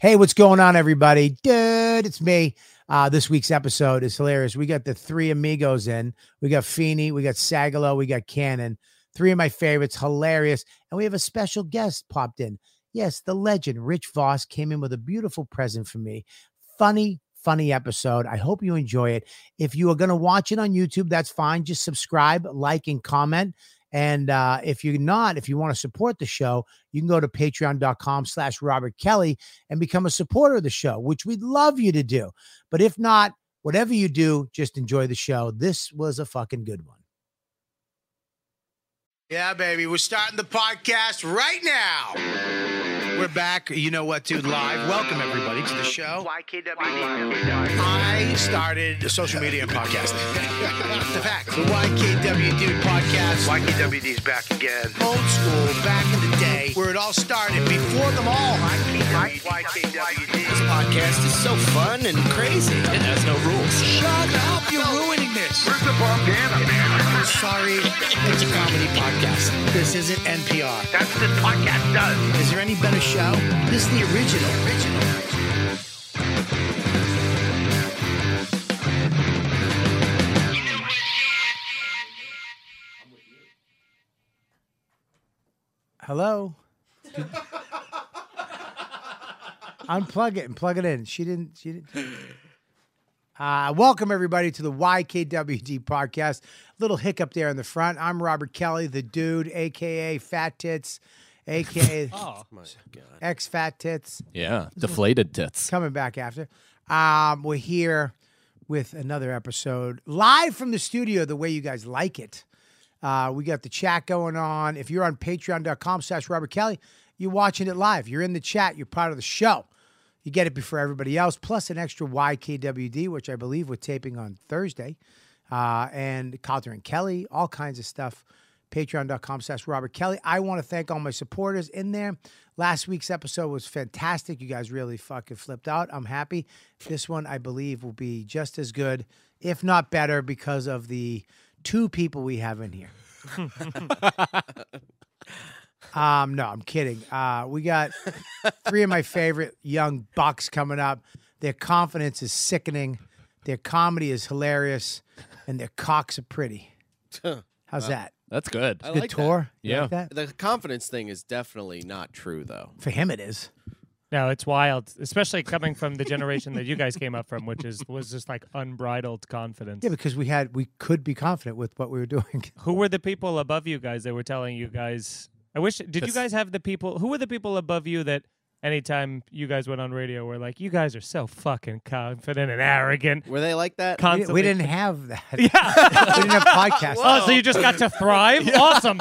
Hey, what's going on, everybody? Dude, it's me. Uh, this week's episode is hilarious. We got the three amigos in. We got Feeney, we got Sagalo, we got Cannon. Three of my favorites, hilarious. And we have a special guest popped in. Yes, the legend, Rich Voss, came in with a beautiful present for me. Funny, funny episode. I hope you enjoy it. If you are going to watch it on YouTube, that's fine. Just subscribe, like, and comment. And uh, if you're not, if you want to support the show, you can go to patreon.com slash Robert Kelly and become a supporter of the show, which we'd love you to do. But if not, whatever you do, just enjoy the show. This was a fucking good one. Yeah, baby. We're starting the podcast right now. We're back. You know what, dude? Live. Welcome, everybody, to the show. I started social media and podcasting. the fact. The YKWD podcast. YKWD's back again. old school back in the day where it all started before them all. YKWD. podcast is so fun and crazy. It has no rules. Shut up, you're ruining this. Where's the bandana, man? Sorry, it's a comedy podcast. This isn't NPR. That's what this podcast does. Is there any better show? This is the original. Original. Hello. Unplug it and plug it in. She didn't. She didn't. Uh, welcome everybody to the YKWd podcast. Little hiccup there in the front. I'm Robert Kelly, the dude, aka Fat Tits, aka ex Fat Tits, Yeah, deflated tits. coming back after. Um, we're here with another episode live from the studio, the way you guys like it. Uh, we got the chat going on. If you're on patreon.com slash Robert Kelly, you're watching it live. You're in the chat. You're part of the show. You get it before everybody else, plus an extra YKWD, which I believe we're taping on Thursday, uh, and Coulter and Kelly, all kinds of stuff. Patreon.com slash Robert Kelly. I want to thank all my supporters in there. Last week's episode was fantastic. You guys really fucking flipped out. I'm happy. This one, I believe, will be just as good, if not better, because of the two people we have in here. Um, no, I'm kidding. Uh, we got three of my favorite young bucks coming up. Their confidence is sickening, their comedy is hilarious, and their cocks are pretty. How's that? That's good. I Good like that. tour. You Yeah. like that? The confidence thing is definitely not true, though. For him, it is. No, it's wild, especially coming from the generation that you guys came up from, which is was just like unbridled confidence. Yeah, because we had we could be confident with what we were doing. Who were the people above you guys that were telling you guys? I wish. Did you That's- guys have the people? Who were the people above you that? Anytime you guys went on radio, were like, you guys are so fucking confident and arrogant. Were they like that? We, Constantly. we didn't have that. Yeah. We didn't have podcasts. oh, so you just got to thrive? Awesome.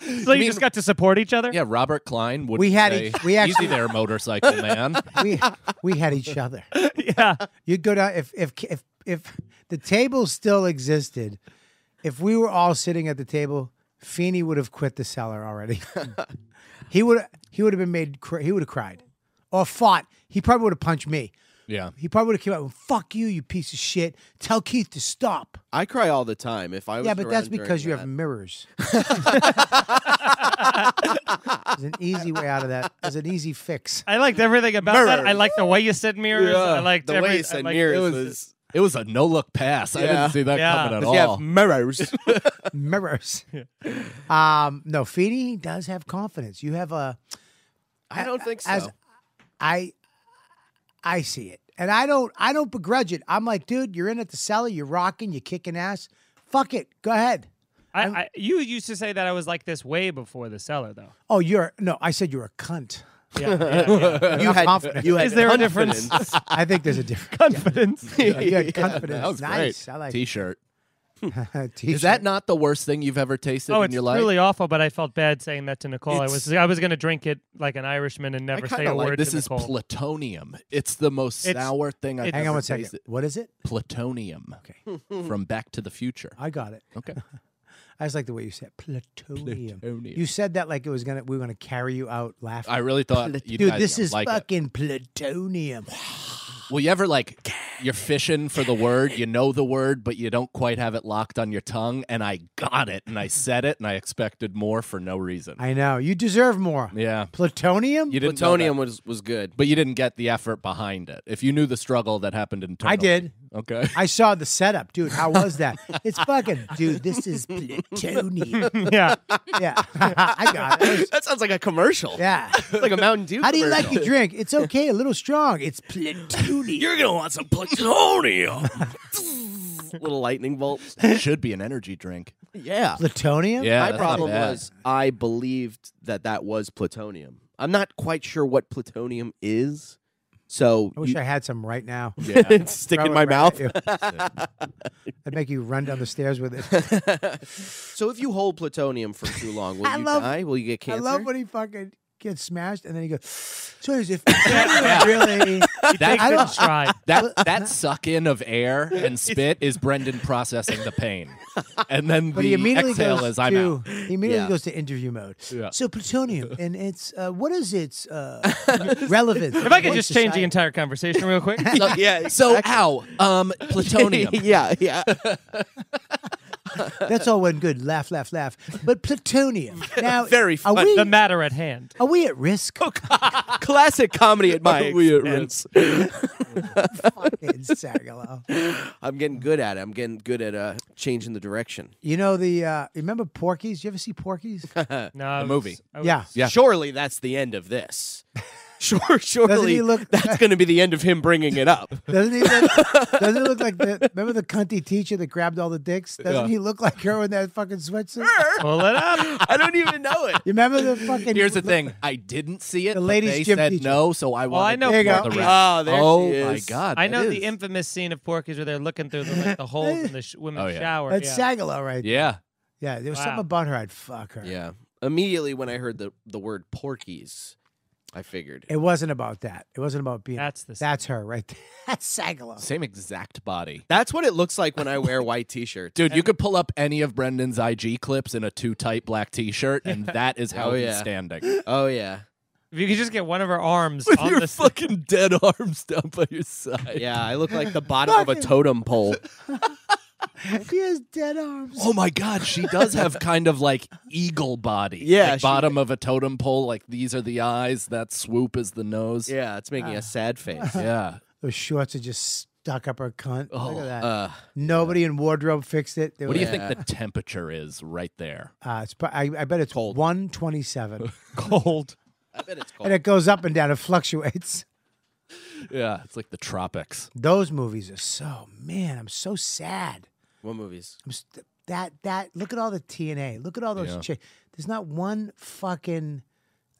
So you mean- just got to support each other? yeah, Robert Klein would We had say, each- we actually- easy there, motorcycle man. we we had each other. Yeah. You'd go down if if if if the table still existed, if we were all sitting at the table, Feeney would have quit the cellar already. he would he would have been made cr- he would have cried or fought. He probably would have punched me. Yeah, He probably would have came out and fuck you, you piece of shit. Tell Keith to stop. I cry all the time. If I was Yeah, but that's around during because you that. have mirrors. There's an easy way out of that. There's an easy fix. I liked everything about that. I Mirrors. liked the way you said mirrors. I Yeah. liked the every, way you I said liked- mirrors it was- was. it was a no look pass. I Yeah. didn't see that Yeah. coming at Does he have all. mirrors? mirrors. Um, no, Feeney does have confidence. You have a I don't think so. as I I see it. And I don't I don't begrudge it. I'm like, dude, you're in at the cellar, you're rocking, you're kicking ass. Fuck it. Go ahead. I, I, you used to say that I was like this way before the seller, though. Oh, you're no, I said you're a cunt. Yeah, yeah, yeah. you had, confident. you had Is there a confidence. difference? I think there's a difference. Confidence. Yeah, you had confidence. That was nice. great. I like T-shirt. that. Is that not the worst thing you've ever tasted Oh, in it's your life? really awful, but I felt bad saying that to Nicole. I was It's- I was gonna drink it like an Irishman and I never say kind a of like word this to is Nicole. plutonium. It's the most It's- sour thing I've it's- ever Hang on one second. tasted. What is it? Plutonium Okay. from Back to the Future. I got it. Okay. I just like the way you said plutonium. Plutonium. You said that like it was gonna we were gonna carry you out laughing. I really thought you Dude, guys this would is like it. fucking plutonium. Well, you ever like you're fishing for the word. You know the word, but you don't quite have it locked on your tongue. And I got it, and I said it, and I expected more for no reason. I know. You deserve more. yeah, Plutonium? you didn't. know that, Plutonium was was good. but you didn't get the effort behind it. If you knew the struggle that happened internally, I did. Okay. I saw the setup, dude. How was that? It's fucking, dude. This is plutonium. yeah. Yeah, I got it. That sounds like a commercial. Yeah. like a Mountain Dew. How do you like commercial. your drink? It's okay, a little strong. It's plutonium. You're gonna want some plutonium. little lightning bolt? Should be an energy drink. Yeah. plutonium. Yeah. My that's not problem bad. was I believed that that was plutonium. I'm not quite sure what plutonium is, so I wish you- I had some right now. Yeah. it's stick Throw in it my right mouth. at you. I'd make you run down the stairs with it. So if you hold plutonium for too long, will I you love- die? Will you get I cancer? love when he fucking gets smashed, and then he goes. So is if really? That- I don't- Good try. That that suck in of air and spit is Brendan processing the pain, and then But the he immediately exhale goes is to I'm out. he immediately Yeah. goes to interview mode. Yeah. So plutonium, and it's uh, what is its uh, relevance? If I could just change the entire conversation real quick. So, Yeah, So how? Um, plutonium. yeah, yeah. That's all one good laugh, laugh, laugh. But plutonium. Now, Very Are fun. we, the matter at hand. are we at risk? Classic comedy at my We at expense. Fucking Sagalo. I'm getting good at it. I'm getting good at uh, changing the direction. You know the uh, remember Porky's? You ever see Porky's? No, I was- movie. I was- yeah. Yeah. Surely that's the end of this. Sure, surely he look- that's going to be the end of him bringing it up. Doesn't he look, doesn't he look like the remember the cunty teacher that grabbed all the dicks? Doesn't Yeah. he look like her in that fucking sweatsuit? Pull it up. I don't even know it. You remember the fucking Here's the thing. I didn't see it. The but ladies' they gym said teacher. no, so I Well, I wanted know There to you explore go. the Oh, rest. there she oh my is. god! I that know is. the infamous scene of Porky's where they're looking through the, like, the holes in the sh- women's Oh, yeah. shower. That's yeah. Sagalo, right? Yeah. Yeah. there was Wow. something about her. I'd fuck her. Yeah. Immediately when I heard the, the word porkies, I figured. It wasn't about that. It wasn't about being. That's the scene. That's her right there. That's Sagalo. Same exact body. That's what it looks like when I wear white t shirts. Dude, you could pull up any of Brendan's IG clips in a too tight black T-shirt, and that is how Oh, he's yeah. standing. Oh, yeah. If you could just get one of her arms on the s- fucking dead arms down by your side. Yeah, I look like the bottom of a totem pole. She has dead arms. Oh my god, she does have kind of like eagle body. Yeah, Like she- bottom of a totem pole. Like these are the eyes. That swoop is the nose. Yeah, it's making a sad face. Yeah. Those shorts are just stuck up her cunt. Look at that. Uh, Nobody in wardrobe fixed it. They Oh, What do you were- think the temperature is right there? Uh, it's, pro- I, I bet it's Cold. 127. cold. I bet it's cold. and it goes up and down. It fluctuates. Yeah, it's like the tropics. Those movies are so, man, I'm so sad. What movies? I'm st- that, that, look at all the TNA. Look at all those Yeah. chicks. There's not one fucking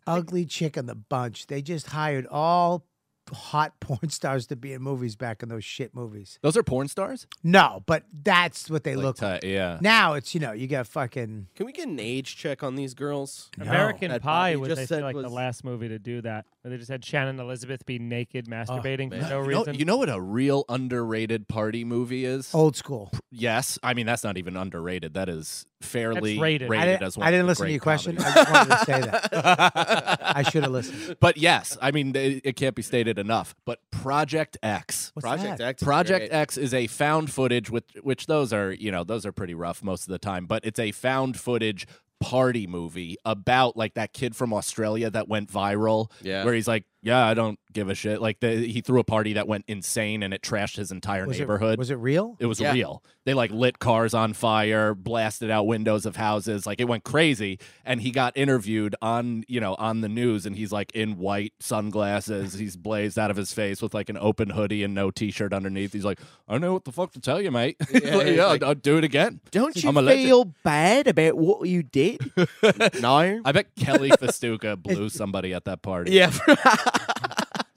ugly chick in the bunch. They just hired all hot porn stars to be in movies back in those shit movies. Those are porn stars. No, but that's what they look like. Like, ti- yeah. Now it's, you know, you got fucking, Can we get an age check on these girls? American That Bobby Pie was just I said feel like the was- last movie to do that, where they just had Shannon Elizabeth be naked Oh, masturbating for no You know, reason. you know what a real underrated party movie is? old school. Yes, I mean that's not even underrated. That is fairly That's rated. I I as didn't, one I of didn't the listen to great your question. comedies. I just wanted to say that. I should have listened. But yes, I mean it, it can't be stated enough. But Project X, What's Project that? X. is Project great. X is a found footage with which those are you know those are pretty rough most of the time, but it's a found footage party movie about like that kid from Australia that went viral Yeah. where he's like yeah I don't give a shit like the, he threw a party that went insane and it trashed his entire Was neighborhood It, was it real? It was Yeah. real. They like lit cars on fire, blasted out windows of houses. Like it went crazy. And he got interviewed on, you know, on the news and he's like in white sunglasses. He's blazed out of his face with like an open hoodie and no t shirt underneath. He's like, I don't know what the fuck to tell you, mate. Like, Yeah, he's like- I'll, I'll do it again. Don't you I'm a legend. feel bad about what you did? no. I bet Kelly Festuca blew somebody at that party. Yeah,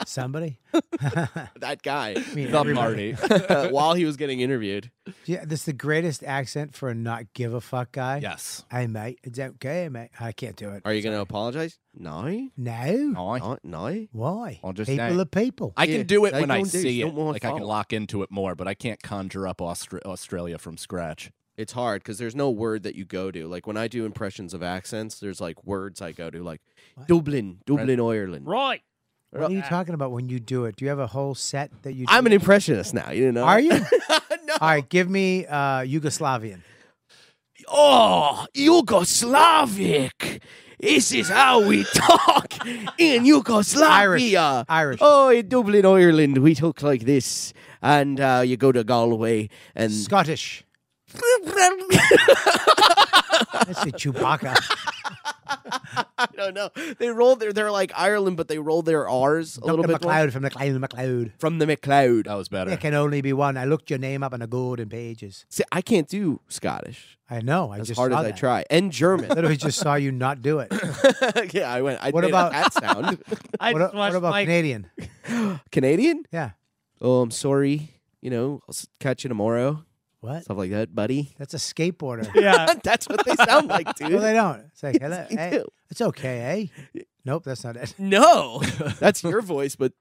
Somebody? that guy. mean, The everybody. party. While he was getting interviewed. Yeah, that's the greatest accent for a not give a fuck guy. yes. Hey mate, it's okay, mate. I can't do it. Are you going to apologize? No. No. I, No. no. Why? I'll just people say- are people. I can Yeah, do it like, when I don't do- see it. don't want Like I can fault. lock into it more, but I can't conjure up Austra- Australia from scratch. It's hard because there's no word that you go to. Like when I do impressions of accents, there's like words I go to, like Dublin, Dublin, Ireland. right. What are you talking about when you do it? Do you have a whole set that you? Do? I'm an impressionist now. You didn't know? Are you? All no. right, give me uh, Yugoslavian. Oh, Yugoslavic. This is how we talk in Yugoslavia. Irish. Oh, in Dublin, Ireland, we talk like this. And uh, you go to Galway and. Scottish. I say Chewbacca. I don't know. They roll their. They're like Ireland, but they roll their R's a little Duncan bit. more. MacLeod from MacLeod. MacLeod. From the McLeod. That was better. There can only be one. I looked your name up in the golden pages. See, I can't do Scottish I know. I as just hard saw as I that. try. And German. Literally just saw you not do it. yeah, I went. I What made about- a cat sound? I what, just a- watched what about Mike. Canadian? Canadian? Yeah. Oh, I'm sorry. You know, I'll s- catch you tomorrow. What? Stuff like that, buddy. That's a skateboarder. Yeah, That's what they sound like, dude. no, they don't. It's like, hello, they hey, do. it's okay, eh? Nope, that's not it. No, that's your voice, but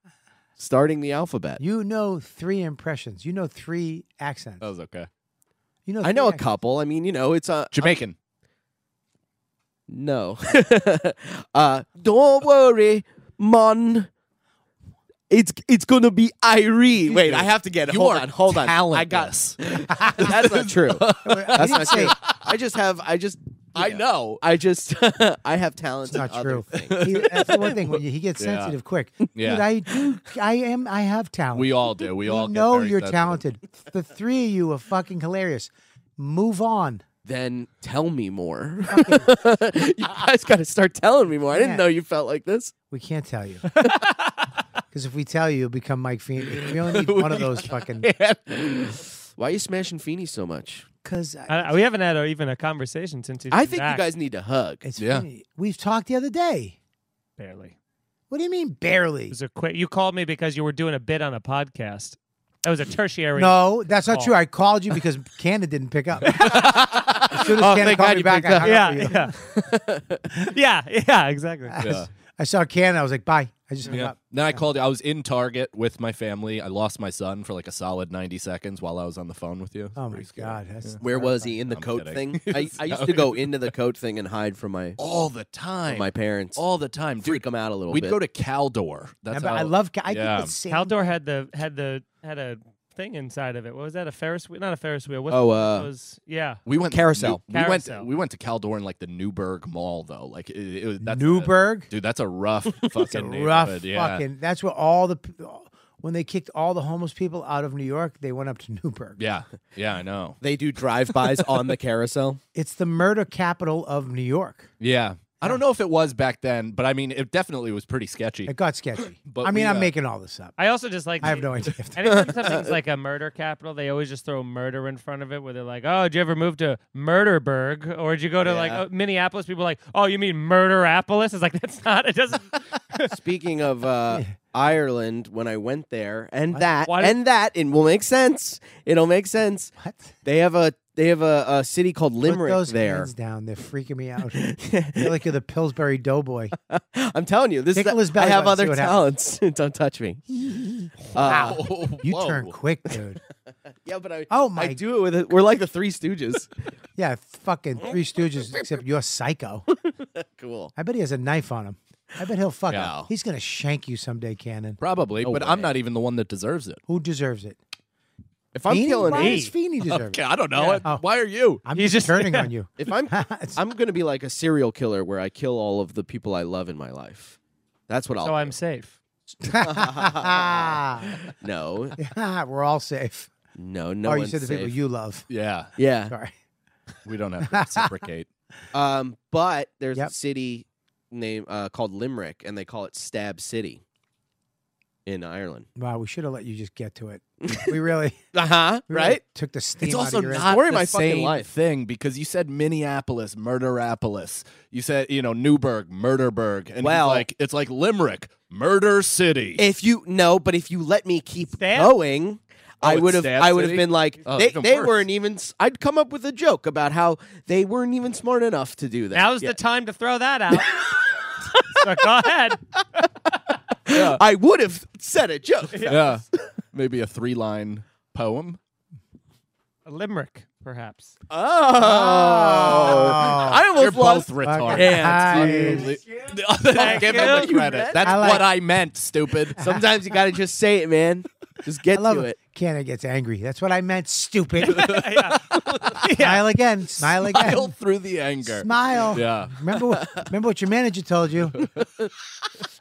starting the alphabet. You know three impressions. You know three accents. That was okay. You know. I know a three accents. couple. I mean, you know, it's a Jamaican. no. uh, don't worry, mon. It's it's gonna be Irie. Wait, I have to get it. You Hold are on, hold on. I got. talentless. That's not true. I That's didn't not say true. I just have. I just. I you know. I just. I have talents. It's not in true. other things. He, that's the one thing when you, he gets Yeah. sensitive quick. Yeah. Dude, I do. I am. I have talent. We all do. We You all get know very you're sensitive. talented. The three of you are fucking hilarious. Move on. Then tell me more. you guys got to start telling me more. I Yeah. didn't know you felt like this. We can't tell you. Because if we tell you, you'll become Mike Feeney. We only need one of those fucking. Why are you smashing Feeney so much? Because I, we haven't had a, even a conversation since he's I been think back. you guys need to hug. it's Yeah. funny. We've talked the other day. barely. What do you mean barely? It was a quick. You called me because you were doing a bit on a podcast. That was a tertiary. No, that's not call. true. I called you because Canada didn't pick up. as soon as Oh, Canada called thank God me you back, picked I up. hung up Yeah, for you. yeah, yeah, yeah. Exactly. Yeah. I saw Canada. I was like, bye. I just hung Yeah. up. Then I called. I was in Target with my family. I lost my son for like a solid ninety seconds while I was on the phone with you. Oh my Pretty scary. god, that's Where was he in the I'm coat kidding. thing? I, I used to go into the coat thing and hide from my All the time. my parents. all the time. Dude, Freak them out a little we'd bit. go to Caldor. That's but how, I love. Ca- I yeah. think it's same. Caldor had the had the had a thing inside of it. What was that? A Ferris wheel? Not a Ferris wheel. What Oh, uh, was yeah. We went Carousel. We, we went. Carousel. We went to Caldor in like the Newburgh Mall though. Like it, it was that's a- Newburgh. dude, that's a rough fucking It's a rough neighborhood, yeah. fucking. That's where all the p- when they kicked all the homeless people out of New York, they went up to Newburgh. Yeah, yeah, I know. They do drive bys on the carousel. It's the murder capital of New York. Yeah, I don't know if it was back then, but I mean, it definitely was pretty sketchy. It got sketchy. But I mean, we, I'm uh, making all this up. I also just like I have the- no idea. If Anytime something's like a murder capital, they always just throw murder in front of it, where they're like, "Oh, did you ever move to Murderburg?" Or did you go to like Yeah. oh, Minneapolis? People are like, "Oh, you mean Murderapolis?" It's like that's not. It doesn't. Speaking of uh, Ireland, when I went there, and that, Why did- and that, it will make sense. It'll make sense. what? They have a they have a, a city called Put Limerick those there. hands down. They're freaking me out. You're like you're the Pillsbury Doughboy. I'm telling you, this Tickle his is I belly have button, see other what happens. talents. Don't touch me. wow, You turn quick, dude. Yeah, but I Oh my- I do it with it. We're like the Three Stooges. Yeah, fucking Oh Three Stooges, except you're psycho. cool. I bet he has a knife on him. I bet he'll fuck Yeah. him. He's gonna shank you someday, Cannon. Probably, but I'm way. not even the one that deserves it. Who deserves it? If I'm Feeney? killing Why it, does Feeney deserve Okay, it? I don't know. Oh. Why are you? I'm He's just just- turning yeah. on you. if I'm It's- I'm gonna be like a serial killer where I kill all of the people I love in my life. That's what I'll. so I'm safe. Ah. no, We're all safe. no, no. or Oh, you one's said the people safe. you love. Yeah, Yeah. Sorry. we don't have to reciprocate. Um, but there's Yep. a city name uh, called Limerick, and they call it Stab City in Ireland. Wow, we should have let you just get to it. We really, Uh huh. we really took the steam It's out also of your not ass. Story of the my fucking same life. thing because you said Minneapolis, Murderapolis. You said you know Newburgh, Murderburg, and Well- it's like it's like Limerick, Murder City. If you no, but if you let me keep Stab? going, I it's would have. Stab I would have City? been like, Oh, they, even they worse. weren't even. s- I'd come up with a joke about how they weren't even smart enough to do that. Now's Yeah. the time to throw that out. so go ahead. I would have said a joke. yeah, maybe a three-line poem. A limerick. perhaps. Oh, I almost You're lost. both retarded. Nice. Don't Give him the you. credit. That's I like- what I meant, stupid. Sometimes you gotta just say it, man. Just get I love to it. it. Canada gets angry. That's what I meant, stupid. Smile again. Smile again. Smile through the anger. Smile. Yeah. Remember what, remember what your manager told you.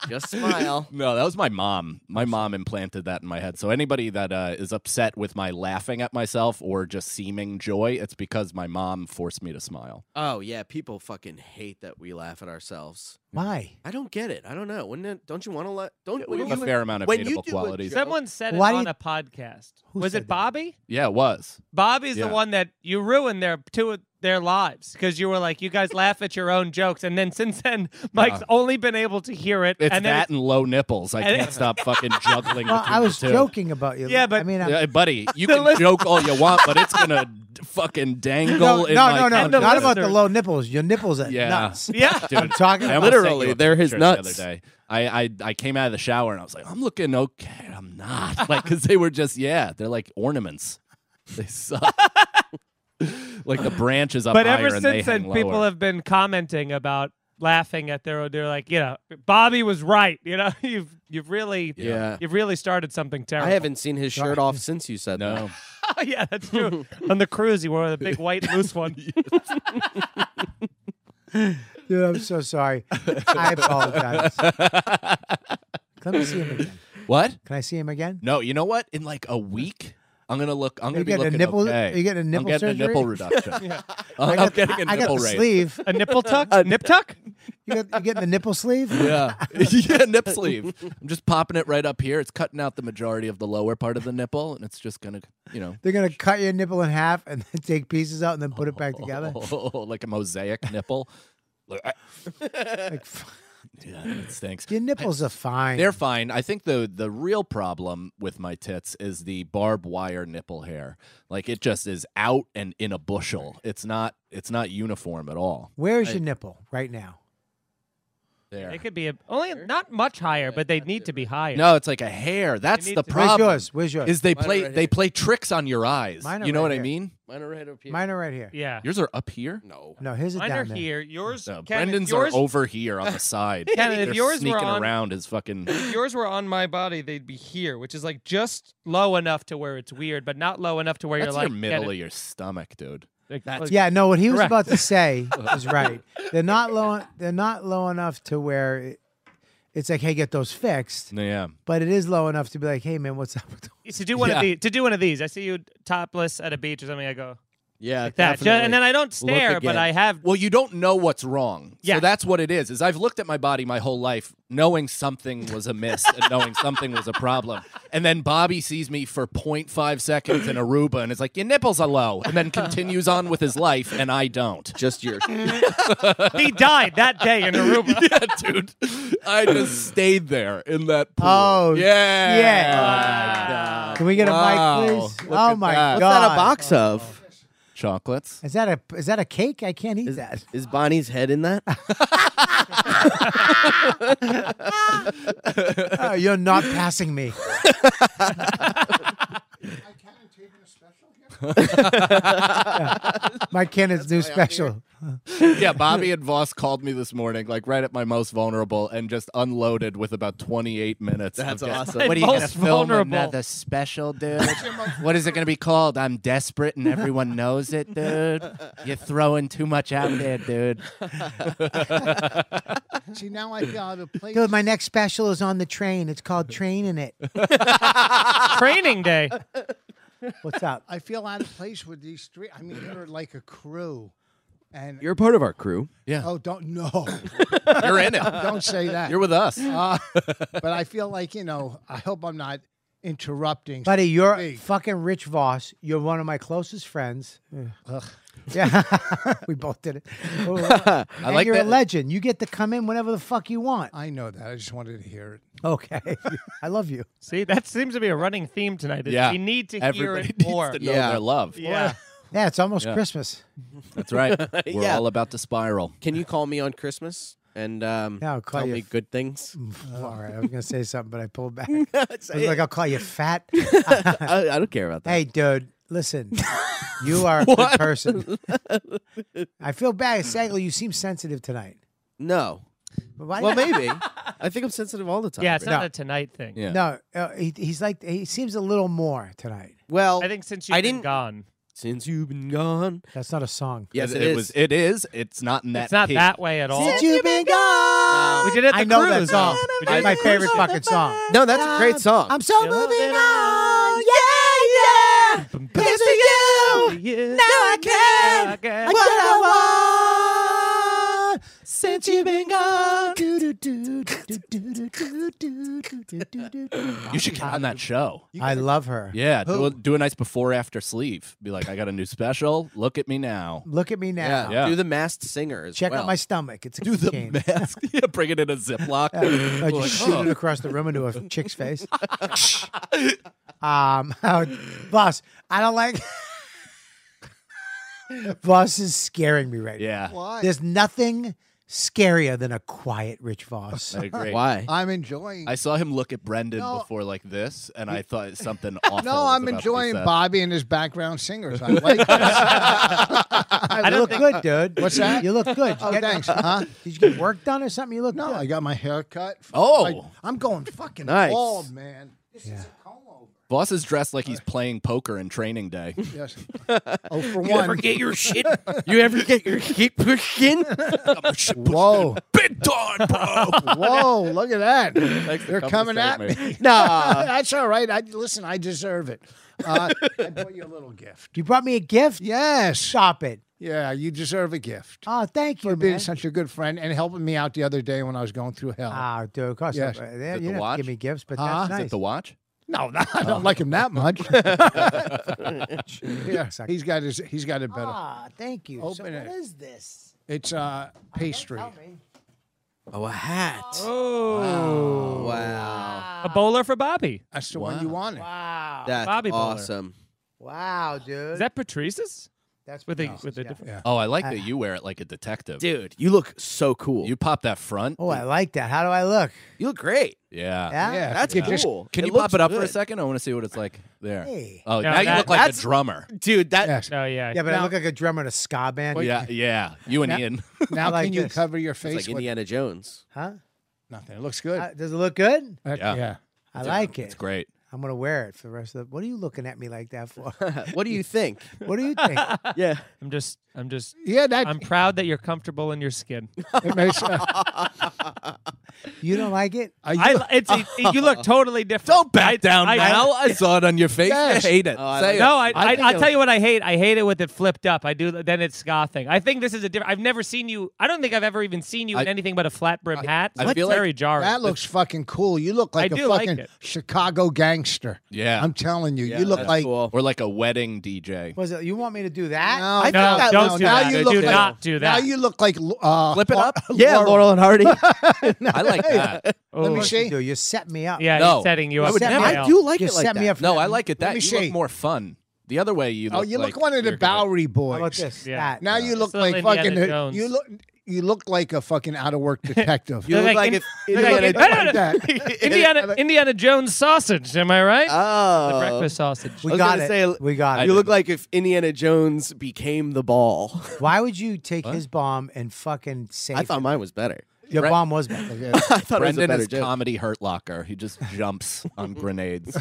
Just smile. No, that was my mom. My mom implanted that in my head. So anybody that uh, is upset with my laughing at myself or just seeming joy, it's because my mom forced me to smile. oh yeah, people fucking hate that we laugh at ourselves. Why? I don't get it. I don't know. Wouldn't it, don't you want to let? Don't we when have a you- fair amount of when you hateable do a qualities. joke- Someone said Why it do on you- a podcast. Who was said it that? Bobby? Yeah, it was. Bobby's Yeah. the one that you ruined their two of their lives because you were like, you guys laugh at your own jokes, and then since then, Mike's only been able to hear it. It's and then that and low nipples. I and can't it- stop fucking juggling. Well, between I was the two. joking about you. Yeah, but- I mean, I'm, Yeah, buddy, you The can list- joke all you want, but it's gonna d- fucking dangle. no, no, in no, like, no, and the Not about the listeners- low nipples. Your nipples are Yeah. nuts. Yeah. Dude, I'm talking I about almost sent Literally, you a they're his picture the nuts. other day. I, I I came out of the shower and I was like, I'm looking okay. I'm not like because they were just yeah, they're like ornaments. They suck. like the branches up but higher ever and they since then, hang people lower. have been commenting about laughing at their own. They're like, you know, Bobby was right. You know, you've you've really Yeah. you've really started something terrible. I haven't seen his shirt off since you said that. no. oh yeah, that's true. on the cruise, he wore the big white loose one. Dude, I'm so sorry. I apologize. Let me see him again. What? Can I see him again? No, you know what? In like a week, I'm gonna look. I'm gonna you be getting a looking nipple- okay. are you getting a nipple I'm getting surgery? a nipple reduction. I I'm got- getting a I got nipple the raise. sleeve. A nipple tuck, a nip tuck. You got you getting the nipple sleeve? Yeah, yeah, nip sleeve. I'm just popping it right up here. It's cutting out the majority of the lower part of the nipple, and it's just gonna, you know, They're gonna cut your nipple in half and then take pieces out and then put it back together. like a mosaic nipple. Look, I- Like, f- yeah, it stinks. your nipples are fine. They're fine. I think the the real problem with my tits is the barbed wire nipple hair. Like it just is out and in a bushel. It's not it's not uniform at all. Where is your nipple right now? There. It could be a, only not much higher, but they need to be higher. No, it's like a hair. That's need the to- Where's problem. yours? Where's yours? Is they Mine are play right they here. play tricks on your eyes. Mine are you know right what I here. mean? Mine are right up here. Mine are right here. Yeah. Yours are up here. No. No, his is Mine are down there. here. Yours, No, Ken, if Brendan's yours, are over here on the side. Ken, if They're yours were sneaking on- around his fucking. if yours were on my body, they'd be here, which is like just low enough to where it's weird, but not low enough to where That's you're like your get middle of it. your stomach, dude. Like, That's- like, Yeah, no, what he was Correct. about to say is right. They're not low they're not low enough to where it, it's like, hey, get those fixed. Yeah. But it is low enough to be like, hey man, what's up with those? to do one Yeah. of these. To do one of these, I see you topless at a beach or something. I go Yeah, that, ju- definitely. and then I don't stare, but again. I have. Well, you don't know what's wrong. Yeah. So that's what it is. Is I've looked at my body my whole life, knowing something was amiss and knowing something was a problem. And then Bobby sees me for 0.5 seconds in Aruba and is like, "Your nipples are low," and then continues on with his life, and I don't. just your. he died that day in Aruba. yeah, dude. I just stayed there in that pool. Oh, yeah. yeah. Wow. Can we get Wow. a mic, please? Look oh at my that. god. What's that a box of? Chocolates. Is that a is that a cake? I can't eat Is, that. is Bonnie's head in that? Uh, Oh, you're not passing me. My Kenneth's new special. Yeah, Bobby and Voss called me this morning, like right at my most vulnerable, and just unloaded with about 28 minutes. That's of just- awesome. What are you My going to most film vulnerable. another special, dude? what is it going to be called? I'm desperate and everyone knows it, dude. You're throwing too much out there, dude. See, now I feel out of place. Dude, my next special is on the train. It's called Train in It. Training day. What's up? I feel out of place with these three. I mean, you're like a crew, and You're part of our crew. Yeah, oh, don't no, you're in it. don't say that. You're with us. Uh, but I feel like you know. I hope I'm not interrupting. Buddy, you're Big. fucking Rich Voss. You're one of my closest friends. Yeah. we both did it. I like you're that- a legend. You get to come in whenever the fuck you want. I know that. I just wanted to hear it. Okay. I love you. See, that seems to be a running theme tonight. is Yeah. we need to Everybody hear it needs more. to know Yeah. their love. yeah, Yeah, it's almost Yeah. Christmas. That's right. We're Yeah. all about to spiral. Can you call me on Christmas and um, Yeah, I'll call tell you me f- good things? All right, I was gonna say something, but I pulled back. I was like, I'll call you fat. I, I don't care about that. hey, dude, listen. You are a good person. I feel bad, Sagal. You seem sensitive tonight. No. But why Well, not? maybe. I think I'm sensitive all the time. Yeah, it's Rick. not No. a tonight thing. Yeah. No, uh, he, he's like he seems a little more tonight. Well, I think since I you've been didn't- gone, since you've been gone. That's not a song. Yes, it, was. It is. It's not in that. it's not key. that way at all. Since you been gone, we did it at the I know that cruise. song. We did it It's at my the favorite cruise. fucking song. No, that's a great song. I'm so Yeah. moving on. Yeah, yeah. Thanks to you. Now I can. I can. What I want. Since you've been gone. You should get on that show. I love her. Yeah, do a, do a nice before after sleeve. Be like, I got a new special. Look at me now. Look at me now. yeah. Yeah. Do the masked singer as Check well. out my stomach. It's a Do the cane. mask. yeah, bring it in a Ziploc. I just shoot it across the room into a chick's face. um, boss, I don't like. Voss is scaring me right Yeah, now. Why? There's nothing scarier than a quiet Rich Voss. I agree. Why? I'm enjoying. I saw him look at Brendan No. before like this, and I thought something awful. no, was about I'm to be enjoying said. Bobby and his background singers. I like this. I look good, dude. What's that? You look good. Did you oh, get- thanks. Huh? Did you get work done or something? You look No, I good. got my hair cut. Oh. Like, I'm going fucking Nice. bald, man. This is a comb over. Boss is dressed like he's playing poker in training day. Yes. Oh, for one. Forget your shit. You ever get your shit pushed in? Whoa. Big time, bro. Whoa. Look at that. They're Come coming to at save me. Nah. That's all right. I listen. I deserve it. Uh, I bought you a little gift. You brought me a gift? Yes. Stop it. Yeah. You deserve a gift Oh, thank you, for being man. such a good friend and helping me out the other day when I was going through hell. Ah, dude, of course. Yes. Uh, Is yeah, it you the don't have to give watch? me gifts, but Huh? that's Is it nice. The watch. no, no, I don't like him that much. yeah, Suck. he's got his. He's got it better. Ah, thank you. so Open it. what is this? It's uh, pastry. Tell me. Oh, a hat. Oh, Wow. a bowler for Bobby. That's the one you wanted. Wow. That's Bobby Bowler. awesome. wow, dude. Is that Patrice's? That's With the nice. with the Yeah. different. Oh, I like that you wear it like a detective. Ah. Dude, you look so cool. You pop that front. Oh, I like that. How do I look? you look great. Uh, Yeah. Yeah. Yeah. That's it just- cool. Can you looks pop it up for a good. second? I want to see what it's like there. Hey. Oh, No, now you that- look like a that's- drummer. Dude, that Yes. Oh yeah. Yeah, but I Now- look like a drummer in a ska band. yeah, yeah. You and Now- Ian. Now like can you this. cover your it's face like with Indiana Jones. Huh? nothing? It looks good. Uh, does it look good? That- Yeah. I like it. It's great. I'm gonna wear it for the rest of the. What are you looking at me like that for? what do you think? what do you think? yeah. I'm just. I'm just. Yeah, that I'm proud that you're comfortable in your skin. it makes, uh, You don't like it? are you- I. li- It's. It, it- you look totally different. I- I- I saw it on your face. Yes. I hate it. Oh, I Say like- it. No, I, I I, think I'll it- tell you what I hate. I hate it with it flipped up. I do. Then it's scoffing. I think this is a different. I've never seen you. I don't think I've ever even seen you in I- anything but a flat brim hat. I That's feel like very jarring. that looks fucking cool. You look like I a do like fucking it. Chicago gangster. Yeah. I'm telling you, you look like cool. Or like a wedding DJ. Was it? You want me to do that? No, I no, think that- don't no, do now that. you do look like- not do now that. you look like uh, Flip it Har- up. Yeah, Laurel. Laurel and Hardy. I like that. Oh, me Of course see. You, do. you set me up. Yeah, No. he's setting you I up. would for never- fail. I do like you it like set me that. up. No, for- I like it that me you see. look more fun. The other way you look Oh, you like look one of the you're gonna- Bowery boys. How about this? Yeah. That. Now you look It's like little fucking. uh, Indiana Jones. You look. You look like a fucking out of work detective. You Look look like like in- if Look like Indiana it- no, no, no. like that. Indiana Indiana Jones sausage. Am I right? Oh. the breakfast sausage. I We was got gonna it. say, we got it. You look like if Indiana Jones became the ball. Why would you take his bomb and fucking save? I thought it? mine was better. your bomb was better. I thought it Brendan was a is better joke. comedy hurt locker. He just jumps on grenades.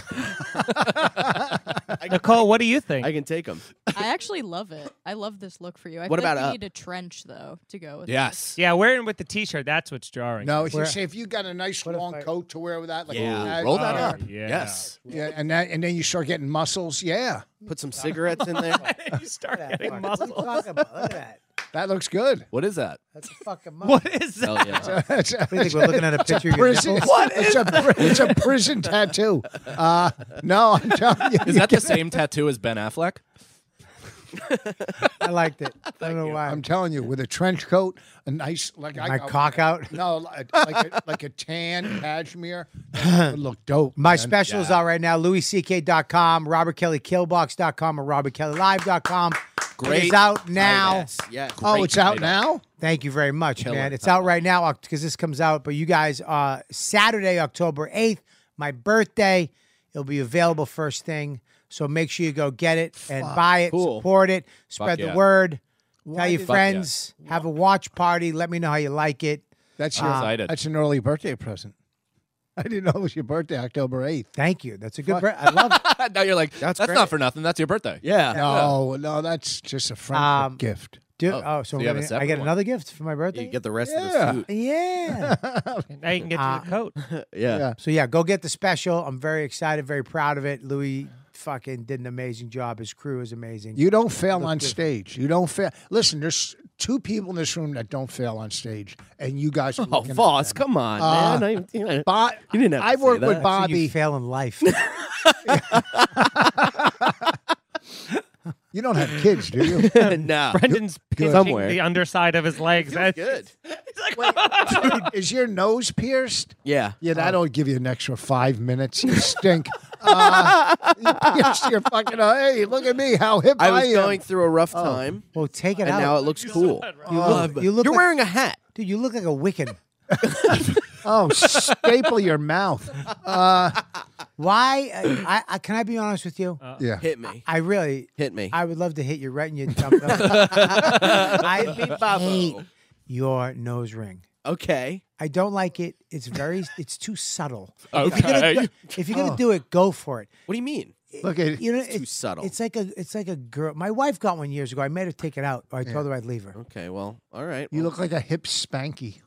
Nicole, what do you think? I can take him. I actually love it. I love this look for you. I What feel like about we up? need a trench though to go with. Yes. yeah, wearing with the T-shirt. That's what's jarring. No, if you Where- say if you got a nice What if long I- coat to wear with that, like Yeah. that, Roll that Oh, up. yeah. Yes. yeah, and that, and then you start getting muscles. Yeah, Put some cigarettes in there. you start That getting fucking- what are you muscle. talking about? Look at that. that looks good. What is that? That's a fucking muscle. What is that? Hell yeah. it's, a- What do you think we're looking at a picture of your prison. nipples? It's a pri- it's a prison tattoo. Uh, no, I'm telling you. Is that the same tattoo as Ben Affleck? I liked it. I don't know why. I'm telling you, with a trench coat, a nice like I My got- cock out. No, like like a, like a tan cashmere that would look dope. My man. specials out right now, louisck.com, robertkellykill.box.com, or robertkellylive.com. It is Great out now. Yes. Yes. Oh, it's out title. now. Thank you very much, Killer man. It's out right now because this comes out. But you guys, uh, Saturday, October 8th, my birthday, it'll be available first thing. So make sure you go get it and buy it, Cool. support it, spread the yeah. word, tell your did- friends, have a watch party. Let me know how you like it. That's I'm your, excited. That's an early birthday present. I didn't know it was your birthday, October eighth. Thank you. That's a good. Pre- I love it. now you're like, that's, not for nothing. That's your birthday. Yeah. No, no, that's just a friendship Um, gift. Dude, oh, Oh, so, so you I'm have a gonna- I separate get one. another gift for my birthday. You get the rest of the Yeah. suit. yeah. Now you can get Uh, to the coat. Yeah. Yeah. So yeah, go get the special. I'm very excited, very proud of it. Louis fucking did an amazing job. His crew is amazing. You don't fail on stage. You don't fail. Listen, there's two people in this room that don't fail on stage, and you guys. Are Oh, looking at Voss, them. come on, Uh, man. I, you, know, Bo- you didn't have to I've say worked that. with So Bobby. you fail in life. you don't have kids, do you? no. Brendan's pinching Somewhere. the underside of his legs. That's Good. Is your nose pierced? Yeah. Yeah, that'll give you an extra five minutes. You stink. uh, you pierced your fucking. uh, hey, look at me, how hip I, I was am. going through a rough time, well, take it and out. now it looks cool. you look, you look You're like, wearing a hat. dude. You look like a Wiccan. oh, staple your mouth. Why? I, I, I can I be honest with you? Yeah. Hit me. I really, Hit me. I would love to hit you right in your dump. I hate your nose ring. Okay. I don't like it. It's very, it's too subtle. Okay. If you're gonna Oh. do it, go for it. What do you mean? Look at You know, it's too subtle. It's like a, it's like a girl. My wife got one years ago. I made her take it out, or I told her I'd leave her. Okay. Well, all right. you. well, Look like a hip spanky.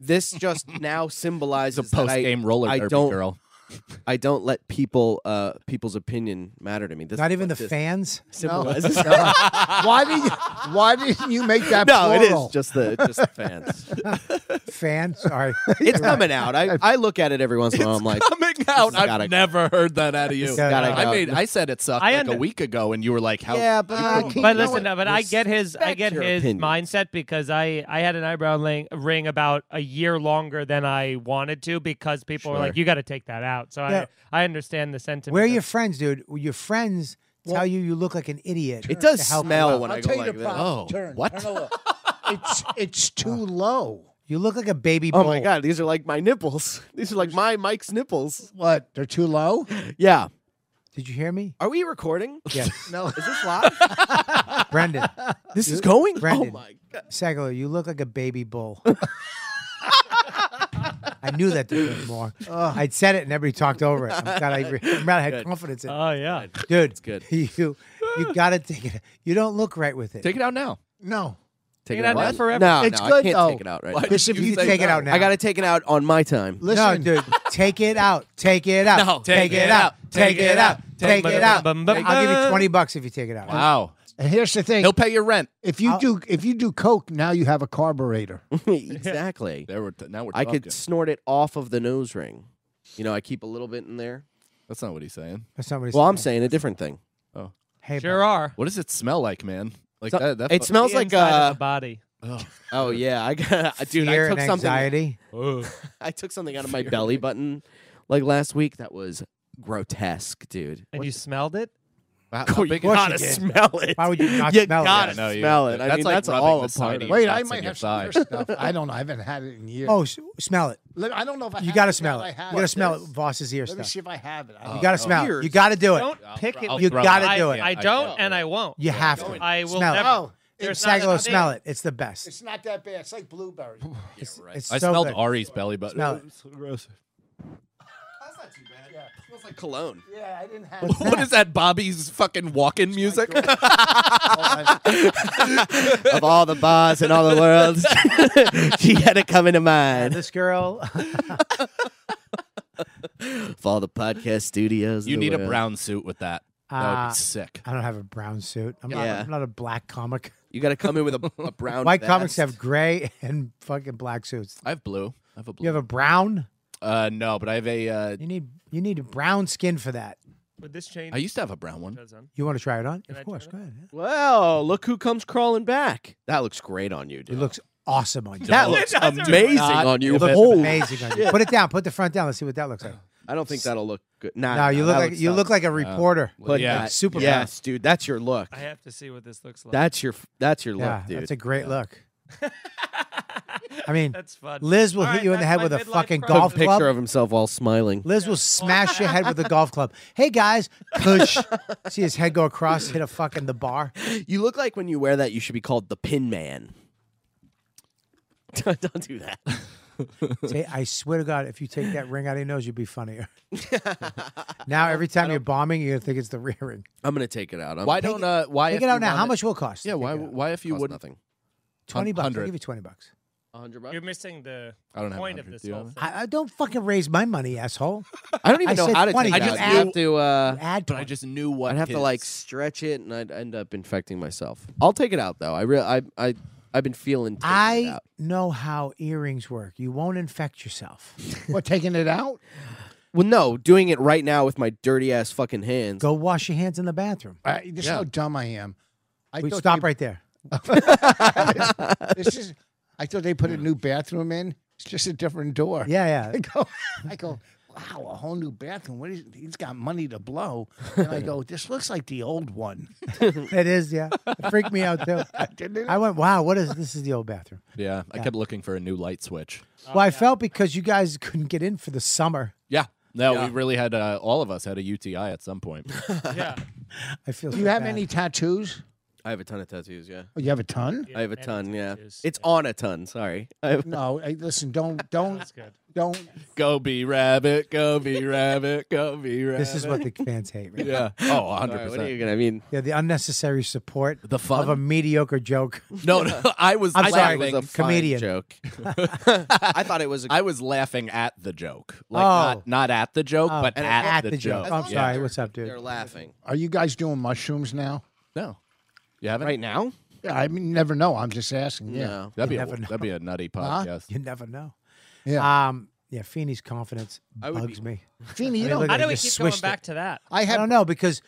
this just now symbolizes that I- Post game roller I derby don't, girl. I don't let people uh people's opinion matter to me. This Not is even the what this fans. symbolizes. Why did you, Why didn't you make that? no, it plural? is just the just the fans. Fan, sorry. it's coming out. I, I look at it every once in a while. I'm like, Coming out. I've gotta- never heard that out of you. gotta I go. mean, I said it sucked I like a under- week ago, and you were like, "How?" yeah, but Uh, keep But going. listen, uh, but I get his I Respect get your his opinion. mindset because I I had an eyebrow ling- ring about a year longer than I wanted to because people were like, you got to take that out. So Yeah. I I understand the sentiment. Where are of- your friends, dude? Your friends tell you you look like an idiot. it does to help you smell out. when I'll I go tell you like the that. problem. Oh, Turn, what? turn over. it's it's too low. You look like a baby. Oh bull. my god, these are like my nipples. These are like my Mike's nipples. What? They're too low? Yeah. Did you hear me? Are we recording? Yes, No. Is this live? Brendan. this is going? Brendan. Oh my god. Segler, you look like a baby bull. I knew that there was more. I'd said it and everybody talked over it. I'm glad I, re- I'm glad I had confidence in it. Oh yeah. Dude, it's Uh, good. You, you got to take it. You don't look right with it. Take it out now. No. Take it out now forever. No, It's no, good, I can't though. take it out right Why now. did you can say take it no? out now. I got to take it out on my time. No, Listen, dude, take it out. Take it out. No, take, it out. Take it out. Take it out. Bum, bum, bum, I'll give you bum. 20 bucks if you take it out. Wow. and here's the thing. He'll pay your rent. If you do if you do coke, now you have a carburetor. exactly. There we're now we're. I talking. could snort it off of the nose ring. You know, I keep a little bit in there. That's not what he's saying. That's not what he's Well, I'm saying a different thing. Hey, Sure are. What does it smell like, man? Like So- that. that it fu- smells The like inside of uh, the body. oh yeah, I got dude. fear I took and something. anxiety. I took something out of my belly button like last week that was grotesque, dude. And you smelled it? Wow, how course big is it? you Gotta did. smell it. Why would you not smell it? gotta Yeah, no, you- smell it. I that's mean, like that's rubbing all the a side of part of it. it. Wait, Nuts I in might your have some thigh. other stuff. I don't know. I haven't had it in years. Oh, s- smell it. Let- I don't know if I You have got to it. smell I it. have You got to smell it. Let Voss's ear me Oh. stuff. see if I have it. I You got don't know. to smell it. ears. You got to do it. Don't pick it. I'll You throw gotta I, do it. I don't and I won't. You have to. I will Smell it. never. Oh, There's it's not Sagalo, enough smell it. It's the best. It's not that bad. It's like blueberry. It's, it's I so smelled good. Ari's belly button. Smell it. That's not too bad. Yeah. smells like cologne. yeah, I didn't have What is that? Bobby's fucking walking music. of all the bars in all the world, she had it coming to mind. This girl. Of all the podcast studios, in you the need a world. brown suit with that. That would Uh, be sick. I don't have a brown suit. I'm, not, Yeah. I'm not a black comic. You got to come in with a, a brown. White vest. comics have gray and fucking black suits. I have blue. I have a blue. You have a brown. uh, no, but I have a. Uh, You need you need a brown skin for that. Would this change? I used to have a brown one. You want to try it on? I of course. try it Go ahead. yeah. Well, look who comes crawling back. That looks great on you, dude. It looks awesome on you. that It looks does amazing Not- on you. It looks Holy- amazing on you. Put it down. Put the front down. Let's see what that looks like. I don't think that'll look good. Nah, No, you nah, look Ah, that like looks you tough. look like a reporter. Put Yeah. that- Super Yes, dude, that's your look. I have to see what this looks like. That's your that's your yeah, look, dude. that's a great look. I mean, That's fun. Liz will All hit right, you in the that's head my with a midlife fucking crisis. golf picture club. of himself while smiling. Liz will smash your head with a golf club. Hey guys, push. See his head go across, hit a fucking the bar. You look like when you wear that, you should be called the Pin Man. Don't don't do that. Say, I swear to God, if you take that ring out of your nose, you'd be funnier. now every time you're bombing, you're gonna think it's the rear ring. I'm gonna take it out. I'm Why don't uh why Take if it you out now. How wanna- much will it cost? Yeah, Take why it out. why if you Cost wouldn't nothing? Twenty bucks. I'll 100. give you twenty bucks. hundred You're missing the I don't have point 100, of do this you whole have thing. I, I don't fucking raise my money, asshole. I don't even I know said how to 20. take I it just out. You have add- to. Uh, Add. But I to it. just knew what I'd have to his- like stretch it, and I'd end up infecting myself. I'll take it out though. I real I I I've been feeling. taking it I out. know how earrings work. You won't infect yourself. What, taking it out? well, no, doing it right now with my dirty ass fucking hands. Go wash your hands in the bathroom. Uh, this is how dumb I am. I We thought stop they- right there. This is. I thought they put a new bathroom in. It's just a different door. Yeah, I yeah. go, I go, wow, a whole new bathroom. What is, he's got money to blow. And I go, this looks like the old one. It is, yeah. It freaked me out too. Didn't it? I went, wow, what is this? Is the old bathroom? Oh, Yeah, I kept looking for a new light switch. well, I felt because you guys couldn't get in for the summer. Yeah. No, we really had uh, all of us had a UTI at some point. Yeah. I feel. Do you so have bad. any tattoos? I have a ton of tattoos. Yeah, Oh, you have a ton? I have a many ton. Yeah, tattoos, it's on a ton. Sorry. I have- No, I, listen, don't, don't, good. don't. go be rabbit, go be rabbit, go be rabbit. This is what the fans hate. Right? Yeah. Oh, 100 Sorry, what are percent. you gonna? I mean, Yeah, the unnecessary support The of a fun. mediocre joke. No, no, I was. I'm I sorry. it was Laughing, a fine Comedian. joke. I thought it was. A, I was laughing at the joke. Like Oh. not not at the joke, Oh, but at, the, joke. I'm Yeah. sorry. What's up, they're dude? laughing Are you guys doing mushrooms now? No. You haven't. right now. Yeah, I mean, you never know. I'm just asking. Yeah. No. That'd be a, never know. that'd be a nutty podcast. You never know. Yeah. Um, yeah, Feeney's confidence bugs me. Feeney, you I mean, don't- look How do I we just keep going swished back it. to that? I I have, don't know because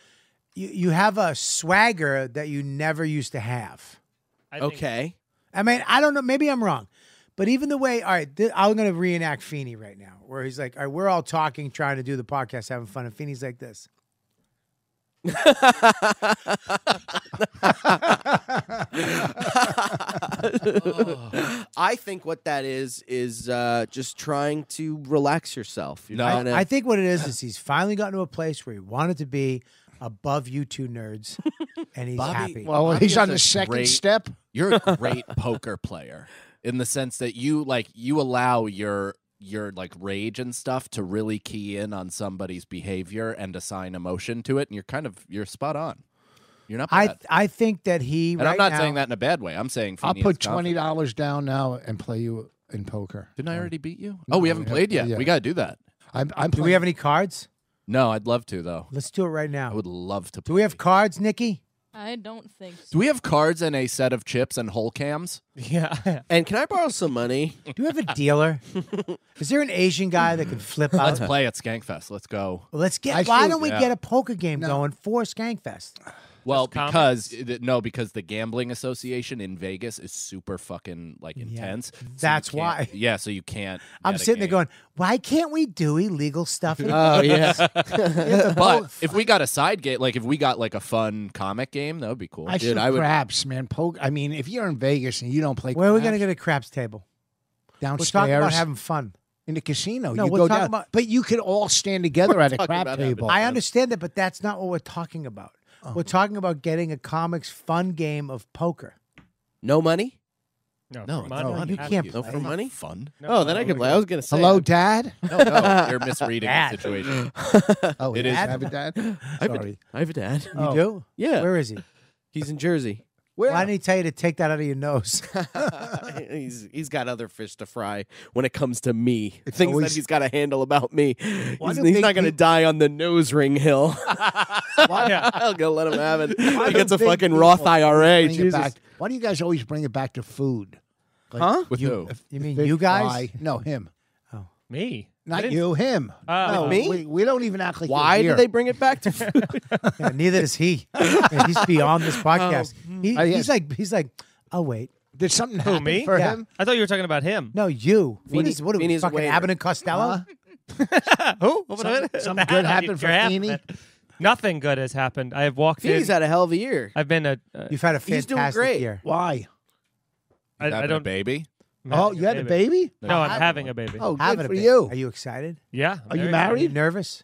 you, you have a swagger that you never used to have. I think- Okay. I mean, I don't know. Maybe I'm wrong. But even the way, all right, th- I'm going to reenact Feeney right now, where he's like, all right, we're all talking, trying to do the podcast, having fun. And Feeney's like this. I think what that is is uh, just trying to relax yourself. You're No. I, trying to- I think what it is is he's finally gotten to a place where he wanted to be above you two nerds, and he's Bobby- happy. well, I'm Oh, he's on just the a second great- step. You're a great poker player in the sense that you like you allow your your like rage and stuff to really key in on somebody's behavior and assign emotion to it, and you're kind of you're spot on. You're not bad. I I think that he. and right I'm not now- saying that in a bad way. I'm saying I'll Feeney is put confident. $20 down now and play you in poker. Didn't I already beat you? Oh, we haven't yeah, played yet. yeah. We gotta do that. I'm, I'm Do we have any cards? No, I'd love to though. Let's do it right I now. would love to. Do we have play. cards, Nikki? I don't think so. Do we have cards and a set of chips and whole cams? Yeah. and can I borrow some money? Do we have a dealer? Is there an Asian guy that can flip out? Let's play at Skankfest. Let's go. Let's get. I why should- don't we Yeah. get a poker game going for Skankfest? Well, comics? because th- no, because the gambling association in Vegas is super fucking like intense. so you That's can't- why. Yeah, so you can't. I'm get a sitting there game. going, why can't we do illegal stuff? in- Oh yeah. But if we got a side game, like if we got like a fun comic game, that would be cool. I shoot I would- craps, man. Poker. I mean, if you're in Vegas and you don't play, Where are we going to get craps a craps table? We're downstairs talking about having fun. in the casino? No, you we're go talking down, about- but you could all stand together at a talking crap about having table. fun. I understand that, but that's not what we're talking about. We're talking about getting a comics fun game of poker. no money? No. No, come no, on, no, man. you Have can't to. No for money? fun. oh, then I could play. I was gonna say. Hello, Dad. No, no, you're misreading the situation. Oh, It you is- have a dad. I have, a, I have a dad. You do? Yeah. Where is he? He's in Jersey. Why didn't he tell you to take that out of your nose? he's he's got other fish to fry when it comes to me. Things always- that he's got to handle about me. He's, do he's big not gonna peop- die on the nose ring hill. I'm gonna let him have it. He gets a big fucking people Roth IRA. Bring it Jesus. back. Why do you guys always bring it back to food? Huh? With who? You mean Fish you guys? fry. No, him. Me. I Not didn't- you, him. Uh, no, with me? We, we don't even act like you're Why here. do they bring it back to food? Yeah, neither is he. Yeah, he's beyond this podcast. He- Oh, yeah. he's like, he's like, oh wait, Did something happen me? for Yeah. him? I thought you were talking about him. no, you. What Feeny- is? What are we Feeney's a fucking waiter. Abbott and Costello? Who? What Something- was something that? good happened for You're half Feeney? of it. Nothing good has happened. I have walked He's in. had a hell of a year. I've been a. Uh, You've had a He's doing fantastic great. year. Why? I, I Having a don't. baby. I'm Oh, having you had a baby? No, I'm having a baby. Oh, Having good a for baby. you. Are you excited? yeah. Are very- you Are you married? nervous?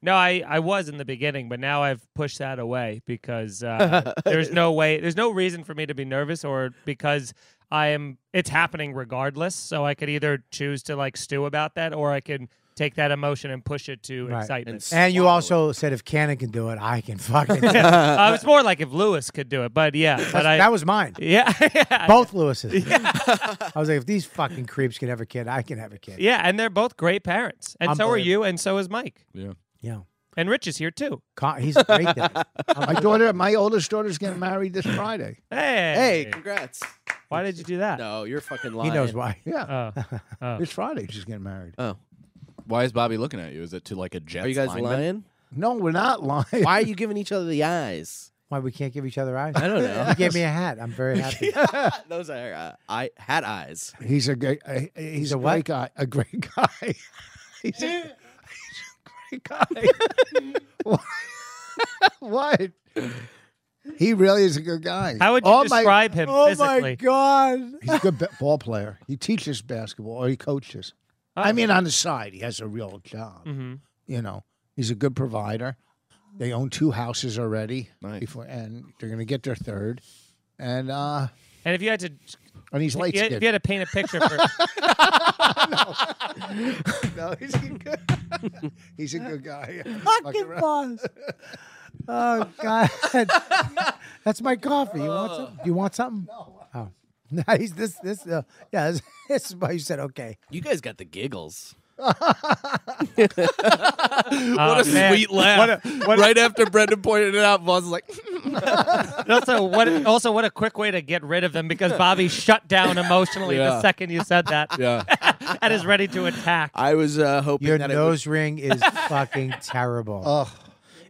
No, I, I was in the beginning, but now I've pushed that away because uh, there's no way, there's no reason for me to be nervous or because I am, it's happening regardless. So I could either choose to like stew about that or I can take that emotion and push it to Right. excitement. And you also said if Cannon can do it, I can fucking. do it. uh, it's more like if Lewis could do it, but yeah, but I, that was mine. yeah, yeah. Both Lewis's. I was like, if these fucking creeps can have a kid, I can have a kid. yeah, and they're both great parents, and so are Unbelievable. you, and so is Mike, Yeah. and Rich is here too. Con- he's a great guy. My daughter, my oldest daughter's getting married this Friday. Hey, Hey, congrats. why did you do that? No, you're fucking He lying. knows why. Yeah, Oh. Oh. this Friday she's getting married. Oh, Why is Bobby looking at you? Is it to like a Jets? are you guys lineman? lying? No, we're not lying. Why are you giving each other the eyes? Why we can't give each other eyes? I don't know. He gave me a hat. I'm very happy. Those are uh, I had eyes. He's a great. Uh, he's a a, what? great guy. A great guy. he's, a, he's a great guy. what? what? He really is a good guy. How would you All my- describe him oh physically? my god! He's a good ba- ball player. He teaches basketball or he coaches. I mean, on the side, he has a real job. mm-hmm. You know, he's a good provider. They own two houses already, Nice. before, and they're going to get their third. And uh, And if you had to, and he's light if you had, if you had to paint skinned. a picture for, No, he's a good. he's a good guy. Fucking boss. Oh god. That's my coffee. You want some? You want something? No. Oh. No, he's this this uh, yeah, this, this is why you said okay. You guys got the giggles. Oh, What a man. sweet laugh! right after Brendan pointed it out, Buzz was like, And also, what also what a quick way to get rid of them because Bobby shut down emotionally the Yeah. second you said that, "Yeah, and is ready to attack. I was uh, hoping Your that nose ring is fucking terrible. Ugh.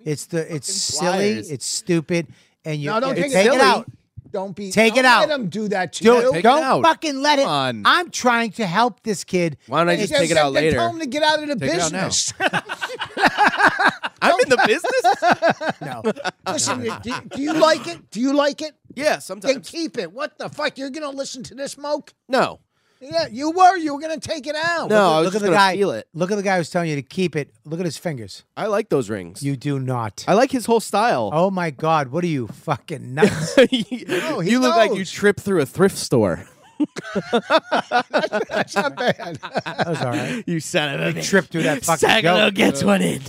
It's the it's silly, pliers. it's stupid, and you No, don't you take, take it, it out. Don't be. Take it don't out. Let him do that to Do you. it. Take it Don't out. fucking let it. Come on. I'm trying to help this kid. Why don't I He just take it said out that- later? Tell him to get out of the Take it out now. business. I'm in the business. No. Listen, do, do you like it? Do you like it? yeah, Then sometimes. keep it. What the fuck? You're gonna listen to this moke? No, Yeah, you were. You were gonna take it out. no, I was look at just the gonna guy. feel it. Look at the guy who's telling you to keep it. Look at his fingers. I like those rings. You do not. I like his whole style. Oh my God! What are you fucking nuts? he you look like you knows. tripped through a thrift store. That's not bad. That was all right. You son of a Trip through that fucking Sagalo joke. gets one in.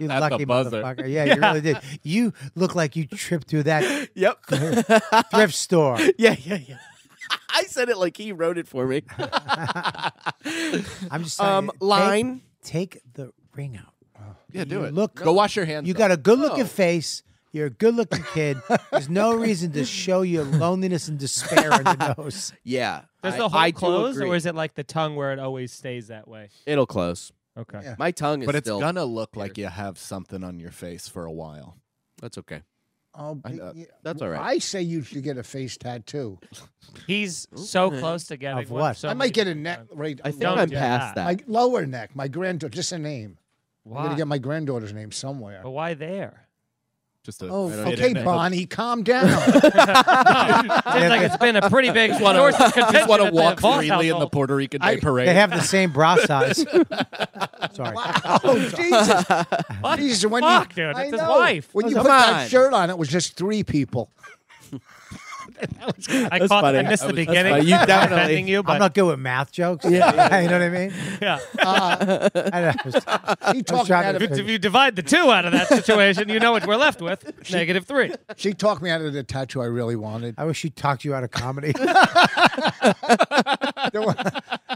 You At lucky the buzzer. motherfucker. Yeah, you really did. You look like you tripped through that yep. thrift store. yeah, yeah, yeah. I said it like he wrote it for me. I'm just saying. Um, take- line. Take, the ring out. yeah, do You it. look- go wash your hands. You though. got a good looking face. You're a good looking kid. There's no reason to show your loneliness and despair in the nose. Yeah. Does I- the whole I do close, or agree. is it like the tongue where it always stays that way? It'll close. Okay. Yeah. My tongue is but it's still. gonna look like you have something on your face for a while. That's okay. Oh, I know. yeah. That's all right. I say you should get a face tattoo. He's so close to getting Of one what? so I might many get a times. neck right. I think Don't I'm do past that. that. my lower neck. My granddaughter. Just a name. I'm Why? Oh. gonna get my granddaughter's name somewhere. but why there? Just a Oh, I don't need okay, it. Bonnie, calm down. Seems like it's been a pretty big source of I just want contention to at walk Voss freely in the household. Puerto Rican Day I- Parade. They have the same bra size. Sorry. oh Jesus! Jesus, when you- Fuck, dude, I it's his know. wife. When you Come put on. that shirt on, it was just three people. I caught. funny. I missed That the was- that's beginning. funny. You I'm definitely- offending you, I'm but not good with math jokes. Yeah. you know what I mean? yeah. I know. I was- She talked me trying out to of if it. you divide the two out of that situation, you know what we're left with: negative three. She talked me out of the tattoo I really wanted. I wish she talked you out of comedy.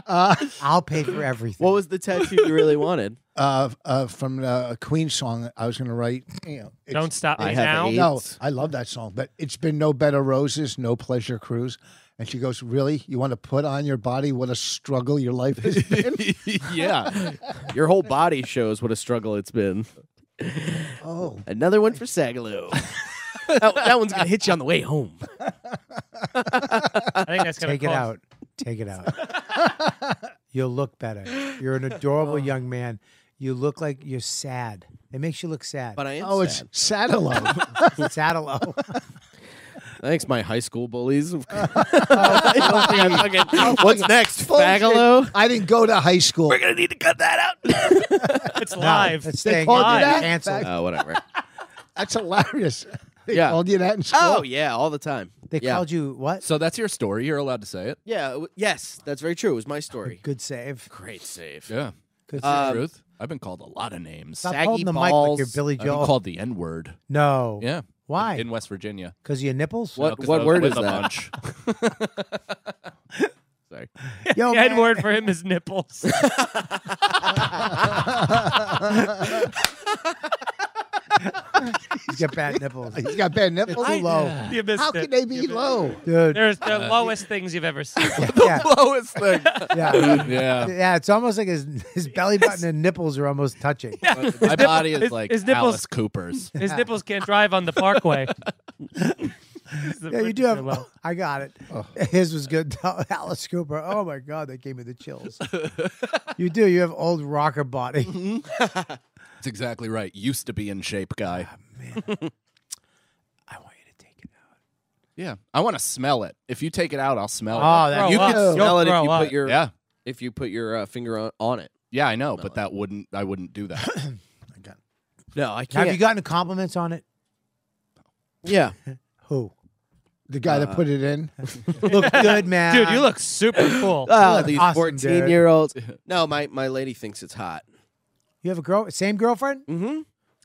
I'll pay for everything. What was the tattoo you really wanted? Uh, uh, from the Queen song, I was going to write. You know, it's- Don't stop I me have now. eight. No, It's- I love that song, but it's been no better roses, no pleasure cruise. And she goes, "Really? You want to put on your body what a struggle your life has been?" yeah, Your whole body shows what a struggle it's been. oh, Another one for Sagaloo. that, that one's gonna hit you on the way home. I think that's gonna Take it cost- out. Take it out. You'll look better. You're an adorable young man. You look like you're sad. It makes you look sad. But I am. oh, it's sad. Sadalo. it's Adelo. Thanks, my high school bullies. What's next, Fagalo? I didn't go to high school. We're gonna need to cut that out. It's live. It's staying called you live. that? Canceled. Oh, whatever. That's hilarious. They Yeah. called you that in school. Oh yeah, all the time. They yeah. called you what? So that's your story. You're allowed to say it. Yeah. w- yes, that's very true. It was my story. Good save. Great save. Yeah. Good save. Uh, Um, Truth. I've been called a lot of names. Stop saggy holding the mic like you're balls. Uh, Billy I've been Joel. called the N word. no. Yeah. Why? In, in West Virginia. Because of your nipples? What- No, 'cause what I was word with is a that? bunch. Sorry. Yo, The man. N word for him is nipples. He's got bad nipples. He's got bad nipples. Too low. you missed How it. could they be low? Dude. There's the lowest things you've ever seen. Yeah. Lowest thing. Yeah. yeah. Yeah, it's almost like his his belly button and nipples are almost touching. My body is his- like his nipples- Alice Cooper's. His nipples can't drive on the parkway. Yeah, you do have. I got it. His was good. though. Alice Cooper. Oh my God, that gave me the chills. you do. You have old rocker body. That's exactly right. Used to be in shape guy. I want you to take it out. Yeah. I want to smell it. If you take it out, I'll smell Oh, Ah. it. that you Grow can up. smell it if Grow you up. put your Yeah. if you put your uh, finger on, on it. Yeah, I know, but that wouldn't I wouldn't do that. No, I Have you gotten compliments on it? yeah. Who? The guy that put it in. Look good, man. Dude, you look super cool. Oh, look these awesome, fourteen dude. year olds. No, my my lady thinks it's hot. You have a girl. Same girlfriend? Mm-hmm.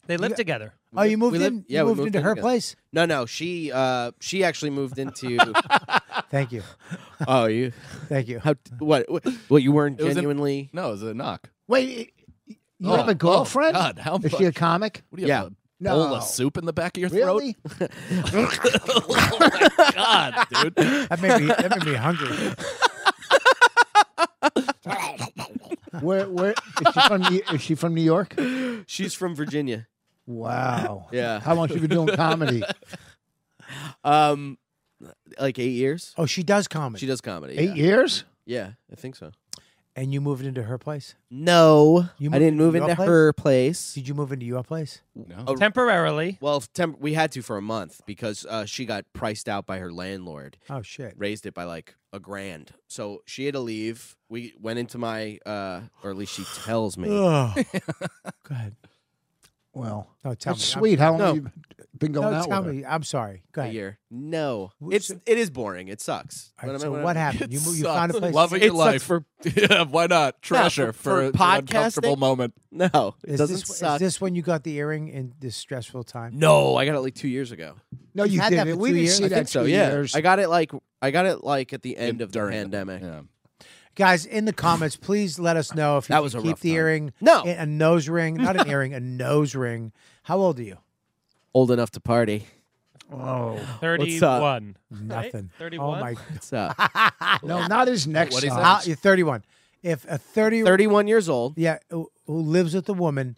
They live together. Oh, you moved we live- in. yeah, you we moved, moved into in her together. place. No, no, she uh she actually moved into. Thank you. oh, you Thank you. how what what, what you weren't It was an- genuinely. No, is it a knock? Wait, you Oh, have a girlfriend? Oh, God, how much? Is she a comic? What do you have? Yeah. A bowl No. of soup in the back of your Really? throat? God, dude. That made me. That made me hungry. where where is she from? New- Is she from New York? She's from Virginia. Wow. Yeah. How long she been doing comedy? Um, like eight years. Oh, she does comedy. She does comedy. Eight yeah. years? Yeah, I think so. and you moved into her place. No, You moved I didn't into move your into place? her place. Did you move into your place? No. Temporarily. Well, if temp- we had to for a month because uh, she got priced out by her landlord, Oh shit. raised it by like a grand. So she had to leave. We went into my, uh, or at least she tells me. Oh. Go ahead. Well, No, tell me. that's I'm- sweet. How long No. have you been going no, out tell with her? me. I'm sorry. Go A ahead. year. No, Wh- it's so- it is boring. It sucks. All right, But I so mean, what happened? It You, mo- you sucks. found a place. Love of It your life. sucks for yeah, why not? Treasure for- for, for an uncomfortable podcasting? moment. no. It Is doesn't this, suck. is this when you got the earring in this stressful time? no, I got it like two years ago. No, You've Oh, you had that didn't. for We two didn't years? see I that so two yeah, years. I got it like I got it like at the end of the During pandemic. Yeah. Guys, in the comments, please let us know if you That can was a keep rough the time. Oh. earring. No. A a nose ring. Not an earring, a nose ring. How old are you? Old enough to party. Oh. up? 31. Nothing. Oh 31? my What's up? no, not his next What is song. that? How, you're 31. If a 30, 31 years old. yeah, who who lives with a woman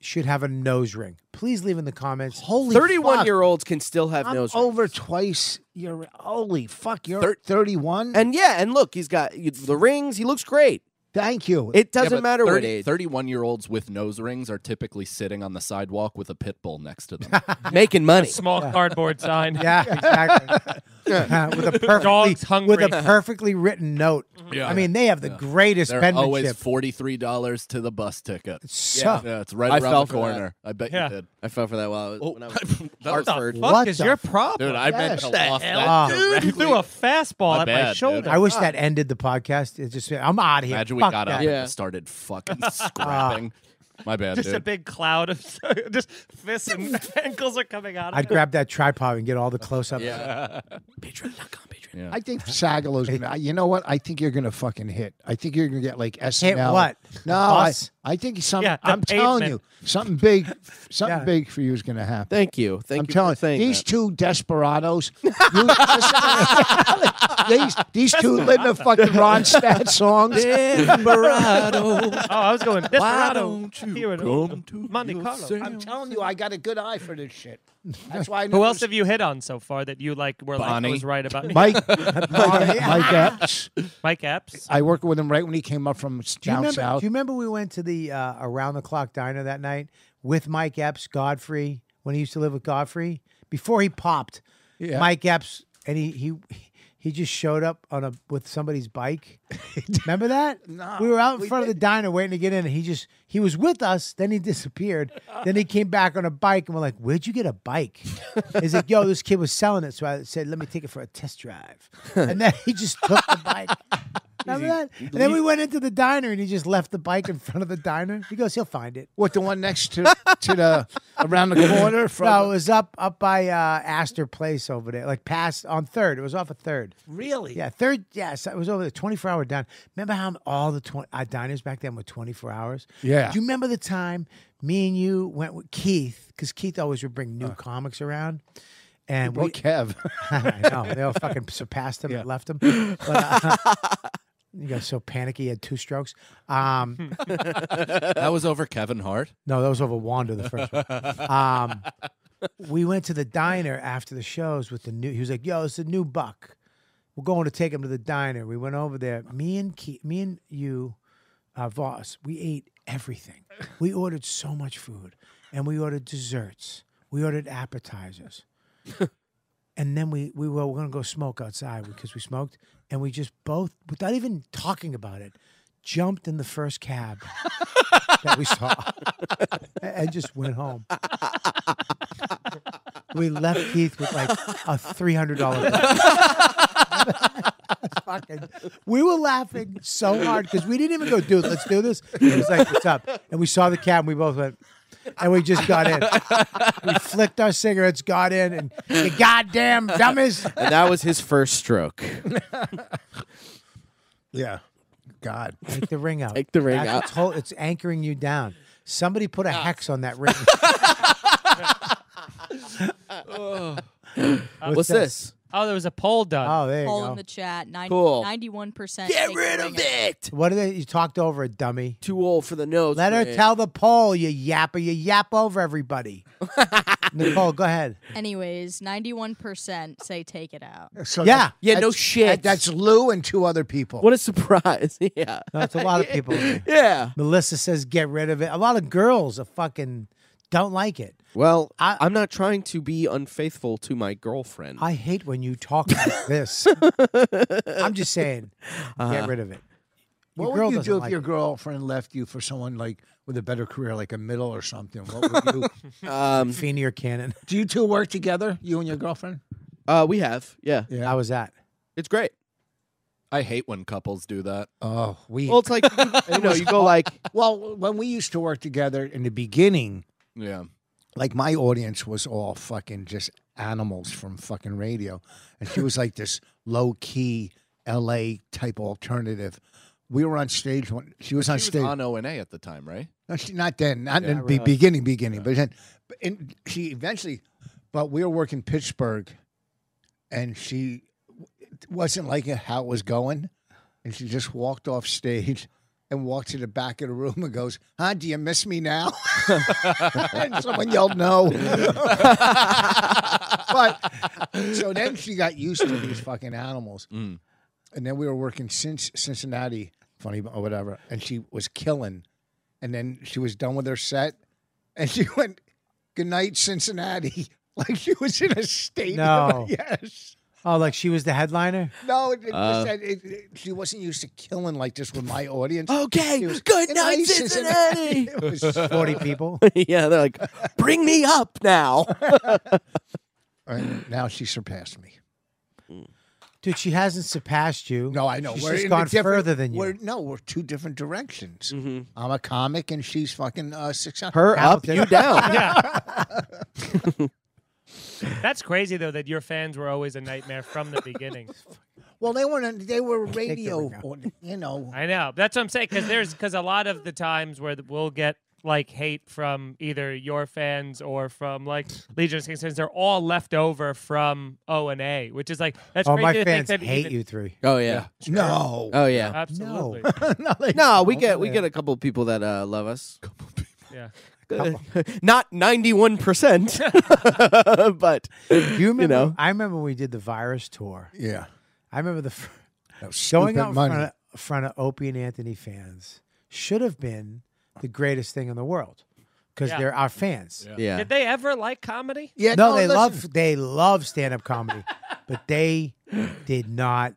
should have a nose ring. Please leave in the comments. Holy 31 fuck. year olds can still have I'm nose rings. over twice. You're holy fuck. You're Thir- 31. And yeah, and look, he's got you- the rings. He looks great. Thank you. It doesn't Yeah, but matter what 30 age. 31 year olds with nose rings are typically sitting on the sidewalk with a pit bull next to them. Making money. Small cardboard sign. Yeah, exactly. with a Dog's perfectly hungry. with a perfectly written note. Yeah. I mean, they have the greatest They're penmanship. always $43 to the bus ticket. so, Yeah, it's right I around fell the for that. corner. I bet Yeah. you did. I fell for that while I was, Oh, when I was that was- What Hartford. the What fuck is the Ah. your problem? Dude, Oh, I meant to Yes. loft hell, that dude? You directly. threw a fastball My bad, at my dude. shoulder. I wish that ended the podcast. It just I'm out of here. Imagine we Fuck got up that. Ah. Yeah. and started fucking scrapping. My bad, just a dude. big cloud of just fists and ankles are coming out. Of I'd it. grab that tripod and get all the close ups. Patreon.com, Patreon. I think Sagalow's gonna. You know what? I think you're gonna fucking hit. I think you're gonna get like SNL. what? No, I, Bus? I think some. Yeah, the I'm telling you, pavement. something big, something Yeah. big for you is gonna happen. Thank you. Thank I'm you. telling for saying these that. two desperados, you just- these these two lit the fucking Ron Stat songs. Desperado. Oh, I was going. Desperado. don't you Here it come is. to Monte Carlo. yourself? I'm I'm telling you, I got a good eye for this shit. That's why. I Who never- else have you hit on so far that you like were like I Bonnie. was right about Mike, Mike, Mike Epps. Mike Epps? I worked with him right when he came up from Do you, down remember, south. do you remember we went to the uh, around the clock diner that night with Mike Epps, Godfrey, when he used to live with Godfrey? Before he popped, Yeah. Mike Epps, and he he he just showed up on a with somebody's bike. Remember that? No, we were out in we front of the diner waiting to get in, and he just he was with us. Then he disappeared. then he came back on a bike, and we're like, "Where'd you get a bike?" He's like, "Yo, this kid was selling it," so I said, "Let me take it for a test drive," and then he just took the bike. Remember that? And then we went into the diner, and he just left the bike in front of the diner. He goes, "He'll find it." What the one next to to the around the corner from? No, it was up up by uh, Astor Place over there, like past on Third. It was off of Third. Mm-hmm. really? Yeah, Third. Yes, it was over there. Twenty four hour dine. Remember how all the 20, uh, diners back then were twenty four hours? Yeah. Do you remember the time me and you went with Keith? Because Keith always would bring new comics around, and we Uh. Well, Kev. I know they all fucking surpassed him and left him. But, uh, you got so panicky. He had two strokes. Um, That was over Kevin Hart. no, that was over Wanda the first one. Um, we went to the diner after the shows with the new. He was like, "Yo, it's a new buck. We're going to take him to the diner." We went over there. Me and Ke- me and you, uh, Voss. We ate everything. We ordered so much food, and we ordered desserts. We ordered appetizers, and then we we were, going to go smoke outside because we smoked, and we just both, without even talking about it, jumped in the first cab that we saw and just went home. we left Keith with like a three hundred dollar. Fucking, we were laughing so hard because we didn't even go, dude. Let's do this. It was like, what's up? And we saw the cab, and we both went, and we just got in. We flicked our cigarettes, got in, and you goddamn dummies. And that was his first stroke. Yeah. God. Take the ring out. Take the ring That's out. Ah. what's hol- it's anchoring you down. Somebody put a hex on that ring. What's, that? this? Oh, there was a poll done. Oh, there you All go. in the chat. 90, Cool. Get 91%. take rid the of ring out. it. What did they? You talked over a dummy. Too old for the nose. Let her man. tell the poll, you yapper. You yap over everybody. Nicole, go ahead. Anyways, 91% say take it out. So Yeah. Yeah, no that's- shit. that's Lou and two other people. what a surprise. yeah. That's a lot of people. Yeah. Melissa says, get rid of it. A lot of girls are fucking don't like it. Well, I- I, am not trying to be unfaithful to my girlfriend. I hate when you talk like this. I'm just saying, get rid of it. Your Uh-huh. What girl would you doesn't do if like your it. girlfriend left you for someone like with a better career, like a middle or something? What would you? um, Feeny or Cannon? do you two work together? You and your girlfriend? uh, we have. Yeah, Yeah. How was that? it's great. I hate when couples do that. Oh, we. Well, it's like you know, you go like, Well, when we used to work together in the beginning, Yeah. like my audience was all fucking just animals from fucking radio. And she was like this low key LA type alternative. We were on stage when she was on She stage. was on O and A at the time, right? No, she, not then, not in the be- beginning, beginning. But then, but in, she eventually. But we were working Pittsburgh, and she w- it wasn't liking how it was going, and she just walked off stage and walked to the back of the room and goes, "Huh? Do you miss me now?" and someone yelled, "No." but so then she got used to these fucking animals, Mm. and then we were working since Cincinnati, funny or whatever, and she was killing and then she was done with her set, and she went, "Good night, Cincinnati." Like she was in a stadium. No. Yes. Oh, like she was the headliner? No. It, it Uh. said it, it- she wasn't used to killing like this with my audience. okay, It Oh, was, good night, night, Cincinnati. It was 40 people? yeah, they're like, bring me up now. And now she surpassed me. Dude, she hasn't surpassed you. No, I know. She's we're just in a gone different- further than you. We're, no, we're two different directions. Mm-hmm. I'm a comic, and she's fucking uh, successful. Her up, you down. Yeah. That's crazy though that your fans were always a nightmare from the beginning. Well, they weren't. They were radio. ring out. or- You know. I know. That's what I'm saying. Because there's because a lot of the times where we'll get like hate from either your fans or from like Legion of Skanks fans, they're all left over from O and A, which is like that's Oh, crazy my to think fans that hate even- you three. Oh yeah. No. Oh yeah. Absolutely. no, they- No, we get we get a couple people that uh, love us. Yeah. Not ninety one percent, but Do you remember? know? I remember we did the virus tour. Yeah. I remember the fir- That was going stupid out in money. front of, in front of Opie and Anthony fans should have been the greatest thing in the world because Yeah. they're our fans. Yeah. Did they ever like comedy? Yeah, No, no, they listen. love they love stand up comedy, but they did not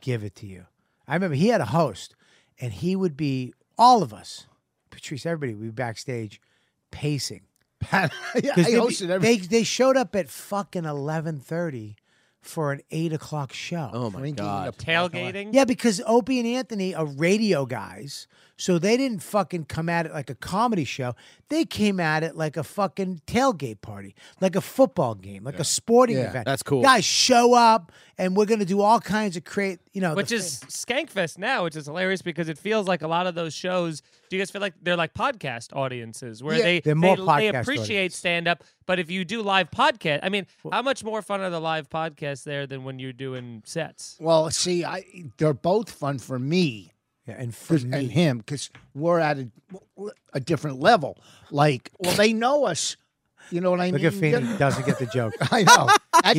give it to you. I remember he had a host, and he would be all of us, Patrice, everybody, we'd be backstage pacing. yeah, I 'Cause they'd be- hosted every. They they showed up at fucking eleven thirty for an eight o'clock show. Oh my Drinking god. the- Tailgating? Yeah, because Opie and Anthony are radio guys, so they didn't fucking come at it like a comedy show. They came at it like a fucking tailgate party, like a football game, like a sporting Yeah, event. that's cool. Guys, show up, and we're gonna do all kinds of create. You know, the Which is Skankfest now, which is hilarious because it feels like a lot of those shows. Do you guys feel like they're like podcast audiences where Yeah, they they're more they, they podcast appreciate audience. stand up, but if you do live podcast, I mean, how much more fun are the live podcasts there than when you're doing sets? Well, see, I they're both fun for me yeah, and for 'cause- me, and him because we're at a, a different level. Like, well, they know us. You know what I look at mean? Feeney doesn't get the joke. I know. That's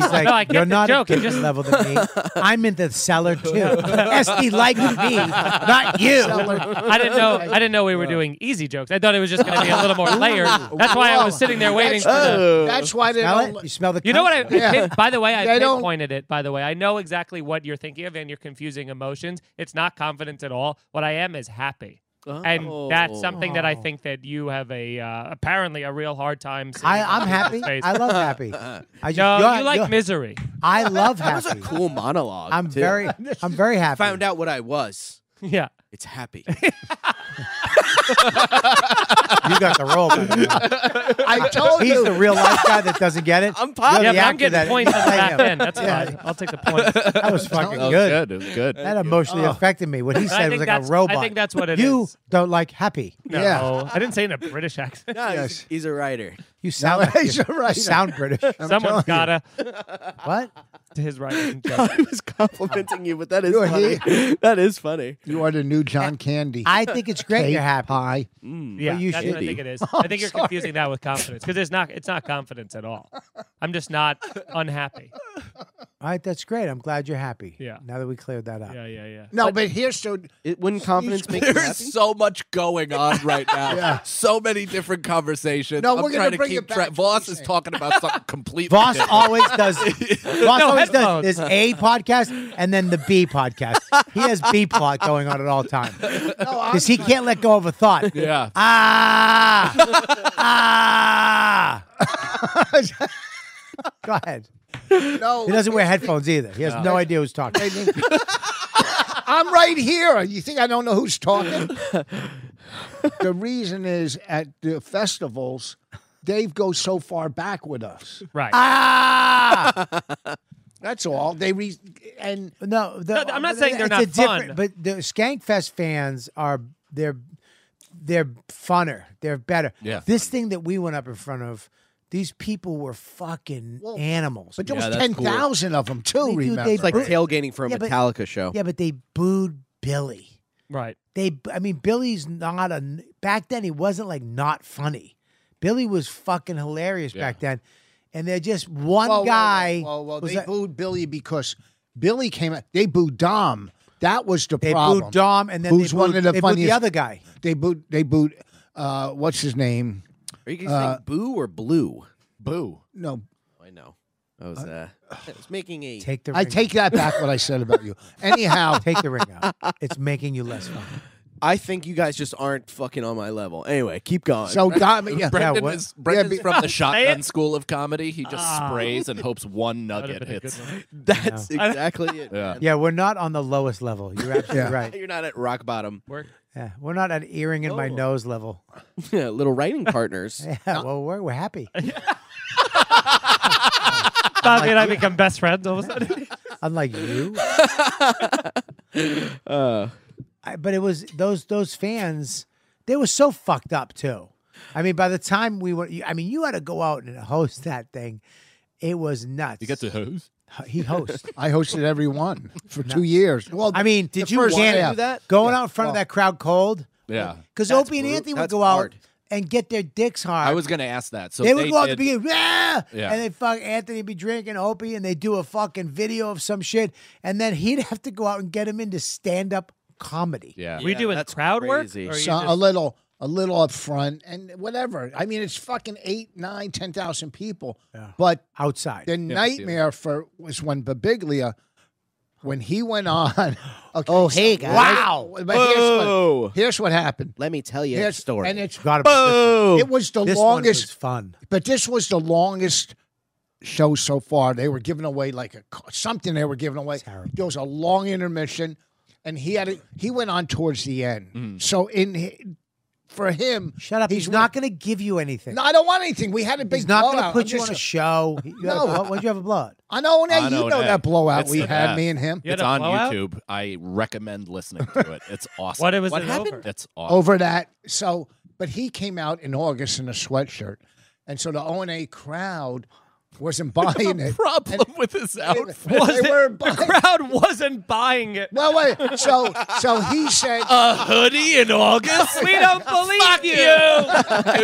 He's like, No, I get you're the not joke, at it this just- level than me. I'm in the cellar too. SD like me, not you. I didn't know. I didn't know we were doing easy jokes. I thought it was just going to be a little more layered. That's why I was sitting there waiting for Oh. the. That's why they Smell don't. it? You smell the? You know what? I, cunt? I pin- by the way, I They don't- pinpointed it. By the way, I know exactly what you're thinking of, and you're confusing emotions. It's not confidence at all. What I am is happy, and Oh. that's something that I think that you have a uh, apparently a real hard time. seeing I, on I'm people's happy. face. I love happy. I just, no, you're- you like you're- misery. I love That was a happy. cool monologue. I'm too. very, I'm very happy. found out what I was. Yeah. Oh, It's happy. you got the role. by the I told way. He's the you. real life guy that doesn't get it. I'm positive. You're the Yeah, but I'm actor getting that- points on the I back am. end. That's fine. I'll take the points. That was fucking That was good. Oh. It was good. That emotionally affected me. What he I said was like think a that's- I robot. think that's what it it you is. don't like happy. No, Yeah. I didn't say it in a British accent. No, he's- Yes. he's, a writer. You sound like he's you a writer. sound British. Someone's gotta what? his writing. joke. I was complimenting you, but that is You're funny. funny. that is funny. You are the new John Candy. I think it's great you're happy. Hi. Yeah, you that's should what I think it is. I think you're confusing that with confidence because it's not. It's not confidence at all. I'm just not unhappy. All right, that's great. I'm glad you're happy. Yeah. Now that we cleared that up. Yeah, yeah, yeah. No, but here's so. It, wouldn't confidence make you happy? There's so much going on right now. Yeah. So many different conversations. No, I'm we're gonna trying to bring keep it back track. to Voss what is you're talking about something completely Voss different. always does. Voss always does. headphones. There's A podcast and then the B podcast. He has B plot going on at all times because he can't let go of a thought. Yeah. Ah, ah. Go ahead. No, He doesn't wear headphones either. He has no, idea who's talking. I'm right here. You think I don't know who's talking? the reason is at the festivals, Dave goes so far back with us. Right. Ah, That's all. They re- and no. the- No, I'm not saying they're it's not a different- fun. but the Skankfest fans are they're they're funner. They're better. Yeah, This thing that we went up in front of, these people were fucking animals. but there was that's ten thousand of them too. They do- they remember? It's like Bru- tailgating for a Yeah, but- Metallica show. yeah, but they booed Billy. Right. they i mean billy's not a back then he wasn't like not funny billy was fucking hilarious back then and they're just one Whoa, whoa, guy Whoa, whoa, whoa. was They like- booed Billy because Billy came. out. They booed Dom. That was the they problem. booed dom and then Who's they booed, one of the they booed the funniest- other guy They booed. They booed. Uh, what's his name? Are you guys Uh, saying boo or blue? Oh, Boo. No, I know. I was uh, I was making a take the I ring take that back. What I said about you. Anyhow, out. take the ring out it's making you less fun I think you guys just aren't fucking on my level. Anyway, keep going. so Dom. Yeah, Brendan what- is Brendan's Yeah, from the shotgun school of comedy. He just sprays and hopes one That'd nugget have been a good hits. Ah. one. that's exactly it. Yeah. man. yeah we're not on the lowest level you're absolutely Yeah. right You're not at rock bottom. Work. yeah we're not at earring in my Oh. nose level Yeah, Little writing partners. yeah well we're, we're happy Bobby and I become best friends all of a sudden. unlike you. Uh. I, but it was those those fans. They were so fucked up too. I mean, by the time we were, I mean, you had to go out and host that thing. It was nuts. You get to hose? he hosts. I hosted every one for two years. Well, I mean, did you first can't- half. do that? Going out in front of well- that crowd cold. Yeah. Because That's Opie and bru- Anthony would that's go out hard. and get their dicks hard. I was going to ask that. So they would go out at the did- beginning, "Rah!" Yeah. and they fuck Anthony be drinking Opie, and they do a fucking video of some shit, and then he'd have to go out and get him into stand up comedy. Yeah. we doing that's crowd crazy. work. or you so, a just- little, a little up front and whatever. I mean, it's fucking eight, nine, ten thousand people. But outside. the nightmare for was when Babiglia, when he went on. Okay, Oh, hey, guys. Wow. But here's what, Whoa. here's what happened. Let me tell you a Here's, story. And it's God, Whoa. it was the this one was longest, fun. but this was the longest show so far. They were giving away like a co- something. They were giving away. There was a long intermission, and he had a, he went on towards the end. Mm. So in hi- for him, Shut up. He's, he's not going to give you anything. no, I don't want anything. We had a big He's not going to blowout. put I'm you on just- a show. You had No. a blowout? Why'd you have a blowout? I know now. I You know know that. that blowout It's- we had, yeah. me and him, You had it's a on blowout? YouTube. I recommend listening to it. It's awesome. What it was What it happened? over? It's awesome. over that. So, but he came out in August in a sweatshirt, and so the O and A crowd wasn't buying it. Problem with his outfit. They Was it- were the buying- crowd wasn't buying it. Well, wait. So, so he said, A hoodie in August? We don't believe you.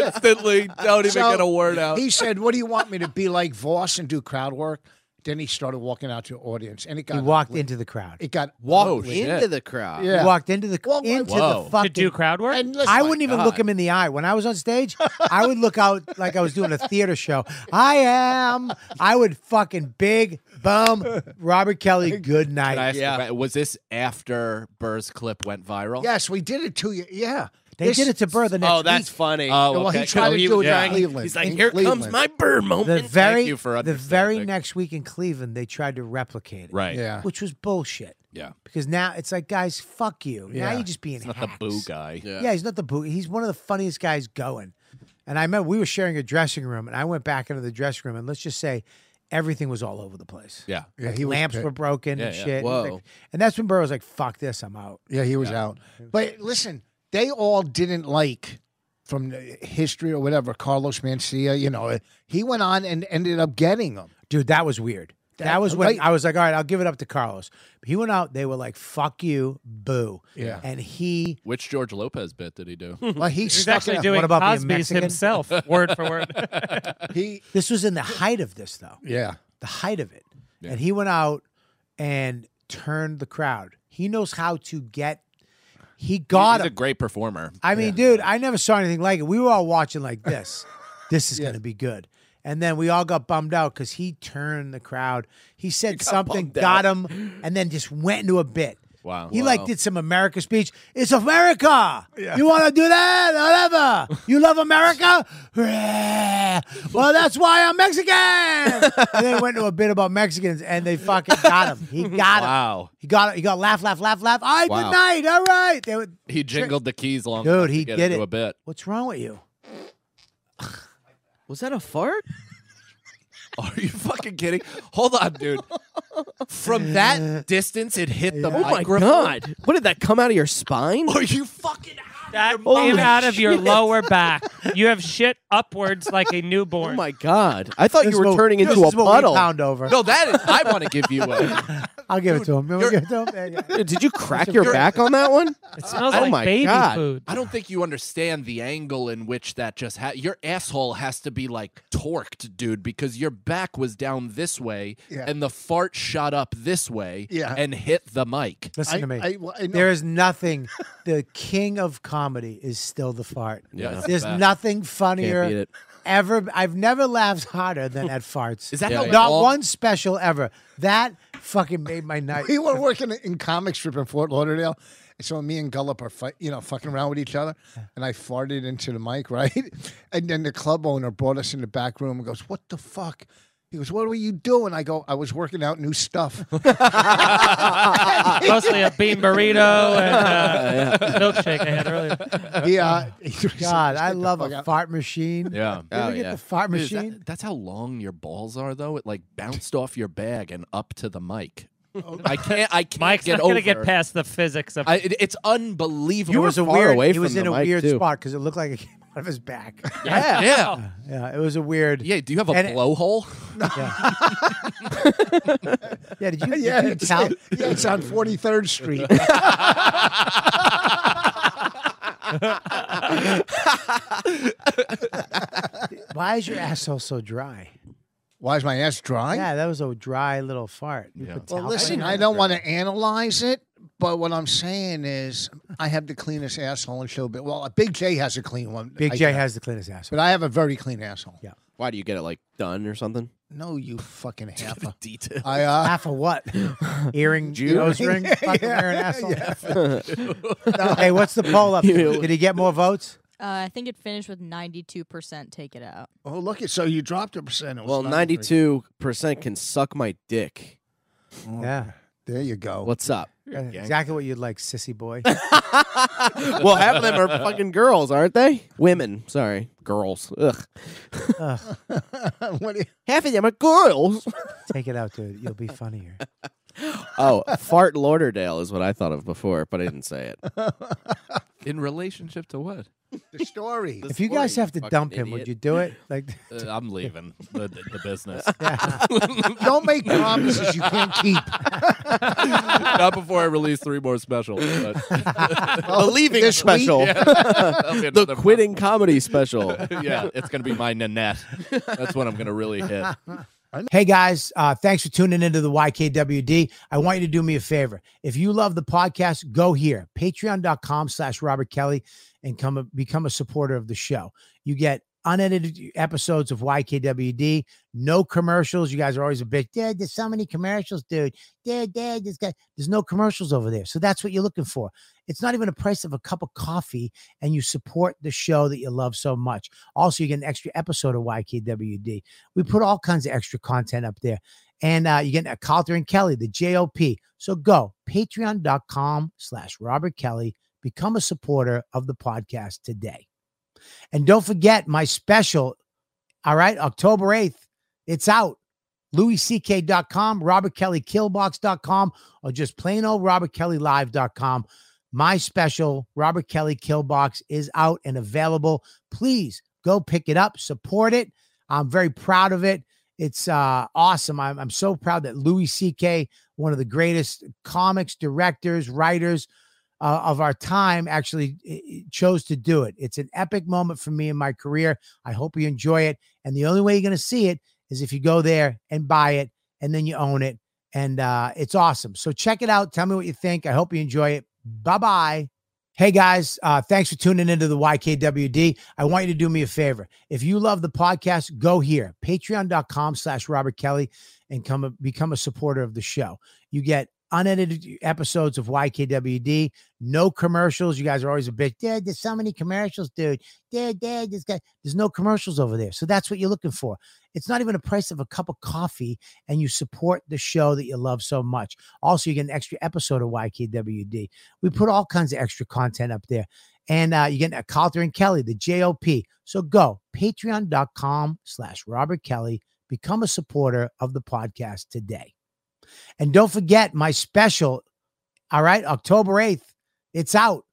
Instantly, don't even So, get a word out. he said, "What do you want me to be like Voss and do crowd work?" Then he started walking out to the audience, and it got He walked ugly. into the crowd. It got Walked ugly. into the crowd. Yeah. He walked into the Well, into whoa. the To to fucking do crowd work. And listen, I wouldn't even look God. him in the eye. When I was on stage, I would look out like I was doing a theater show. I am. I would fucking big bum Robert Kelly. Good Can I night. ask Yeah. you, was this after Burr's clip went viral? yes, we did it to you. Yeah, They This- did it to Burr the next Oh, that's week. funny. Oh, Well, okay. he tried No, to do it yeah. in Cleveland. He's like, in here comes Cleveland." my burn the moment. very you for the very understanding. next week in Cleveland, they tried to replicate it, Right. Yeah, Which was bullshit. Yeah. Because now it's like, guys, fuck you. Yeah. Now you're just being Not the boo guy. Yeah. he's not the boo. He's one of the funniest guys going. And I remember we were sharing a dressing room, and I went back into the dressing room, and let's just say everything was all over the place. Yeah. yeah, he was Lamps pissed. were broken and Yeah, yeah. shit. And it was like- Whoa. and that's when Burr was like, fuck this, I'm out. Yeah, he was out. But listen, they all didn't like from the history or whatever Carlos Mencia. You know, he went on and ended up getting them. Dude, that was weird. That, That- uh, was when right. I was like, all right, I'll give it up to Carlos. But he went out, they were like, fuck you, boo. Yeah. And he, Which George Lopez bit did he do? Well, he He's stuck actually it out. doing What about being Cosby's Mexican? himself, word for word. He, this was in the height of this, though. yeah, the height of it. Yeah. And he went out and turned the crowd. He knows how to get. He got He's a him. great performer. I mean, dude, I never saw anything like it. We were all watching like this. this is going to be good. And then we all got bummed out because he turned the crowd. He said something, bummed got him, and then just went into a bit. Wow. He like did some America speech. It's America. You want to do that? Whatever. You love America? Yeah. well, that's why I'm Mexican. and then went to a bit about Mexicans, and they fucking got him. He got him. Wow. He got he got laugh, laugh, laugh, laugh. All right, Wow. good night. All right. They were, He jingled the keys long Dude, enough to he get did into it. a bit. What's wrong with you? Was that a fart? Are you fucking kidding? Hold on, dude. From that distance, it hit the Oh my microphone. god! What did that come out of your spine? Are you fucking out? That Holy came out of your shit. lower back. You have shit upwards like a Oh newborn. my god! I thought This you is were what- turning this into a is what we puddle. Pound over. No, that is. I want to give you a. I'll give it to him. Remember, give it to him. Yeah, yeah. Did you crack your back on that one? It smells Oh like my baby God. food. I don't think you understand the angle in which that just ha Your asshole has to be like torqued, dude, because your back was down this way Yeah. and the fart shot up this way Yeah. and hit the mic. Listen to me. I, well, I know. There is nothing. The king of comedy is still the fart. Yeah, that's There's the best. nothing Can't beat funnier it. ever. I've never laughed harder than at farts. Is that Yeah, how yeah. Not long- one special ever. That fucking made my night. we were working in comic strip in Fort Lauderdale. and So me and Gullip are fight, you know, fucking around with each other, and I farted into the mic, right? And then the club owner brought us in the back room and goes, "What the fuck?" He goes, "What were you doing?" I go, "I was working out new stuff." Mostly a bean burrito and uh, milkshake I had earlier. he, uh, he- God, I love fuck a out. fart machine. Yeah. You ever Oh, get yeah. the fart Dude, that- machine? that's how long your balls are, though. It like bounced off your bag and up to the mic. Oh. I can't. I can't Mike's get not going over. to get past the physics of I, it, it's unbelievable. It was a far weird. away it was from in the a mic, weird too. spot because it looked like it came out of his back. Yeah. yeah. yeah, it was a weird. Yeah. Do you have a And it- blowhole? Yeah, did you, did yeah, you it's, tell? yeah, it's on Forty Third Street. Why is your asshole so dry? Why is my ass dry? Yeah, that was a dry little fart. You put Well, talc- listen, I don't want to analyze it, But what I'm saying is, I have the cleanest asshole in show. But well, uh, Big J has a clean one. Big I J guess. has the cleanest ass. but I have a very clean asshole. Yeah. Why do you get it like done or something? No, you fucking half. a- Detail. I uh, Half of what? Earring, Jew? nose ring, fucking wearing asshole. Hey, what's the poll up? to? Did he get more votes? Uh, I think it finished with 92% take it out. oh look at so you dropped a percent. It was Well, 93. ninety-two percent can suck my dick. Oh, Yeah, There you go. What's up? exactly what you'd like, sissy boy. well, half of them are fucking girls, aren't they? Women. Sorry, girls. Ugh. what do you- Half of them are girls. Take it out, dude. You'll be funnier. oh, fart Lauderdale is what I thought of before, but I didn't say it. In relationship to what? the story? If you guys you have to fucking dump him, idiot. would you do it? Like, Uh, I'm leaving the, the business. Don't make promises you can't keep. Not before I release three more specials. But the leaving this special, week? that'll be the another quitting comedy special. month. yeah, it's gonna be my Nanette. That's when I'm gonna really hit. Hey guys, uh, thanks for tuning into the YKWD. I want you to do me a favor. If you love the podcast, go here, patreon.com slash Robert Kelly and come a, become a supporter of the show. You get unedited episodes of YKWD, no commercials. You guys are always a bitch. Dad, there's so many commercials, dude. Dad, dad, this guy. There's no commercials over there. So that's what you're looking for. It's not even a price of a cup of coffee, and you support the show that you love so much. Also, you get an extra episode of YKWD. We put all kinds of extra content up there. And uh, you get a Calter and Kelly, the JOP. So go patreon.com slash Robert Kelly. Become a supporter of the podcast today. And don't forget my special. All right, October 8th, it's out. LouisCK.com, RobertKellyKillbox.com, or just plain old RobertKellyLive.com. My special, Robert Kelly Killbox, is out and available. Please go pick it up, support it. I'm very proud of it. It's uh, awesome. I'm, I'm so proud that Louis C.K., one of the greatest comics, directors, writers uh, of our time, actually eh, eh, chose to do it. It's an epic moment for me in my career. I hope you enjoy it. And the only way you're going to see it is if you go there and buy it and then you own it. And uh, it's awesome. So check it out. Tell me what you think. I hope you enjoy it. Bye bye. Hey guys, uh, thanks for tuning into the YKWD. I want you to do me a favor. If you love the podcast, go here, patreon.com slash Robert Kelly, and come a- become a supporter of the show. You get unedited episodes of YKWD, no commercials. You guys are always a bitch. Dad, there's so many commercials, dude. Dad, dad, this guy, there's no commercials over there. So that's what you're looking for. It's not even a price of a cup of coffee, and you support the show that you love so much. Also, you get an extra episode of YKWD. We put all kinds of extra content up there. And uh, you get a Calter and Kelly, the JOP. So go patreon.com slash Robert Kelly. Become a supporter of the podcast today. And don't forget my special, all right, October 8th. It's out.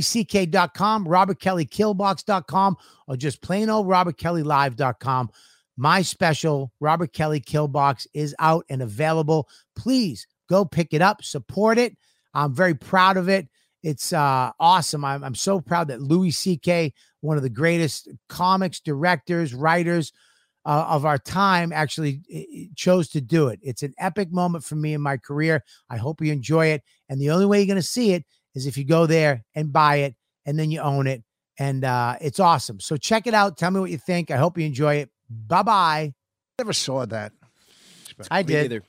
LouisCK.com, RobertKellyKillbox.com, or just plain old RobertKellyLive.com. My special, Robert Kelly Killbox, is out and available. Please go pick it up, support it. I'm very proud of it. It's uh, awesome. I'm, I'm so proud that Louis C.K., one of the greatest comics, directors, writers uh, of our time, actually eh, eh, chose to do it. It's an epic moment for me in my career. I hope you enjoy it. And the only way you're going to see it is if you go there and buy it and then you own it. And uh, it's awesome. So check it out. Tell me what you think. I hope you enjoy it. Bye bye. Never saw that. I Me did. neither.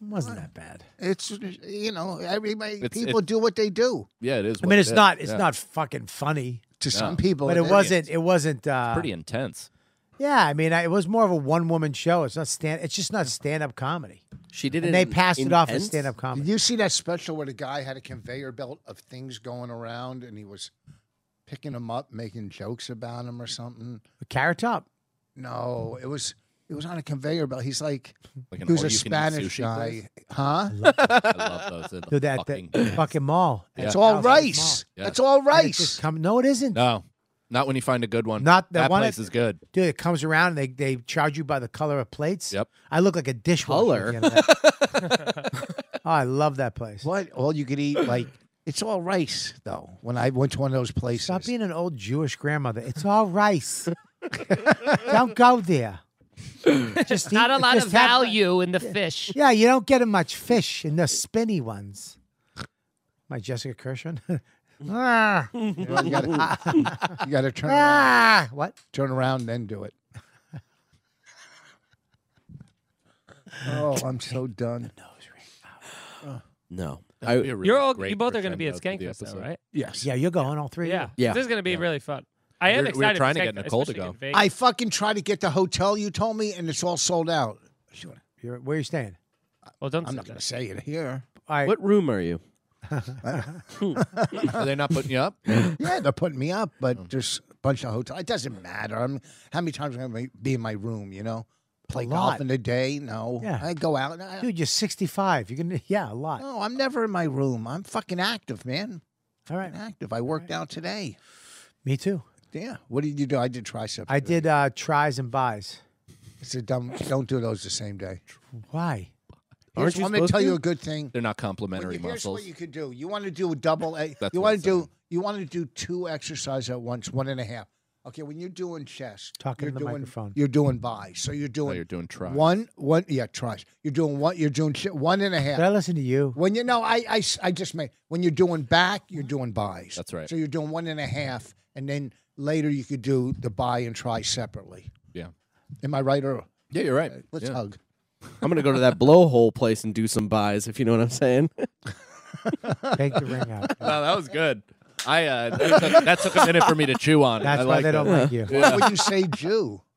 wasn't that bad. It's you know everybody. It's- people it- do what they do. Yeah, it is. I what mean, it it's is. not. It's Yeah. not fucking funny, To some No. people, but it is. wasn't. It wasn't. Uh, pretty intense. Yeah, I mean, I, it was more of a one woman show. It's not stand. It's just not stand up comedy. She did And it. they in- passed in it off as pence? stand up comedy. Did you see that special where the guy had a conveyor belt of things going around and he was picking them up, making jokes about them or something? Carrot Top. No, it was it was on a conveyor belt. He's like, Like he an was a all-you-can-eat Spanish sushi guy, huh? place. I love those. Dude, that fucking that fucking mall. It's That all house at the rice. Yeah. That's all mall. And it just rice. Come, no, it isn't. no, not when you find a good one. Not the that one place that- is good. Dude, it comes around and they, they charge you by the color of plates. Yep. I look like a dishwasher. Color? at the end of that. oh, I love that place. What all you could eat? Like it's all rice though. When I went to one of those places, Stop being an old Jewish grandmother. It's all rice. don't go there. Just eat- Not a lot of just have- value in the fish. Yeah, you don't get much fish in the spinny ones. my Jessica Kirschman. ah, You gotta, you gotta turn around, ah, what? turn around, and then do it. Oh, I'm so done. No. That'd be a really You're all, great you both are going to be at crescendo to the Skankfest, though, episode. right? Yes. Yeah, you're going all three. of you. Yeah. Yeah. This is going to be really fun. I We're- am we're excited. for trying to get Skankfest, Nicole to especially in go. Vegas. I fucking tried to get the hotel you told me, and it's all sold out. Sure. You're, where are you staying? well, don't I'm say not going that. to say it here. All right. What room are you? Are they not putting you up? Yeah, they're putting me up, Oh. but there's a bunch of hotel. It doesn't matter. I'm, how many times am I going to be in my room, you know? Play golf lot. in the day? No. Yeah. I go out. and I, Dude, you're 65. You're gonna yeah, a lot. no, I'm never in my room. I'm fucking active, man. All right. Fucking active. I worked out today. Me too. Yeah. What did you do? I did triceps. I today. did uh tries and buys. It's a dumb. Don't do those the same day. Why? Aren't Here's- you I'm gonna supposed tell to? you a good thing. They're not Well, complimentary you- here's muscles. what you could do. You want to do a double A. That's you what want I'm to do. You want to do two exercises at once, one and a half. Okay, when you're doing chest, Talking you're in the doing, microphone. Oh, You're doing buys, so you're doing. No, you're doing tries. One, one, yeah, tries. You're doing one. You're doing shit. One and a half. Did I listen to you? When you know, I, I, s- I just made when you're doing back, you're doing buys. That's right. So you're doing one and a half, and then later you could do the buy and try separately. Yeah. Am I right or Yeah, you're right. let's Yeah. hug? I'm going to go to that blowhole place and do some buys, if you know what I'm saying. Take the ring out. Wow, that was good. I uh, that, took, that took a minute for me to chew on. That's I why like they don't that. like you. Why would you say Jew?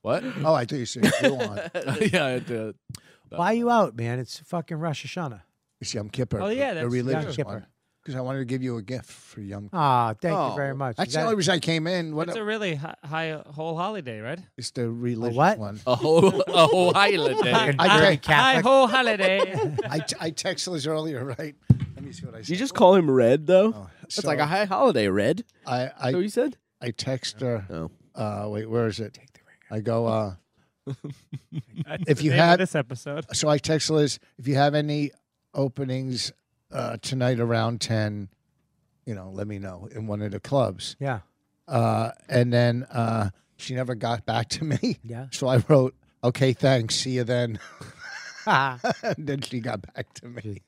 What? Oh, I thought you said Jew on. yeah, it, uh, Why you out, man? It's fucking Rosh Hashanah. It's Yom Kippur. Oh, yeah, the- the that's religious true. Yom one. Because I wanted to give you a gift for Yom. Ah, thank you Oh, very much. That's Is the that- only reason I came in. What It's a really high, high whole holiday, right? it's the religious what? one. a whole a whole island day. Fucking dirty think- High Catholic. whole holiday. I, t- I texted Liz earlier, right? Let me see what I said. You just call him Red, though? Oh. It's so- like a high holiday, Red. I Is that what I you said? I text her. No. Uh, wait, where is it? I go. uh That's If the you name of had- this episode, So I text Liz if you have any openings uh tonight around ten. You know, let me know in one of the clubs. Yeah. Uh, and then uh, she never got back to me. Yeah. So I wrote, "Okay, thanks. See you then." Ah, and then she got back to me.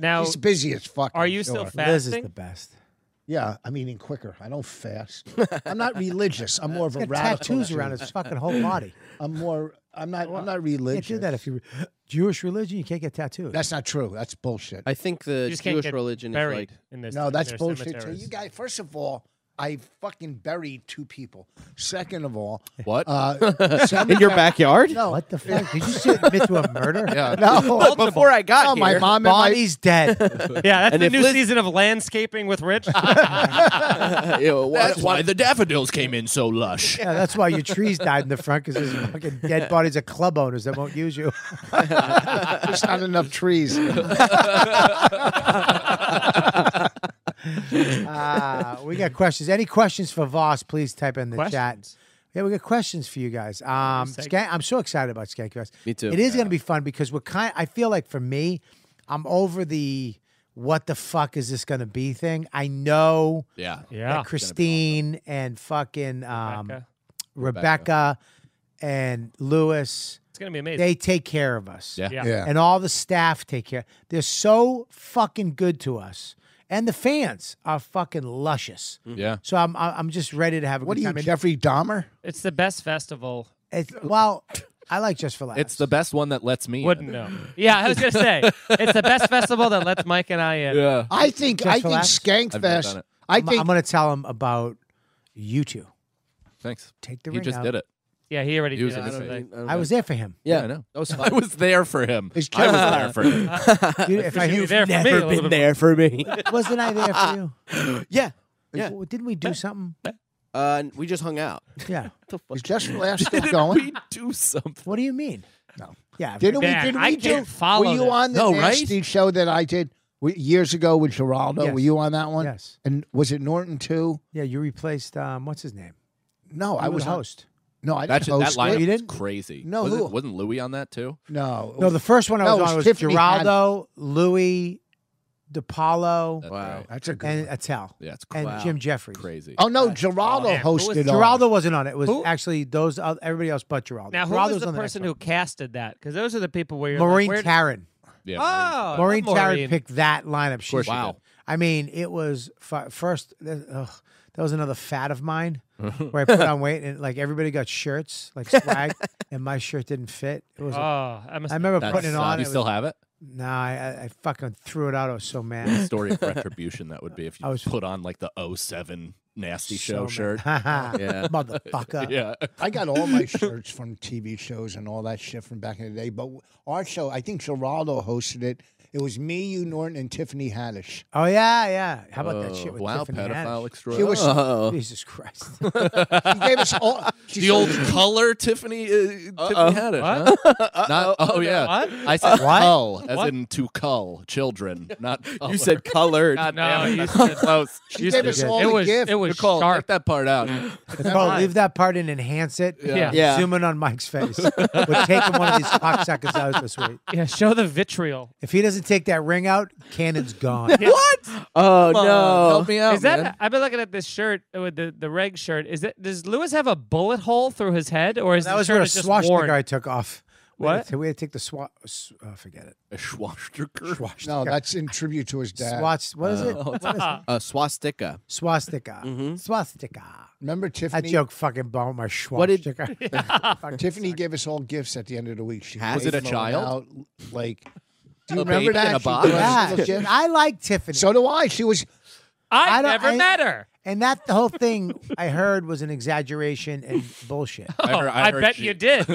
now She's busy as fuck. are I'm you still sure. Liz is the fasting? best. Yeah, I'm eating quicker. I don't fast. I'm not religious. I'm more of a He's got radical. tattoos Jew. around his fucking whole body. I'm more. I'm not. I'm not You religious. can't do that if you're Jewish religion. You can't get tattoos. That's not true. That's bullshit. I think the You just can't Jewish get religion is buried like. in this. no, in that's their bullshit. Too. cemeteries. You guys. First of all, I fucking buried two people. Second of all, What? uh, In your backyard? no, what the fuck? Did you say admit to a murder? yeah. no, Before I got no. My here. mom and my Bonnie's dead. Yeah, that's And the if new Liz- season of Landscaping with Rich. Ew, what- That's why the daffodils came in so lush. Yeah, that's why your trees died in the front because there's fucking dead bodies of club owners that won't use you. there's not enough trees. Uh, we got questions. Any questions for Voss, please type in the Questions? chat. Yeah, we got questions for you guys. Um, Skank, I'm so excited about Skankfest. Me too. It is going to be fun because we're kind. I feel like for me, I'm over the what the fuck is this going to be thing. I know Yeah. yeah. that Christine and fucking um, Rebecca. Becca. and Lewis. It's gonna be amazing. They take care of us. Yeah. yeah. Yeah. And all the staff take care. They're so fucking good to us. And the fans are fucking luscious. Yeah. So I'm I- I'm just ready to have a What are good you, time. And Jeffrey Dahmer? It's the best festival. it's, well, I like just for laughs. It's the best one that lets me. Wouldn't in. know. Yeah, I was gonna say it's the best festival that lets Mike and I in. Yeah. I think. I for think laughs? I've never done Skankfest. it. I I'm, think I'm going to tell them about you two. Thanks. Take the He ring just out. did it. Yeah, he already He was did in it. his today. don't I was there for him. Yeah, I know. That was I fun. was there for him. Is I was Kevin- there for him. You- if I You're you there for me a Never little been bit. there for me. wasn't I there for you? yeah. Yeah. Well, Didn't we do something? Uh, we just hung out. Yeah. is just for laughs still going. We do something. What do you mean? No. Yeah. Didn't Man, we? Didn't I we can't do? follow Were you this. on the No, right? nasty show that I did w- years ago with Geraldo? Yes. Were you on that one? Yes. And was it Norton too? Yeah. You replaced um, what's his name? No, Oh, I You was were host. On, no, I That, Oh, didn't should, that host lineup it. You was didn't? crazy. No, who- wasn't, wasn't Louis on that too? No, No, the first one I No, was it on was was Tiffany had- Geraldo, Louis, DePaulo, That's Wow. right. that's a good. and one. Attell, Yeah, it's and crazy. Jim Jeffries. crazy. oh no, Geraldo yeah, who was- hosted. on. Geraldo wasn't on it. It was Who- actually those oth- everybody else but Geraldo. Now, who Geraldo was the on next person one. who casted that? Because those are the people where you're Maureen like, where- Tarrant. Yeah. Oh, I love Maureen Maureen. Tarrant picked that lineup. She course she said. did. I mean, it was f- first. th- Ugh, that was another fat of mine where I put on weight and like everybody got shirts, like swag, and my shirt didn't fit. It was. Oh, I must. I remember That putting it sucks. on. uh, you it still was, have it? nah, I, I- I fucking threw it out. I was so The mad. story of retribution that would be if you I was- put on like the 07 nasty So show mad. shirt. yeah. Motherfucker. yeah. I got all my shirts from TV shows and all that shit from back in the day. But our show, I think Geraldo hosted it. It was me, you, Norton, and Tiffany Haddish. Oh yeah, yeah. How about that shit with wow, Tiffany Haddish? pedophile She extraordinary. was Oh. Jesus Christ. she gave us all she the old showed- color Tiffany uh, Tiffany Haddish. Huh? Not, oh yeah. What? I said What? cull as What? in to cull children, not You said colored. God No, damn it, you that's said- close. she gave us all it the was gift. it was Nicole, sharp. take that part out. Bro, leave that part and enhance it. Yeah. Yeah. Zoom in on Mike's face. We're taking one of these cocksuckers out this week. Yeah, show the vitriol. If he doesn't take that ring out, Cannon's gone. What? Oh Come on, no. help me out. Is that? man. I've been looking at this shirt with the the reg shirt. Is it? Does Lewis have a bullet hole through his head, or is That the was shirt where a is just swastika worn? I took off. We had What? to- we had to take the swat. Uh, forget it. a swastika? Swastika. No, that's in tribute to his dad. Swats, what is it? What is it? A swastika. Swastika. Swastika. Remember That Tiffany? joke fucking bombed my did- swastika. Tiffany gave us all gifts at the end of the week. She Has- Was it a gave them child? out, like, do you A remember baby that? in a She box? gave us Yeah. little gifts. I like Tiffany. So do I. She was. I, I don't- never I- met her. and that the whole thing I heard was an exaggeration and bullshit. I, heard- I, heard bet she- you did.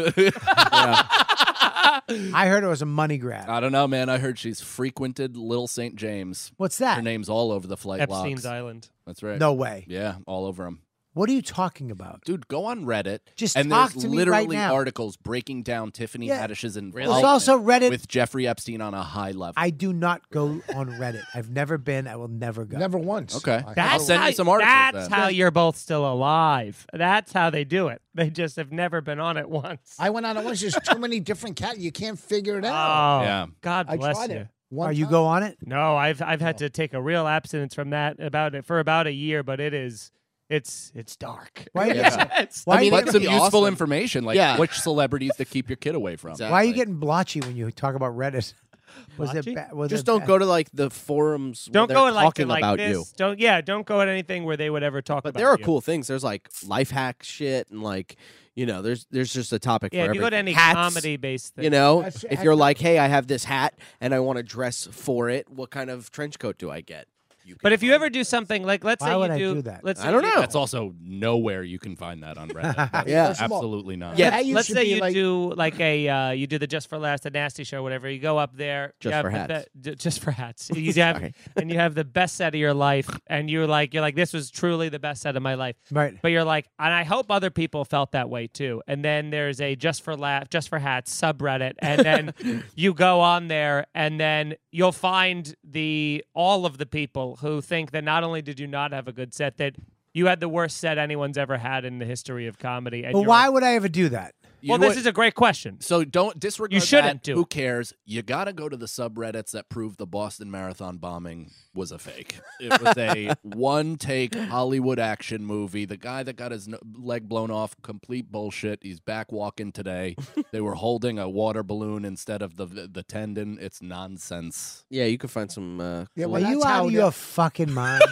I heard it was a money grab. I don't know, man. I heard she's frequented Little St. James. What's Her that? name's all over the flight logs. Epstein's Island. That's right. No way. Yeah, all over them. What are you talking about? Dude, go on Reddit. Just and talk there's to me right literally now. articles breaking down Tiffany Yeah. Haddish's There's involvement also Reddit. with Jeffrey Epstein on a high level. I do not go on Reddit. I've never been. I will never go. Never once. okay, I- That's I'll send how, you some articles. That's then. how you're both still alive. That's how they do it. They just have never been on it once. I went on it once. There's too many different cat. You can't figure it out. oh, Yeah. God I bless tried you. it. Are One you time. go on it? No, I've I've Oh. had to take a real abstinence from that about it for about a year, but it is it's it's dark. Why are you, Yeah. getting, It's- why, are you But getting- some be useful awesome. information, like Yeah. which celebrities to keep your kid away from. Exactly. why are you getting blotchy when you talk about Reddit? Was Blotchy? it? Ba- was Just it don't ba- go to like the forums. where don't they're go like talking to like about this. you. Don't yeah, don't go at anything where they would ever talk But about there are you. cool things. There's like life hack shit and like you know, there's there's just a topic Yeah, for if you go to everything. any Hats, comedy based thing. You know, That's- if you're like, hey, I have this hat and I want to dress for it, what kind of trench coat do I get? You But if you ever do something like let's Why say would you I do, do that? Let's say I don't you- know. That's also nowhere you can find that on Reddit. That's Yeah. absolutely not. Yeah. That you Let's should say be you like- do like a uh, you do the just for last the nasty show whatever you go up there you Just have for the hats. be- ju- just for hats you have Sorry. and you have the best set of your life and you're like you're like this was truly the best set of my life Right. but you're like and I hope other people felt that way too and then there's a just for laugh just for hats subreddit and then you go on there and then you'll find the all of the people who think that not only did you not have a good set that you had the worst set anyone's ever had in the history of comedy and But you're why would I ever do that? You well, know this what? is a great question. So don't disregard. You that. shouldn't do Who it. cares? You gotta go to the subreddits that prove the Boston Marathon bombing was a fake. It was a one-take Hollywood action movie. The guy that got his no- leg blown off, complete bullshit. He's back walking today. they were holding a water balloon instead of the the tendon. It's nonsense. yeah, you could find some. Uh, Yeah, cool- well, Are you that's how out of it your is. fucking mind?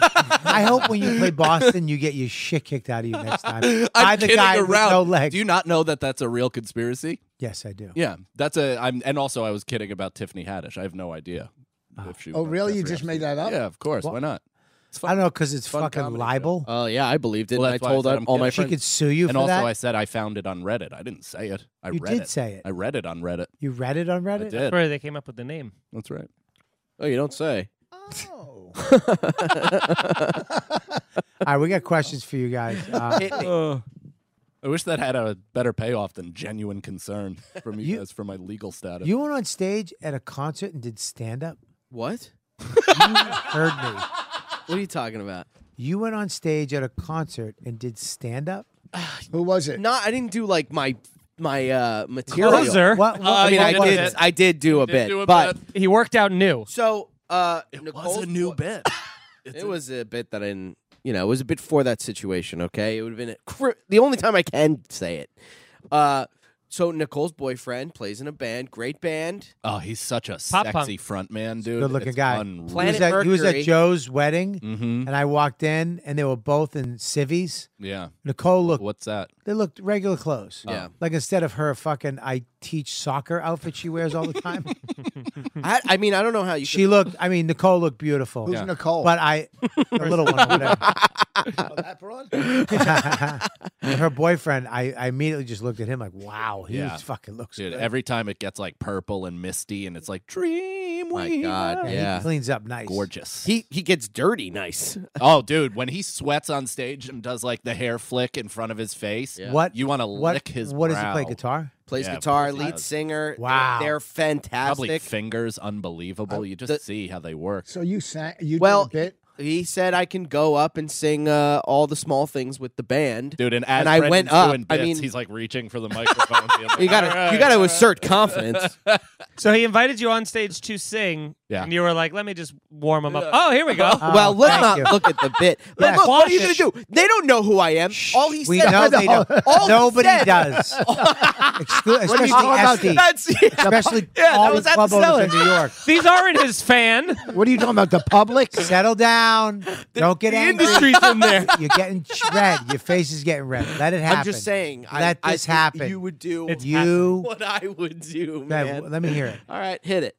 I hope when you play Boston, you get your shit kicked out of you next time. By the kidding guy around. with no leg. Do you not know that that's a real conspiracy? yes, I do. Yeah, that's a. I'm and also I was kidding about Tiffany Haddish. I have no idea if she. Oh, met really? You Jeffrey just made Epstein. that up? Yeah, of course. Why not? I don't know because it's Fun fucking comedy show. libel. Oh yeah, I believed it. Well, and that's I why I told uh, said all I'm all my She friends. could sue you and for also that. I said I found it on Reddit. I didn't say it. I you read did it. say it. I read it on Reddit. You read it on I Reddit. That's did. where they came up with the name. That's right. oh, you don't say. Oh. All right, we got questions for you guys. Uh, I wish that had a better payoff than genuine concern from you, You- guys for my legal status. you went on stage at a concert and did stand up. What? Heard me. What are you talking about? You went on stage at a concert and did stand up. Who was it? No, I didn't do like my my uh Oh, material. Closer. What? what I mean, what I was did. it? I did do a did bit, do a but bit. He worked out new. so uh, it Nicole's- was a new bit. It's It a- was a bit that I didn't. You know, it was a bit for that situation. Okay, it would have been a, cr- the only time I can say it. Uh, so Nicole's boyfriend plays in a band, great band. Oh, he's such a Pop punk. sexy front man, dude. Good-looking It's guy. unreal. He was, Planet at, he was at Mercury. Joe's wedding, Mhm. and I walked in, and they were both in civvies. Yeah. Nicole looked; What's that? they looked regular clothes. Yeah. like instead of her fucking I teach soccer outfit she wears all the time, Hmm. I, I mean, I don't know how you. she looked. I mean, Nicole looked beautiful. Who's Nicole? But I, the little one, whatever. Oh, that broad? Dude, And her boyfriend, I, I immediately just looked at him like, wow, he Yeah. just fucking looks Dude, good. every time it gets like purple and misty and it's like dream Oh My Weaver." God, he yeah. cleans up nice. Gorgeous. He he gets dirty, nice. oh, dude, when he sweats on stage and does like the hair flick in front of his face, Yeah. What you want to What? lick his what does he play brow. guitar? Plays Yeah, guitar, of course he lead does. singer. Wow. they're Probably fantastic. fingers, unbelievable. you just Uh, the- see how they work. so you sang, you Well, did a bit. he said I can go up and sing uh, all the small things with the band. Dude, and as And I went Brendan's up, doing I bits, mean- he's like reaching for the microphone. being like, You gotta "All right." you gotta assert confidence. So he invited you on stage to sing, Yeah. and you were like, "Let me just warm him up." Oh, here we go. well, let's thank not you. look at the bit. But Yeah, look, what are you gonna shh. do? They don't know who I am. all he We said know was- they don't. all he Nobody said- does. Exclu- especially SD. That's Especially Yeah, all that the was at club the owners in Cellar. New York. These aren't his fan. What are you talking about? The public? Settle down. don't get the angry. industry's in there. You're getting red. Your face is getting red. Let it happen. I'm just saying. I- Let I, this think happen. You would do you. what I would do, Let- man. let me hear it. All right, hit it.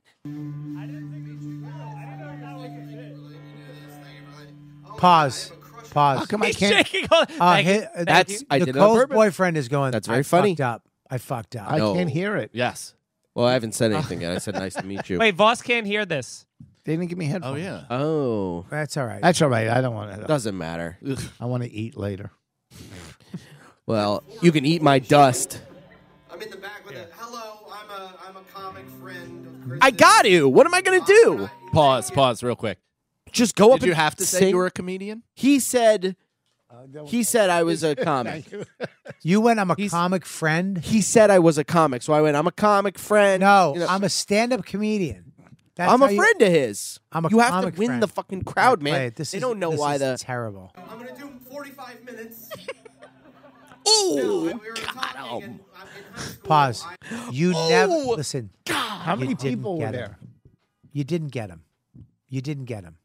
Pause. Pause. How come I He's can't? shaking all. Oh, Uh, Thank you. hi- uh, That's- I did it on Nicole's purpose. boyfriend is going. That's I very funny." Fucked up. I fucked up. I No. can't hear it. Yes. Well, I haven't said Oh. anything yet. I said nice to meet you. Wait, Voss can't hear this. They didn't give me headphones. Oh yeah. Oh, That's all right. That's all right. I don't want to. doesn't matter. I want to eat later. Well, you can eat my dust. I'm in the back with a hello. I'm a I'm a comic friend of Chris. I got you. What am I gonna do? Pause. Pause. Real quick. Just go up. Did you and have to say sing? you were a comedian? He said. He said I was a comic. you went. I'm a comic friend. He said I was a comic, so I went. I'm a comic friend. No, You know, I'm a stand-up comedian. That's I'm a how you- friend of his. I'm a you have comic to win friend. the fucking crowd, man. Wait, this they is- don't know this why is the terrible. I'm gonna do 45 minutes. oh We were talking and I'm in high school. Pause. You never Oh, listen. How many didn't people were get it. there? You didn't get him. You didn't get him.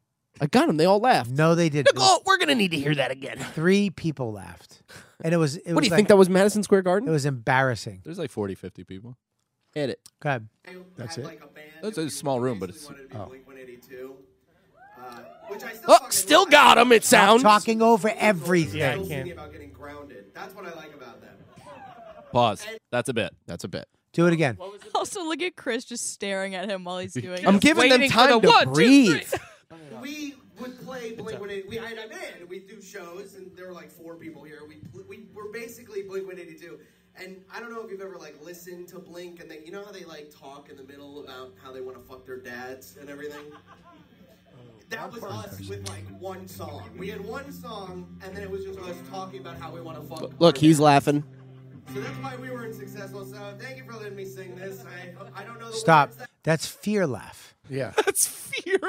I got him. They all laughed. oh, No, they didn't. There was we're gonna need to hear that again. Three people left, and it was. It What was do you like, think that was Madison Square It Garden? was embarrassing. There's like 40, 50 people. Hit it. Go ahead. That's it. Like a band. That's a small room, but it's Wanted to be Blink 182. Uh, which I still Oh, fucking still love. got him. It sounds. Talking over everything. Yeah, I Still singing can't. about getting grounded. That's what I like about them. Pause. That's a bit. That's a bit. Do it again. Also, look at Chris just staring at him while he's doing I'm it. giving them waiting for time the to one, two, breathe. We would play Blink 182. We I'd- I'm in. We do shows, and there were like four people here. We pl- we were basically Blink 182. And I don't know if you've ever like listened to Blink, and they, you know how they like talk in the middle about how they want to fuck their dads and everything. That was us with like one song. We had one song, and then it was just us talking about how we want to fuck. Look, our he's dads. laughing. So that's why we weren't successful. So thank you for letting me sing this. I I don't know. The Stop. words that- That's fear laugh. Yeah. That's fear.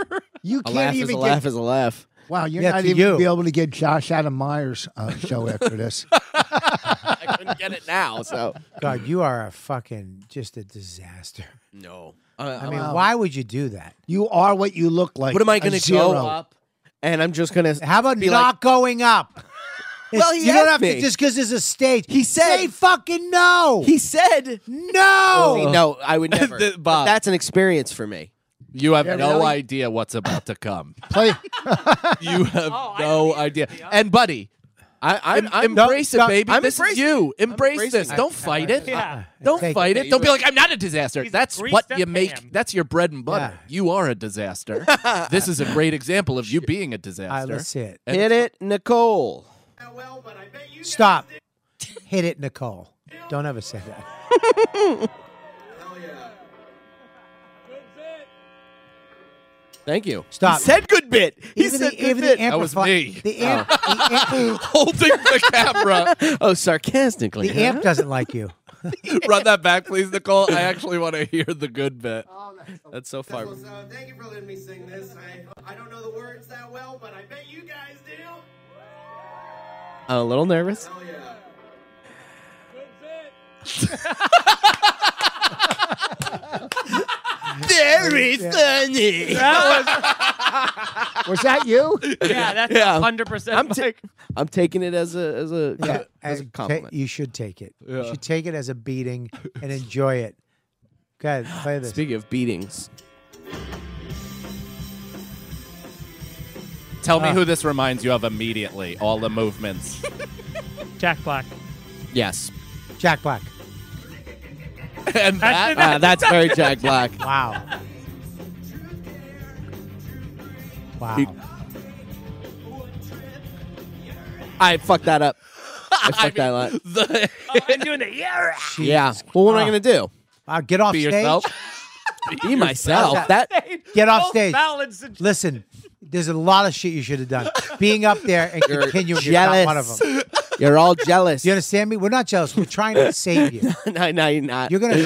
You A can't laugh is even a get. laugh is a laugh. Wow, you're Yeah, not to even gonna you. be able to get Josh Adam Myers uh, show after this. I couldn't get it now, so God, you are a fucking just a disaster. no. I mean, why would you do that? You are what you look like. what am I a gonna zero. go up? And I'm just gonna. How about be not like, going up? It's- Well, he you don't have asked to me. just because there's a stage. He said- "Say fucking no." He said. See, no. no, I would never. The- But Bob. that's an experience for me. You have Yeah, no really? idea what's about to come. Play. Oh, You have no idea. And buddy, I, I, em- I'm embrace no, it, baby. I'm this is embracing you. Embrace embracing this. it. Don't fight it. Yeah. Don't Take fight it. it. Don't be like I'm not a disaster. He's a That's greased what up you make. ham. That's your bread and butter. Yeah. You are a disaster. this is a great example of you being a All right, disaster. let's see it. And- hit it, Nicole. that well, but I bet you. guys Stop. Hit it, Nicole. Don't ever say that. did. Hell yeah. Thank you. Stop. He said good bit. He even said Oh. the, good even bit. the amplifier. That was me. The amp. The amp, holding the camera. oh, sarcastically. the huh? amp doesn't like you. Run that back, please, Nicole. I actually want to hear the good bit. That's so far. Well, so thank you for letting me sing this. I I don't know the words that well, but I bet you guys do. I'm a little nervous. Hell yeah. Very funny. Was that you? Yeah, that's Yeah. hundred percent. I'm, ta- I'm taking it as a as a as a Hey, compliment. you should take it. You should take it as a beating and enjoy it. Go ahead, play this. Speaking of beatings, Tell me who this reminds you of immediately. All the movements. Jack Black. yes, Jack Black. and that, That's- uh, that's very Jack Black. Wow. Wow. I fucked that up. I fucked that up. the, I'm doing the yeah. Yeah. Ah. Well, what am I gonna do? Wow, get off be stage. yourself. Be myself. That Get off Both stage. ballads and- Listen, there's a lot of shit you should have done. Being up there and continuing is not one of jealous. them. Do You're all jealous. you understand me? We're not jealous. We're trying to save you. no, no, you're not. You're gonna be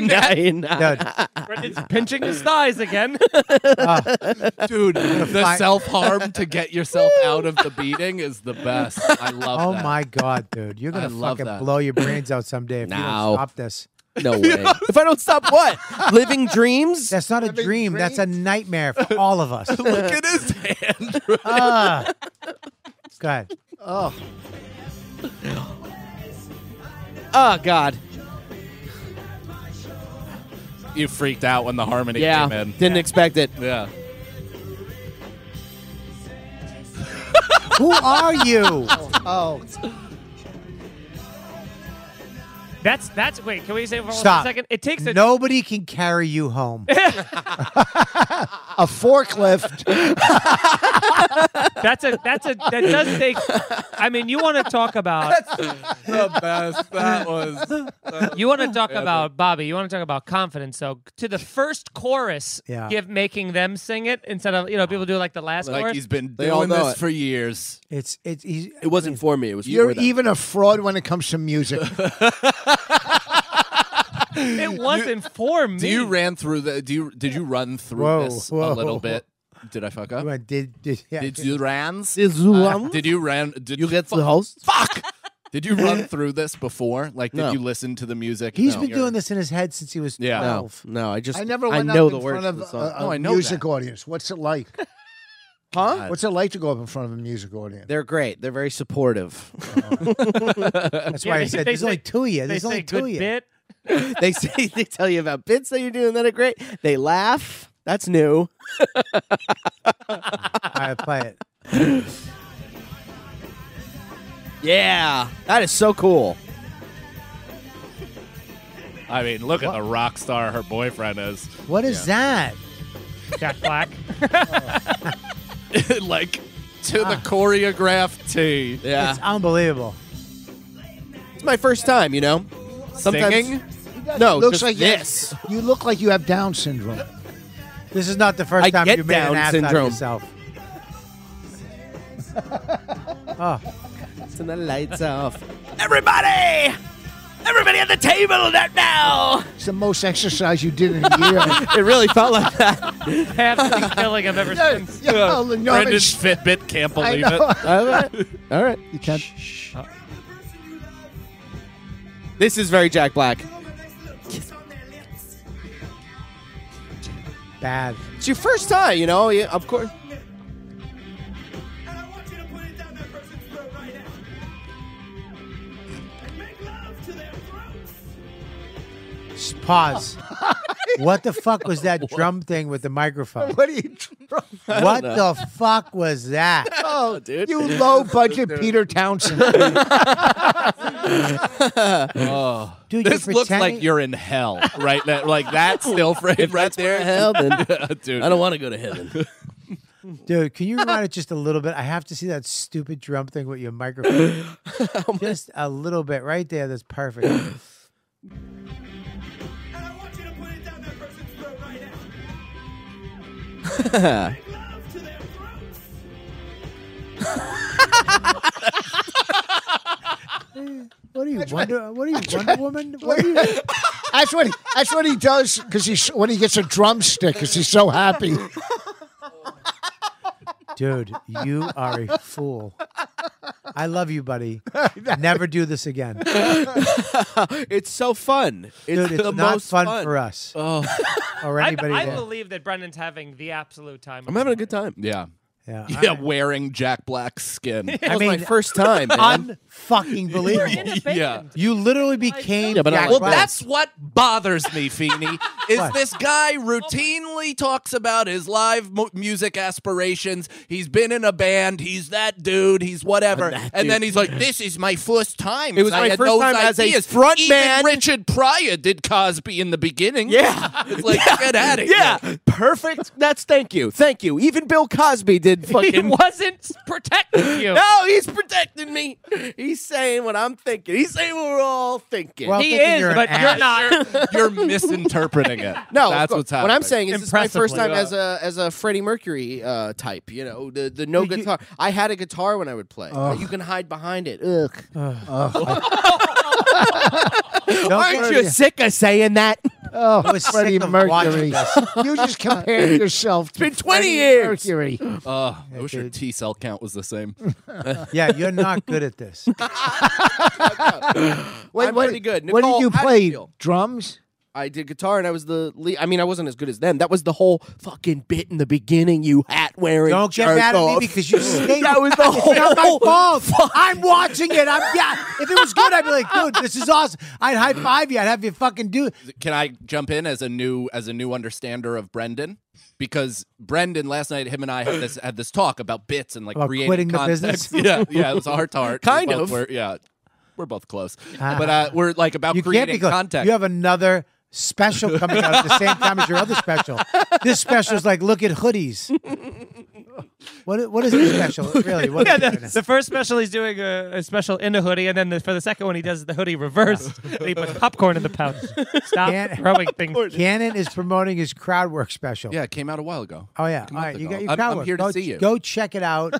no, you're not. dude. Brendan's pinching his thighs again. Dude, the find- self harm to get yourself out of the beating is the best. I love Oh that. my god, dude. You're I gonna love fucking that. blow your brains out someday if you No. don't stop this. No way. if I don't stop, what? Living dreams? That's not a dream. That's a nightmare for all of us. Look at his hand. Ah. Go ahead. Oh God. You freaked out when the harmony Yeah. came in. Didn't expect it. Yeah. Who are you? That's that's wait. Can we say for one Stop. second? It takes a Nobody can carry you home. A forklift. That's a that's a that does take. I mean, you want to talk about The best. That was. you want to talk about Bobby. You want to talk about confidence. So to the first chorus, Yeah. give making them sing it instead of you know people do like the last Like chorus. he's been They all doing know this it. for years. It's it's he's, It wasn't for me. It was You're for them. even a fraud when it comes to music. it wasn't for me. Do you ran through the? Do you did you run through Whoa, this whoa. a little bit? Did I fuck up? did, did, yeah. Did you rans? Is one- Did you ran? Did you get the host? Fuck. Did you run through this before? Like, did No. you listen to the music? He's No. been doing this in his head since he was Yeah. No. No, twelve. no. I just I never I went know up the in words front of the a, song. a No, I know music that. audience. What's it like? huh? What's it like to go up in front of a music audience? They're great. They're very supportive. That's Yeah, why I they- said they there's say- only two of you. They There's say only two good of you. bit. they say they tell you about bits that you're doing that are great. They laugh. That's new. All right, play it. Yeah, that is so cool. I mean, look at the rock star her boyfriend is. What is Jack Black. like to the choreographed T. that? Ah. Yeah, It's unbelievable. it's my first time. You know, sometimes Singing? no, looks just like you- this. You look like you have Down syndrome. This is not the first I time get you made an Down ass out of syndrome. yourself. Turn the lights off. Everybody, everybody at the table right now. It's the most exercise you did in a year. It really felt like that. Half the killing I've ever seen. yeah, no, no, I mean, Brendan's Fitbit can't I believe know. it. All right, all right. You can't. This is very Jack Black. Bad. It's your first time, you know. Yeah, of course. Just pause. what the fuck was that drum thing with the microphone? What are you? What the fuck was that? Oh, dude. You low budget Peter Townsend. Dude, This you're looks pretending- like you're in hell right now. Like that still frame right there. Hell, then Dude, I don't want to go to heaven. Dude, can you rewind it just a little bit? I have to see that stupid drum thing with your microphone. just a little bit right there. That's perfect. What are you, Wonder? What are you, Wonder Woman? What are you? That's what he, that's what he does because he's when he gets a drumstick because he's so happy. Dude, you are a fool. I love you, buddy. Never do this again. it's so fun. It's Dude, it's the not most fun, fun for us Oh, or I, anybody. I there. believe that Brendan's having the absolute time. I'm having a good time. Yeah. yeah. Yeah, wearing Jack Black's skin. That was my mean- first time. man. You're Unfucking in believable. a band. Yeah. You literally became Yeah, but I Jack like Well, Black. that's what bothers me, Feeney, is What? this guy routinely talks about his live mu- music aspirations. He's been in a band. He's that dude. He's whatever. I'm that and then dude. he's like, "This is my first time. It was I my had first those time as a ideas." front Even man. Richard Pryor did Cosby in the beginning. Yeah. it's like get out of yeah. here. Perfect. That's thank you. Thank you. Even Bill Cosby did he fucking. wasn't protecting you. No, he's protecting me. He's saying what I'm thinking. He's saying what we're all thinking. Well, he thinking is, you're an but you're ass. not. You're misinterpreting it. no, of that's course. what's happening. What I'm saying is, this is my first Impressively. time Yeah. as a as a Freddie Mercury uh, type. You know, the the no guitar. I had a guitar when I would play. but You can hide behind it. Ugh. Don't Aren't worry. you sick of saying that? Oh, I was Freddie sick of watching Mercury. you just compared yourself to been 20 Freddie years. Mercury. Uh, I wish your dude. T cell count was the same. Yeah, you're not good at this. Wait, I'm what- pretty good. what Nicole, did you how do play? you feel? Drums? I did guitar and I was the lead. I mean, I wasn't as good as them. That was the whole fucking bit in the beginning. You hat wearing. Don't get mad at me because you stink. that was the whole. It's not my fault. I'm watching it. I'm yeah. If it was good, I'd be like, dude, this is awesome. I'd high five you. I'd have you fucking do it. can I jump in as a new as a new understander of Brendan? Because Brendan last night, him and I had this had this talk about bits and like About creating quitting the context. business? yeah, yeah, it was a heart to heart. Kind We both of. were- yeah, we're both close, but uh, we're like about Ah. You can't creating be good. context. You have another special coming out at the same time as your other special. This special is like, look at hoodies. What what is this special really? What Yeah, is it the, right now? the first special he's doing a, a special in a hoodie, and then the, for the second one he does the hoodie reversed. and he puts popcorn in the pouch. Stop Can't- throwing things. Cannon is promoting his crowd work special. yeah, it came out a while ago. Oh yeah. All out right, to you go. got your I'm- crowd I'm work. here to go, see you. Go check it out.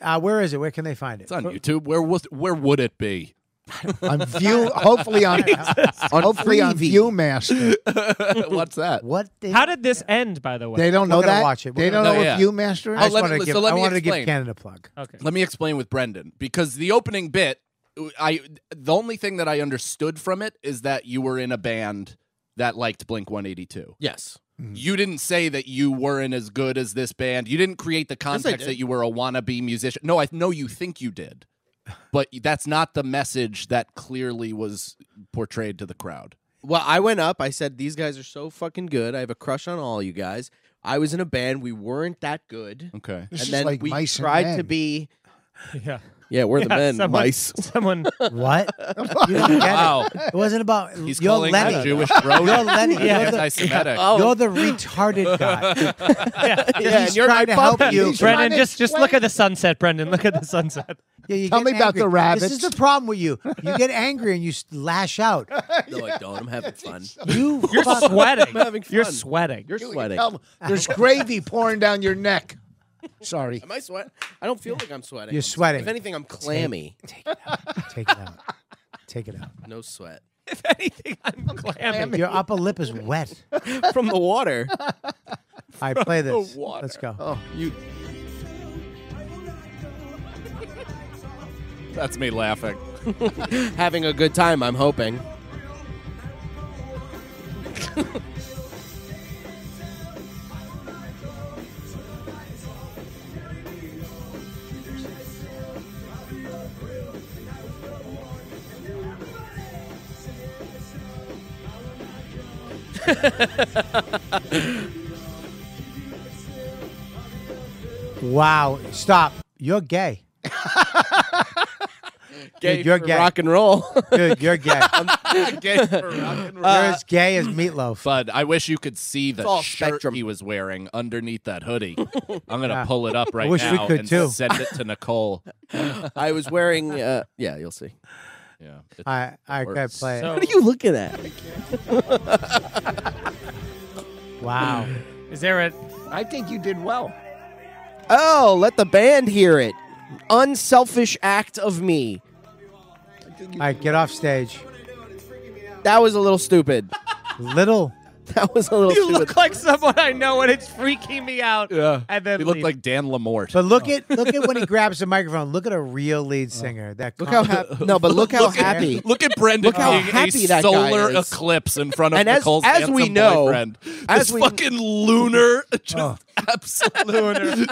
Uh, where is it? Where can they find it? It's on YouTube. Where was where would it be? On view, hopefully on, hopefully on Freevee. ViewMaster. What's that? What? the- How did this end, by the way? They don't We're know gonna that. watch it. We're They don't gonna- No, know what yeah. ViewMaster I Oh, just is. let wanted me- to give, so let I me wanted to give explain. Cannon a plug. okay. Let me explain with Brendan because the opening bit, I the only thing that I understood from it is that you were in a band that liked Blink 182. Yes. Mm. You didn't say that you weren't as good as this band. You didn't create the context did. that you were a wannabe musician. No, I know you think you did, but that's not the message that clearly was portrayed to the crowd. Well, I went up. I said, "These guys are so fucking good. I have a crush on all you guys." I was in a band. We weren't that good, Okay. and This is then like we mice and tried to men. be. Yeah. Yeah, we're the Yeah, men. someone, Mice. Someone. What? you didn't get Wow. it. It wasn't about He's you're calling Lenny. a Jewish bro You're Lenny. You're That's the- anti-Semitic. You're the retarded guy. Yeah. yeah, he's and you're trying my to help puppet. you. He's trying Brendan, to just just look at the sunset, Brendan. Look at the sunset. Yeah, you Tell get me about angry. the This is rabbits. the problem with you. You get angry and you s- lash out. no, I don't. I'm having fun. You You're fuck- sweating. having You're fun. sweating. You're sweating. Tell 'em, There's gravy pouring down your neck. Sorry. Am I sweating? I don't feel like I'm sweating. You're I'm- sweating. If anything, I'm clammy. Take it out. Take it out. No sweat if anything, I'm clammy. Your upper lip is wet. from the Oh. water. I play this. Let's go. You That's me laughing. having a good time? I'm hoping. Wow. Stop. You're gay. Dude, you're for gay. Rock and roll. Dude, you're gay. you're as gay as meatloaf. Bud, I wish you could see the all shirt spectrum. he was wearing underneath that hoodie. I'm gonna pull it up right wish we now could and too. send it to Nicole. I was wearing. Uh, yeah, you'll see. Yeah. It's- I I can't play it. So- What are you looking at? Wow. Is there a? I think you did well. Oh, let the band hear it. Unselfish act of me. All right, get off stage. That was a little stupid. Little That was a little You too. look like someone I know, and it's freaking me out. Yeah. and then he looked leave. like Dan Lamort. But look at look at when he grabs the microphone. Look at a real lead singer. That look how com- happy. No, but look how Look at- happy. Look at Brendan Look how being happy a that guy solar is. eclipse in front of And as- Nicole's as we handsome know- boyfriend. as this we- Oh. fucking lunar, just absolute.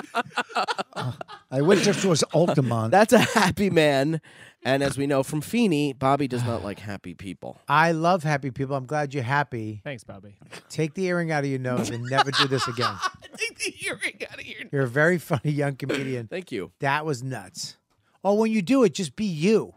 I wish this was Altamont. That's a happy man. And as we know from Feeney, Bobby does not like happy people. I love happy people. I'm glad you're happy. Thanks, Bobby. Take the earring out of your nose and never do this again. Take the earring out of your. You're a very funny young comedian. Thank you. That was nuts. Or when you do it, just be you.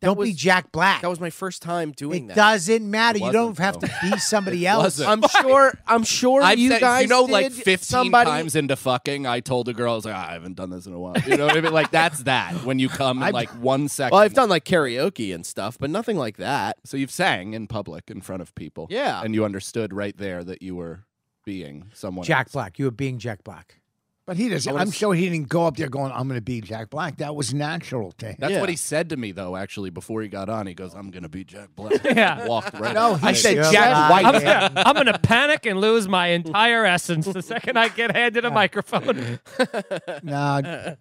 Don't be was- Jack Black. That was my first time doing it that. doesn't matter. You don't wasn't, have to be somebody else. wasn't. I'm sure. I'm sure I've you said- guys you know, like did 15 somebody, times into fucking, I told a girl, I was like, "Ah, I haven't done this in a while. You know what I mean? Like, that's that. When you come in like one second. Well, I've done like karaoke and stuff, but nothing like that. So you've sang in public in front of people. Yeah. And you understood right there that you were being someone. Jack else. Black. You were being Jack Black. But he doesn't. I'm sure he didn't go up there going, "I'm going to be Jack Black." That was natural to him. That's Yeah. what he said to me, though, actually, before he got on. He goes, I'm going to be Jack Black. Yeah. Walked right No, up. he I said You're Jack lying. White. I'm, I'm gonna panic and lose my entire essence the second I get handed a microphone. Nah,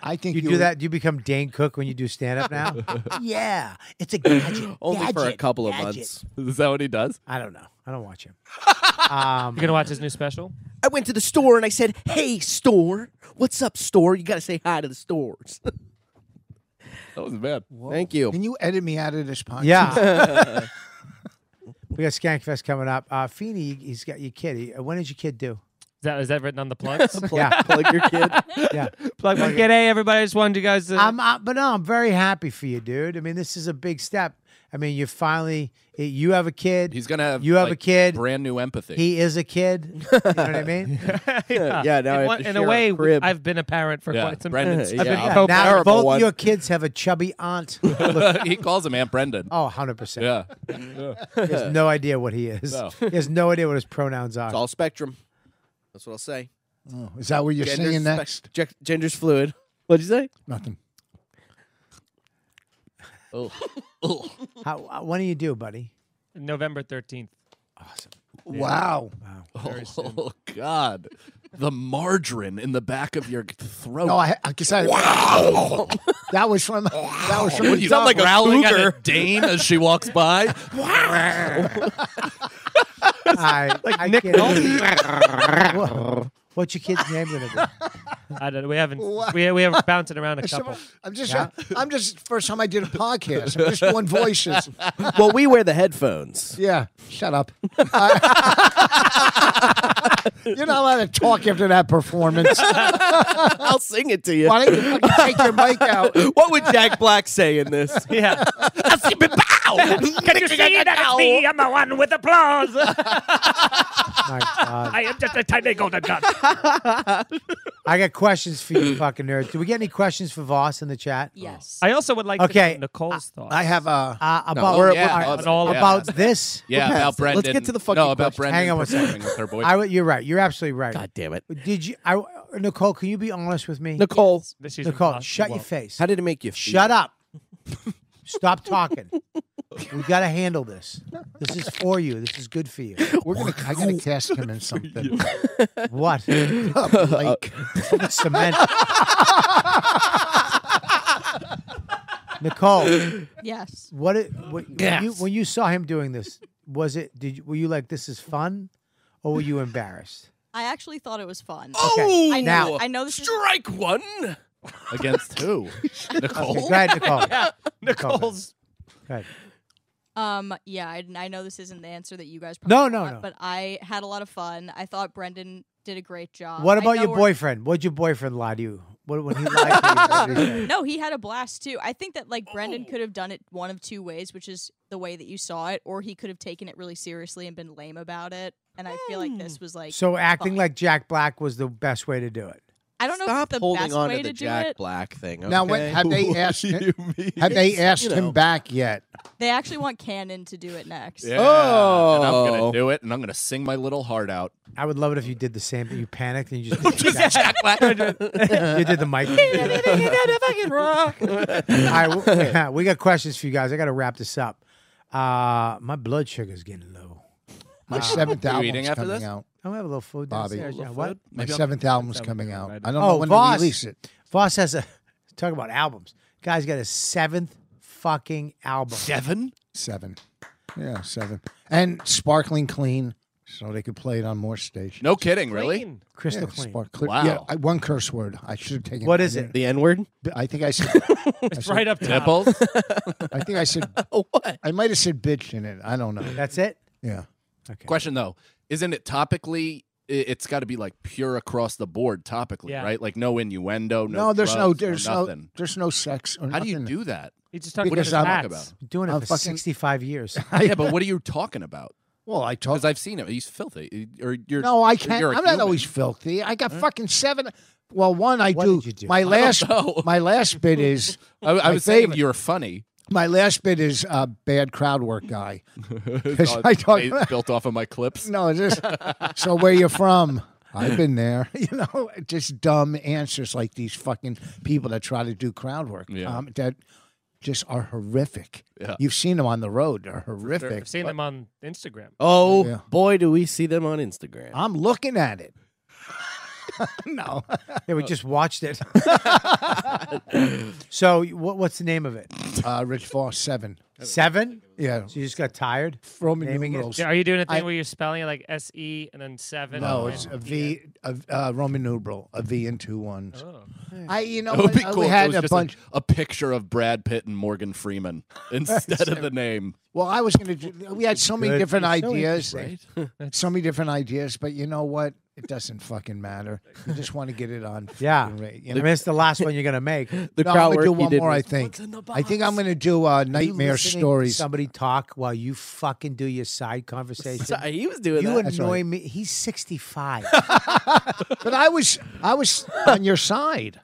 I think You do that. Do you become Dane Cook when you do stand up now? yeah, it's a gadget. Only for a gadget, couple of gadget. months. Is that what he does? I don't know. I don't watch him. Um, You gonna watch his new special? I went to the store and I said, "Hey, store, what's up, store? You got to say hi to the stores." That wasn't bad. Thank you. Can you edit me out of this podcast? yeah. we got Skankfest coming up. Uh, Feeney, he's got your kid. He- when did your kid do? Is that is that written on the plugs? Yeah, Plug your kid. yeah. Plug my kid. Hey, everybody! I just wanted you guys to. I'm, uh, but no, I'm very happy for you, dude. I mean, this is a big step. I mean, you finally, you have a kid. He's going to have You have a like, kid. Brand new empathy. He is a kid. You know what I mean? yeah, yeah, now I In, have one- to in a share a way, crib. I've been a parent for Yeah, quite some time. Brendan's- I've been Yeah, a co-parent. now both one. your kids have a chubby aunt. Look, he calls him Aunt Brendan. oh, 100%. Yeah. He has no idea what he is. No. He has no idea what his pronouns are. It's all spectrum. That's what I'll say. Oh, is that where you're Gender's singing spec- next? ge- gender's fluid. What'd you say? Nothing. How, uh, what do you do, buddy? November thirteenth. Wow. Oh, God. The margarine in the back of your throat. No, I because I wow. That was from that was from What, the you sound dog. like growling at a Dane as she walks by. I, I Nick what, What's your kid's name going to be? I don't. We haven't. We we have bouncing around a couple. I'm just I'm just first time I did a podcast. I'm just doing voices. well, we wear the headphones. Yeah, shut up. You're not allowed to talk after that performance. I'll sing it to you. Why don't you fucking take your mic out? what would Jack Black say in this? Yeah. Can you see that it's me? I'm the one with applause. My God. I am just a tiny golden gun. I got questions for you, fucking nerds. Do we get any questions for Voss in the chat? Yes. I also would like Okay. to know Nicole's thoughts. I have a Uh, about Oh, all yeah, right, about- all of about this, Yeah, We'll about pass it. Let's Brendan. get to the fucking No, about question. Brendan. Hang on one second. performing with her boy. I, would- you're right. You're absolutely right. God damn it, Did you, I, Nicole? Can you be honest with me? Nicole. She's Nicole, impossible. shut your face. How did it make you? feel? Shut up. Stop talking. We got to handle this. This is for you. This is good for you. we're gonna I gotta cast him in something. What? Uh, like Cement. Nicole, Yes. what, it, what when, you, when you saw him doing this, was it? Did you, were you like, "This is fun," or were you embarrassed? I actually thought it was fun. Okay. I know. Oh, now, I know this is Strike one. Against who? Nicole. Okay, go ahead, Nicole. Nicole. go Nicole's. ahead. Um, yeah, I, I know this isn't the answer that you guys probably No, no, want, no. but I had a lot of fun. I thought Brendan did a great job. What Uh, I about know your we're- boyfriend? What'd your boyfriend lie to you? What when he lied to you? what did he say? No, he had a blast too. I think that like Brendan could have done it one of two ways, which is the way that you saw it, or he could have taken it really seriously and been lame about it. And I feel like this was like So acting fine. like Jack Black was the best way to do it. I don't know if Stop it's the holding best on way to the do Jack it. Black thing. now, what, okay? have they asked? him, have they asked him back yet? They actually want Cannon to do it next. Yeah, uh, and I'm Oh. gonna do it, and I'm gonna sing my little heart out. I would love it if you did the same thing. You panicked and you just did Jack, you did the mic. All right, we- yeah, we got questions for you guys. I got to wrap this up. Uh, my blood sugar's getting low. My seventh You album's eating after coming this? out. I'll have a little food Bobby. downstairs. Little Yeah, what? My Maybe I'll- seventh album's seventh coming out. album, I I don't Oh, know when Voss. to release it. Voss has a talk about albums. Guy's got his seventh fucking album. Seven? Seven. Yeah, seven. And sparkling clean, so they could play it on more stations. No kidding, really? Clean. Crystal Yeah, clean. spark- clear- Wow. Yeah, I- one curse word. I should have taken. What I is it? didn't- The N word? I think I said. I, said Right up top. Nipples? I think I said. What? I might have said bitch in it. I don't know. That's it. Yeah. Question though, isn't it topically? i- It's got to be like pure across the board topically, Yeah. right? Like no innuendo, no. No, there's no. drugs, There's no. nothing. There's no sex. Or How do you nothing. do that? He just talked about Because his I'm- hats. about. Been doing it I'm for fucking- 65 years. Yeah, but what are you talking about? Well, I Because told. I've seen him. He's filthy. Or you're No, I or can't. you're I'm a not human. always filthy. I got fucking seven. Well, one I What do, did you do? My last. know. My last bit is. I, I my was saying favorite. you're funny. My last bit is uh, bad crowd work guy. 'Cause Oh, I talk, it's built off of my clips. no, it's just so where you from? I've been there. You know, just dumb answers like these fucking people that try to do crowd work Yeah. um, that just are horrific. Yeah. You've seen them on the road; they're horrific. I've seen them on Instagram. Oh Yeah. boy, do we see them on Instagram. I'm looking at it. no, yeah, we just watched it. so what, what's the name of it? uh, Rich Voss seven. Seven? Yeah, So you just got tired? Roman Naming it- numerals. Yeah, are you doing a thing I- where you're spelling it like S E and then seven? No, and it's then a E V, a, uh, Roman numeral, a V and two ones. N? Oh. I, you know, It would what? be Uh, cool. we if it had was a just bunch. a picture of Brad Pitt and Morgan Freeman instead of the name. Well, I was gonna. do We had so many Good. different It's so ideas, interesting. so many different ideas. But you know what? It doesn't fucking matter. You just want to get it on. Yeah. fucking ra- you I know? mean, it's the last one you're going to make. The No, I'm crowd gonna work do you one did more. I was- think. I think I'm gonna do uh, You nightmare listening to stories. Somebody talk while you fucking do your side conversation. So- uh, he was doing you that. That's annoy right. me. He's 65. But I was, I was on your side.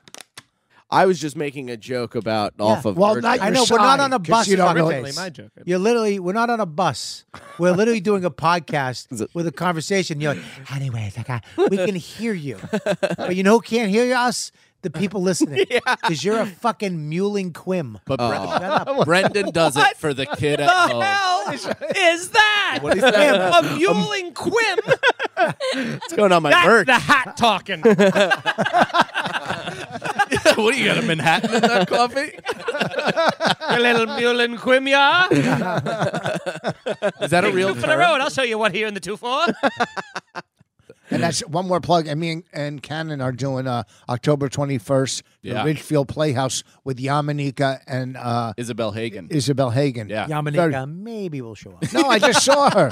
I was just making a joke about off of. Well, Urgent. not- I Your know we're not side, on a 'cause bus. you don't know- Originally, fuckface. my joke. You're literally we're not on a bus. We're literally doing a podcast with a conversation. You're like, anyways, like I, we can hear you, but you know who can't hear us? The people listening, because you're a fucking mewling quim. But Bre- Shut up. Brendan does it for the kid at Oh. home. is that? What is that? A Um, muling quim? What's going on my merch? the hat talking. what do you got a Manhattan in that coffee? A little mulin quim, yeah. Is that a real Two for the term? road. I'll show you what here in the two four. And that's one more plug. And me and, and Cannon are doing uh, October 21st, Yeah. the Ridgefield Playhouse with Yamanika and uh, Isabel Hagen. Isabel Hagen. Yeah. Yamanika, "Uh, maybe we'll show up. No, I just saw her.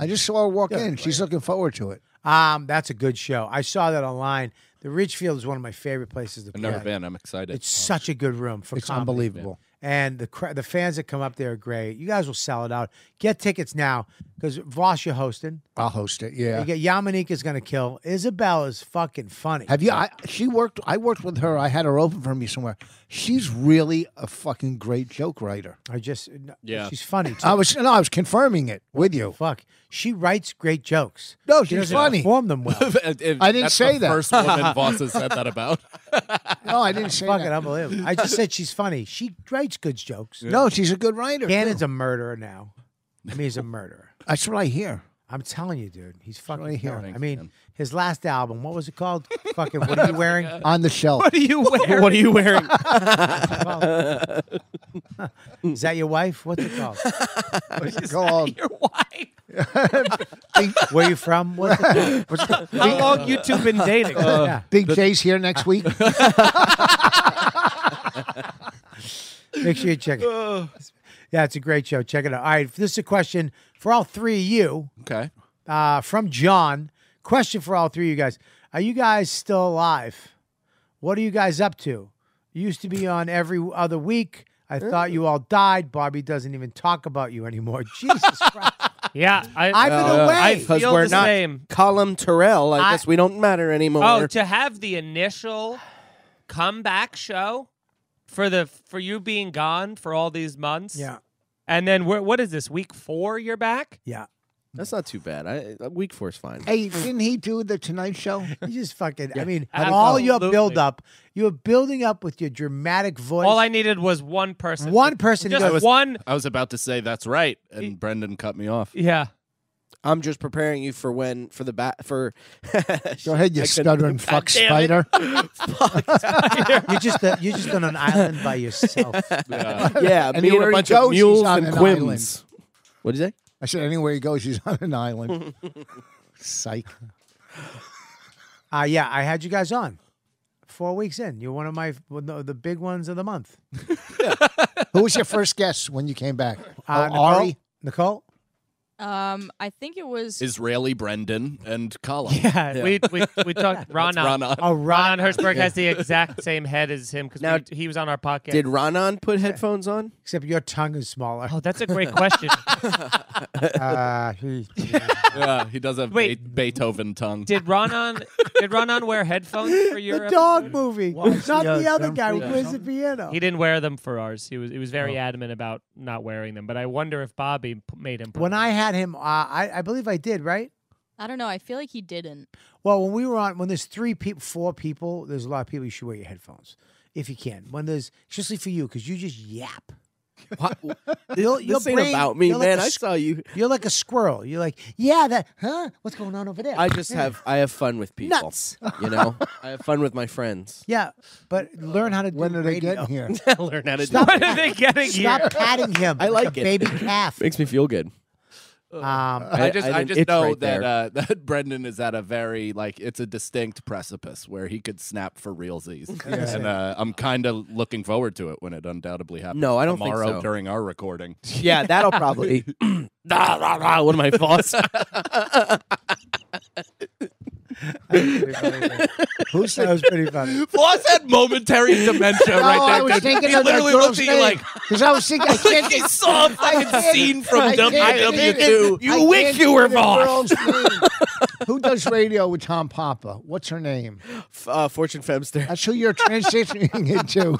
I just saw her walk in. She's looking forward to it. Um, that's a good show. I saw that online. The Ridgefield is one of my favorite places to I've play. never been. I'm excited. It's such a good room for Oh, It's comedy. unbelievable. and the cra- the fans that come up there are great. You guys will sell it out. Get tickets now because Voss you're hosting. I'll host it. Yeah. You get Yamanika is gonna kill. Isabel is fucking funny. Have you? I, she worked. I worked with her. I had her open for me somewhere. She's really a fucking great joke writer. I just yeah. Yeah. She's funny. Too. I was no, I was confirming it with you. Fuck. She writes great jokes. No, She she's doesn't funny. Perform them well. If- if I didn't that's say the that. First woman Voss has said that about. No, I didn't say fucking that. unbelievable. I just said she's funny. She writes good jokes. No, she's a good writer. too. Cannon's a murderer now. I mean, he's a murderer. That's what I hear. I'm telling you, dude. He's fucking. right here. killing it. I mean, his last album. What was it called? fucking. What are you wearing? On the shelf. What are you wearing? What are you wearing? Is that your wife? What's it called? What's it called? Your wife. Where you from? What's it called? How long you two been dating? yeah. Big J's here next week. Make sure you check it. Yeah, it's a great show. Check it out. All right, this is a question for all three of you Okay. uh, from John. Question for all three of you guys: Are you guys still alive? What are you guys up to? You used to be on every other week. I thought you all died. Bobby doesn't even talk about you anymore. Jesus Christ! Yeah, I, I've been uh, away. I Because feel we're the not same. Column Terrell. I, I- guess we don't matter anymore. Oh, to have the initial comeback show for the for you being gone for all these months. Yeah, And then we're, what is this week four? You're back. yeah. That's not too bad. I, uh, week four's fine. hey, didn't he do the Tonight Show? You just fucking. I mean, all your Absolutely. build up. You were building up with your dramatic voice. All I needed was one person. one person Just goes. one. I was about to say that's right, and Brendan cut me off. Yeah. I'm just preparing you for when for the bat for. Go ahead, you stuttering fuck spider. You're just a, you're just on an island by yourself. yeah, And me and where a he bunch goes, of he's mules on and an quims. What did you say? I said, anywhere he goes, he's on an island. Psych. Uh, yeah, I had you guys on. Four weeks in, you're one of my one of the big ones of the month. Who was your first guest when you came back? Uh, oh, Ari. Nicole, Um, I think it was Israeli Brendan and Colin. Yeah, we we we talked. Ron, Rana. oh Ron, Ron Hertzberg has the exact same head as him Now- because he was on our podcast. Did Ronan put headphones on? except your tongue is smaller. oh, that's a great question. Uh, he- Yeah, he does have Wait. Be- Beethoven tongue. did Ronan did Ronan wear headphones for your the episode? dog movie, Watch not the the other other guy who freak plays show. the piano. He didn't wear them for ours. He was he was very Oh. adamant about not wearing them. But I wonder if Bobby p- made him. put When them. I had him, uh, I, I believe I did right. I don't know. I feel like he didn't. Well, when we were on, when there's three people, four people, there's a lot of people. You should wear your headphones if you can. When there's, especially for you, because you just yap. You'll, This ain't about me, you're like man. a I s- saw you. You're like a squirrel. You're like, yeah, that, huh? What's going on over there? I just have I have fun with people. Nuts. You know, I have fun with my friends. Yeah, but learn how to do When are they radio. getting here? Learn how to Stop what are they getting here? Stop patting him. I like a it. baby calf. Makes me feel good. Um, I just, I I, had an just itch know right that there. uh, that Brendan is at a very like it's a distinct precipice where he could snap for realsies, and uh, I'm kind of looking forward to it when it undoubtedly happens. No, I don't think tomorrow so. during our recording. Yeah, that'll probably. Ah, rah, rah, one of my thoughts. who said that was pretty funny? Floss had momentary dementia No, right there. Oh, I was thinking he of that literally girl's looked at you name. like Because I was thinking, I can't he saw a fucking can't- scene from E. I can't WW2. think- I wish can't you were think of the girl's name. Who does radio with Tom Papa? What's her name? uh, Fortune Femster. That's who you're transitioning into.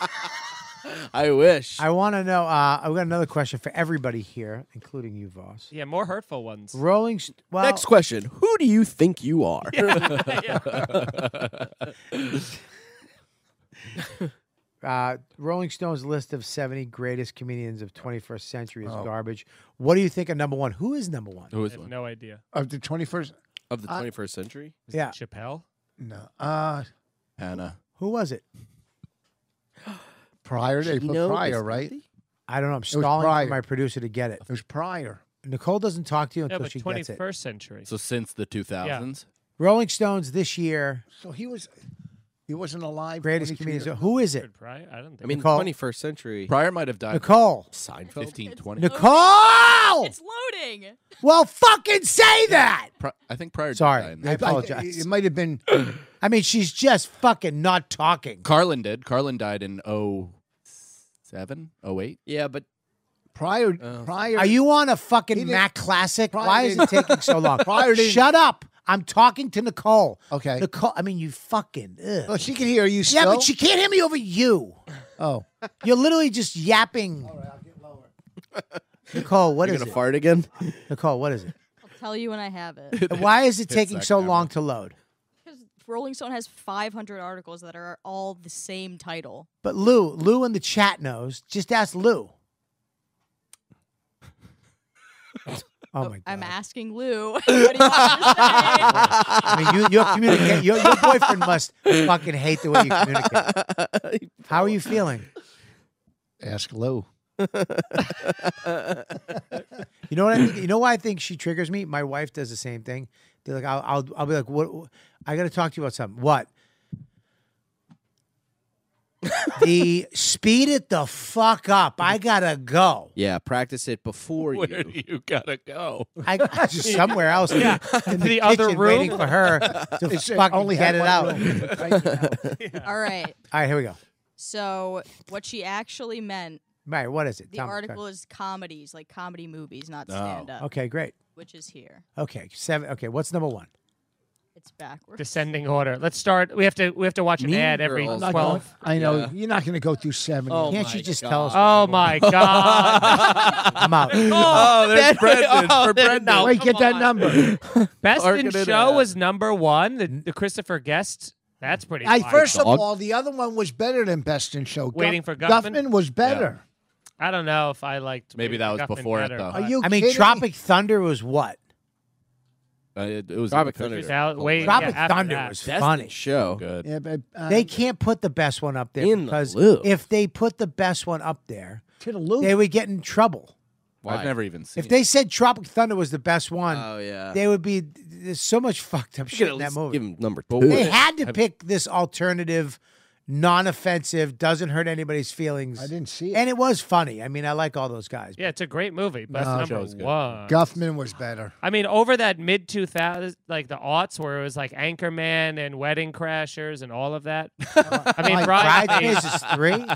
I wish. I want to know. Uh, I've got another question for everybody here, including you, Voss. Yeah, more hurtful ones. Rolling. St- well, Next question: Who do you think you are? uh, Rolling Stone's list of 70 greatest comedians of 21st century Oh. is garbage. What do you think of number one? Who is number one? I have no idea. Of the 21st? of the Uh, 21st century? Is it Yeah. Chappelle. No. Uh, Hannah. Who was it? prior, they put Gino prior, right? It I don't know. I'm was stalling Pryor. for my producer to get it. was prior. Nicole doesn't talk to you Yeah, until but she twenty gets it. first century. So since the 2000s, Rolling Stones this year, So he was, he wasn't alive. greatest 22 comedians. years. Who is it? Richard Pryor? I don't think. I mean, Nicole. 21st century. Pryor might have died Nicole. Seinfeld. 15, It's 20. Nicole! It's loading. Well, fucking say that! Pri- I think Pryor did Sorry. die in I that. apologize. It might have been. I mean, she's just fucking not talking. Carlin did. Carlin died in 07, 08. Yeah, but Prior, Oh. prior. Are you on a fucking didn't- Mac classic? Pryor Why is it didn't- taking so long? Pryor didn't- Shut up. I'm talking to Nicole. Okay. Nicole, I mean, you fucking. Ugh. Oh, she can hear you. yeah, still? but she can't hear me over you. Oh, You're literally just yapping. All right, I'll get lower. Nicole, what you're is gonna it? fart again. Nicole, what is it? I'll tell you when I have it. Why is it taking that so camera. long to load? Because Rolling Stone has 500 articles that are all the same title. But Lou, Lou in the chat knows. Just ask Lou. Oh my god! I'm asking Lou. what do you want me to say? I mean, you, your communicate. Your, your boyfriend must fucking hate the way you communicate. How are you feeling? ask Lou. You know what I think? You know why I think she triggers me? My wife does the same thing. They're like, I'll, I'll, I'll be like, what? what- I got to talk to you about something. What? the speed it the fuck up. I gotta go. Yeah, practice it before Where you. do you gotta go? I got just somewhere else. Yeah. In the, The other kitchen room? waiting for her to fucking only get had it one out. room. All right. All right, here we go. All So what she actually meant, right, what is it? the Tell me, article tell is comedies, like comedy movies, not stand up, me. Okay, great. which is here. Okay, seven. Okay, what's number one? It's backwards. Descending order. Let's start. We have to. We have to watch an Mean ad every Girls. Not twelve. going- I know you're not going to go through seven. Oh, Can't my you just God. tell us? Oh my god! I'm out. oh, there's Brendan for Brendan. No, Wait, get that number. Best Arc in it in Show ad. was number one. The, the Christopher Guest. That's pretty. I fire. first of dog. all, the other one was better than Best in Show. Guff- Waiting for Guffman? Guffman. was better. I don't know if I liked. Maybe that was Guffman before it, better, though. but- Are you? I mean, kidding? Tropic Thunder was what? Uh, it, it was Tropic it was Thunder. Just out- wait, Tropic yeah, after Thunder that. was That's funny. the show. Good. Yeah, but uh, they can't put the best one up there In the because loop. if they put the best one up there, to the loop. they would get in trouble. I've never even seen. If they said Tropic Thunder was the best one, Oh yeah. they would be. There's so much fucked up could shit at in that least movie. give him number two. they had to pick this alternative, non-offensive, doesn't hurt anybody's feelings. I didn't see it. and it was funny. I mean, I like all those guys. Yeah, it's a great movie. Best number Show's good. one. Guffman was better. I mean, over that mid 2000s, like the aughts, where it was like Anchorman and Wedding Crashers and all of that. I mean, Like, Bridesmaids. Bridesmaids is three.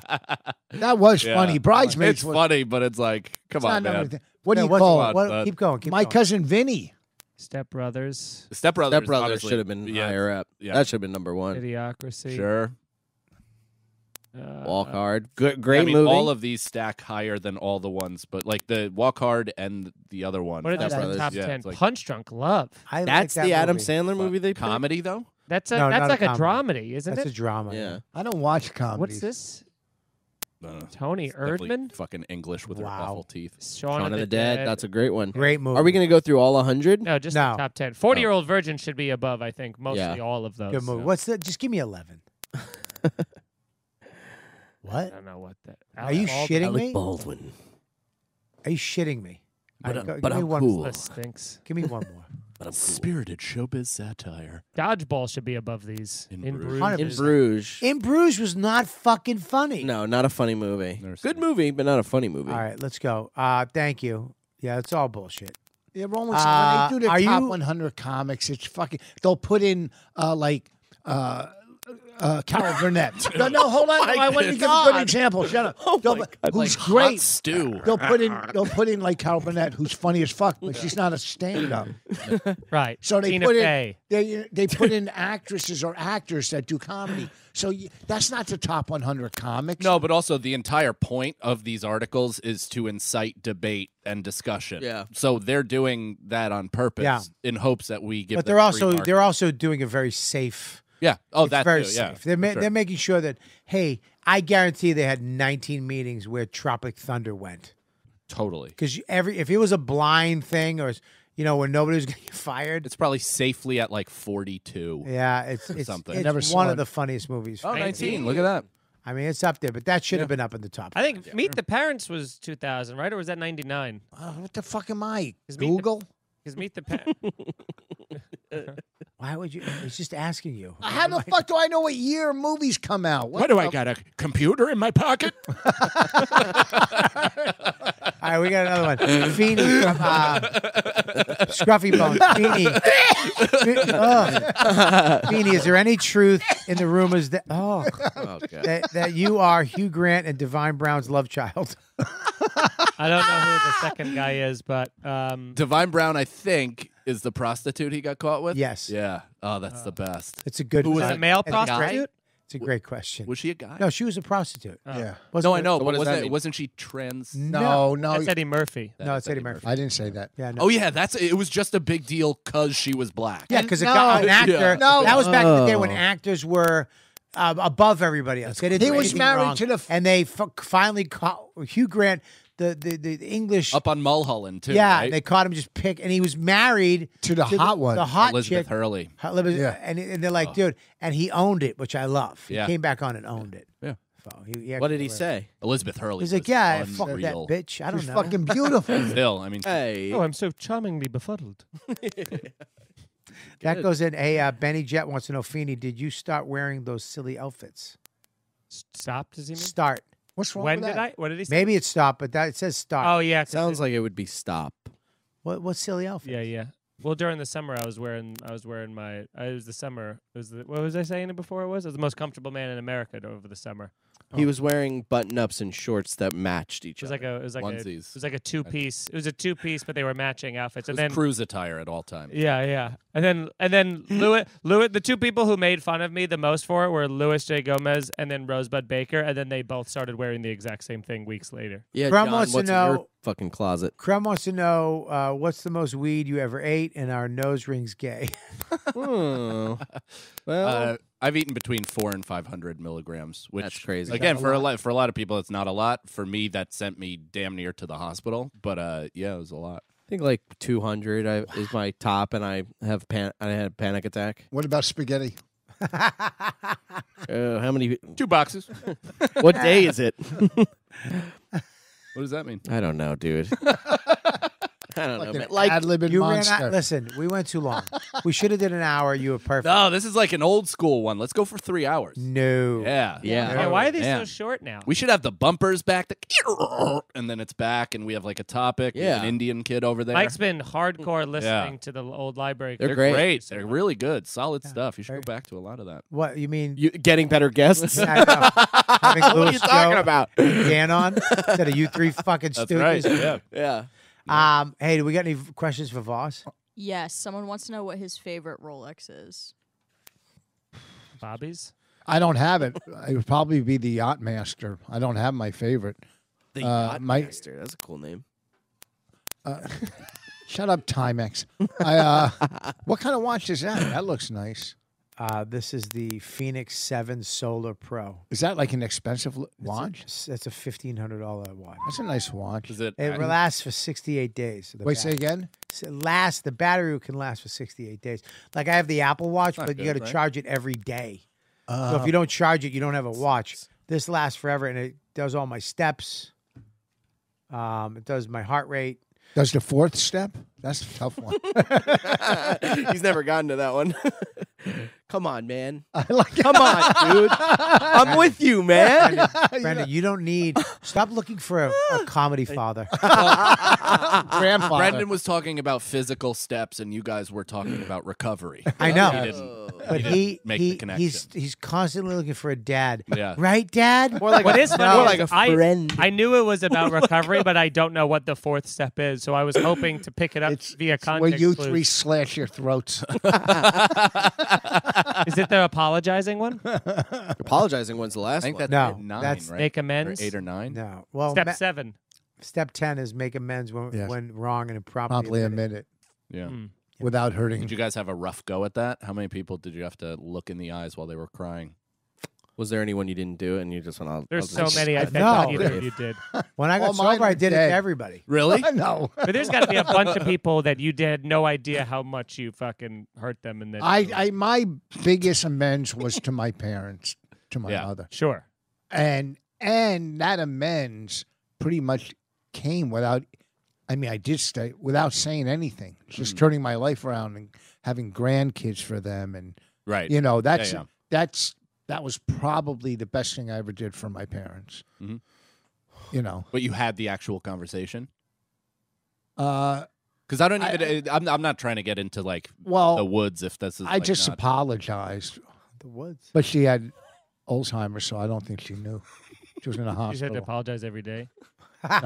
That was Yeah. funny. Bridesmaids It's was funny, but it's like, come not on, number man. th- What do Yeah, you what's- call what- it? Come on, keep going. Keep My going. cousin Vinny. Step Brothers, Step Brothers. Step Brothers obviously- should have been yeah, higher up. yeah. That should have been number one. Idiocracy. Sure. Uh, Walk Hard. Good, Yeah, great I mean, movie. all of these stack higher than all the ones, but like the Walk Hard and the other one. What are Step those in the Brothers, top yeah, ten? it's like- Punch Drunk Love. I like that's that the Adam movie. Sandler movie they picked? comedy though. That's a No, that's not like a a, dramedy, isn't That's a it? drama. Yeah. I don't watch comedy. What's this? Uh, Tony it's definitely Erdman, fucking English with Wow. Oh. her awful teeth. Shaun, Shaun of the Dead. That's a great one. Great movie. Are we going to go through all 100? no, just No. the top ten. Forty year old virgin should be above, I think. Mostly Yeah. all of those. Good movie. What's the? Just give me eleven. I what? don't know what that. Are you Alcohol shitting me? Baldwin. Are you shitting me? But All I'm- right, go- but give me I'm one. cool. This stinks. Give me one more. But I'm Spirited showbiz satire. Dodgeball should be above these. In In, Bruges. Bruges. Hundred In percent. Bruges. In Bruges was not fucking funny. No, not a funny movie. Never seen Good it. movie, but not a funny movie. All right, let's go. Uh, thank you. Yeah, it's all bullshit. Yeah, Rolling Uh, Stone. When they do are the top you- 100 comics, it's fucking. They'll put in uh, like uh, uh, Carol Burnett. no, no, hold on. No, I wanted to give a good example. Shut up. Oh They'll put- who's Hot great? stew. They'll put in. They'll put in like Carol Burnett, who's funny as fuck, but she's not a stand-up. Right. So they Tina put in Fey. they they put in actresses or actors that do comedy. So you, that's not the top 100 comics. No, but also the entire point of these articles is to incite debate and discussion. Yeah. So they're doing that on purpose Yeah. in hopes that we give. But them they're free also market. they're also doing a very safe. yeah. Oh, it's that's very too, safe. yeah. They're ma- Sure. they're making sure that hey, I guarantee they had 19 meetings where Tropic Thunder went totally. because every if it was a blind thing or you know where nobody was going to get fired. It's probably safely at like forty-two. yeah, it's it's, Something. it's Never saw one it. of the funniest movies. Oh, for me. 19. Look at that. I mean, it's up there, but that should have been up in the top. I think Meet the Parents was 2000, right? Or was that 99? Uh, what the fuck am I? Is me- Google. Because Meet the Parents. Why would you? It's just asking you. How the fuck do I know what year movies come out? What do I got? A computer in my pocket? All right, we got another one. Feeny from uh, Scruffy Bones. Feeny. Fe- ugh. Feeny, is there any truth in the rumors that oh, Oh, God. that, that you are Hugh Grant and Divine Brown's love child? I don't know who the second guy is, but um, Divine Brown, I think, is the prostitute he got caught with. Yes. Yeah. Oh, that's the best. It's a good Who was uh, is it male it's a great- prostitute? It's a great question. Was she a guy? No, she was a prostitute. Yeah. Wasn't No, I it? know, So what does but that wasn't mean? wasn't she trans? No, no. That's Eddie Murphy. No, it's Eddie Murphy. I didn't say that. Yeah, no. Oh yeah, that's it. Was just a big deal because she was black. Yeah, because No. an actor. Yeah. No. That was back in the day when actors were uh, above everybody else. They didn't Oh. He do was anything married wrong. to the f- and they f- finally caught Hugh Grant, the the, the, the English. Up on Mulholland too. yeah, right? and they caught him just pick, and he was married To the hot one. the hot chick, Elizabeth Hurley. Hot- Elizabeth- Yeah. and, and they're like, dude, and he owned it, which I love. He Yeah. came back on and owned it. Yeah. So he, he What actually did he wrote- say? Elizabeth Hurley. He's was like, yeah, I fucked that unreal. bitch. I don't She's know. fucking beautiful. Still, I mean, Hey. Oh, I'm so charmingly befuddled. that goes in. Hey, uh, Benny Jet wants to know, Feeney, did you start wearing those silly outfits? S- Stop, does he mean? Start. What's wrong When with did that? I? What did he say? Maybe it stopped, but that it says start. Oh, yeah. 'cause Sounds it- like it would be Stop. What what silly outfit? Yeah, yeah. Well, during the summer, I was wearing I was wearing my I was the summer it was the, what was I saying it before it was I was the most comfortable man in America over the summer. He was wearing button ups and shorts that matched each It was other. like a it was like a Onesies. it was like a two piece. It was a two piece, but they were matching outfits. And it was then cruise attire at all times. yeah, yeah. And then and then Louis Louis the two people who made fun of me the most for it were Louis J Gomez and then Rosebud Baker, and then they both started wearing the exact same thing weeks later. yeah, Graham John, wants what's to in your know- fucking closet? Crumb wants to know uh, what's the most weed you ever ate, and our nose rings gay. Oh. Well, Uh, I've eaten between four and five hundred milligrams, which That's crazy. Again, for a lot for a lot of people, it's not a lot. For me, that sent me damn near to the hospital. But uh, yeah, it was a lot. think like 200 I, is my top, and I have pan- I had a panic attack. What about spaghetti? Uh, how many? Two boxes. What day is it? What does that mean? I don't know, dude. I don't know. An man. Like ad-libbing You ran monster. out. Listen, we went too long. we should have did an hour. You were perfect. Oh, No, this is like an old school one. Let's go for three hours. No. Yeah. Yeah. Yeah, why are these so man. short now? We should have the bumpers back, the, and then it's back, and we have like a topic. We have Yeah. an Indian kid over there. Mike's been hardcore listening to the old library. They're They're great. They're really good, solid stuff. You should go back to a lot of that. What you mean? you, getting better guests. Yeah, I know. Having what are Louis you talking Joe about? and Dan on instead of you three fucking stooges. Yeah. Um, hey, do we got any v- questions for Voss? Yes, someone wants to know what his favorite Rolex is. Bobby's. I don't have it. It would probably be the yacht master. I don't have my favorite. The Uh, my- Yachtmaster. That's a cool name. Shut up, Timex. I, uh, what kind of watch is that? That looks nice. Uh, this is the Phoenix Seven Solar Pro. Is that like an expensive l- watch? S- That's a fifteen hundred dollar watch. That's a nice watch. Is it? It will last for sixty eight days. The Wait, say battery. again. S- last the battery can last for sixty eight days. Like I have the Apple Watch, but you good, got to right? charge it every day. so Uh, if you don't charge it, you don't have a watch. This lasts forever, and it does all my steps. Um, it does my heart rate. does the fourth step? That's a tough one. He's never gotten to that one. Come on, man. Uh, I like it. Come on, dude. I'm with you, man. Brenda, you don't need. Stop looking for a, a comedy father. Grandfather. Brendan was talking about physical steps, and you guys were talking about recovery. I know. He didn't. But he, make he, the connection. he's he's constantly looking for a dad. Yeah. Right, dad? More like What a, is funny more is like a I- friend. I knew it was about recovery, but I don't know what the fourth step is. So I was hoping to pick it up via Where context. you clues. three slash your throats. Is it the apologizing one? Apologizing one's the I last think one. that's No, at nine, that's- right? Make Or amends? eight or nine. No. Well, Step ma- seven. step 10 is make amends when, Yes. when wrong and improperly. Promptly a admitted. minute Yeah. without hurting. Did you guys have a rough go at that? How many people did you have to look in the eyes while they were crying? Was there anyone you didn't do it and you just went on? Oh, There's so many. I I bet not know. either of you did. When I All got mine sober, I are did it dead. to everybody. Really? I know. But there's got to be a bunch of people that you did no idea how much you fucking hurt them, and then I, I my biggest amends was to my parents, to my Yeah. mother, sure. and and that amends pretty much came without. I mean, I did stay without saying anything, Hmm. just turning my life around and having grandkids for them, and Right. you know that's yeah. that's that was probably the best thing I ever did for my parents. Mhm. You know, But you had the actual conversation. uh, Because I don't even. I, am I'm not trying to get into like Oh. well, the woods if this is. I like, just not- apologized, The woods. but she had Alzheimer's, so I don't think she knew. She was in a You just had hospital. to apologize every day.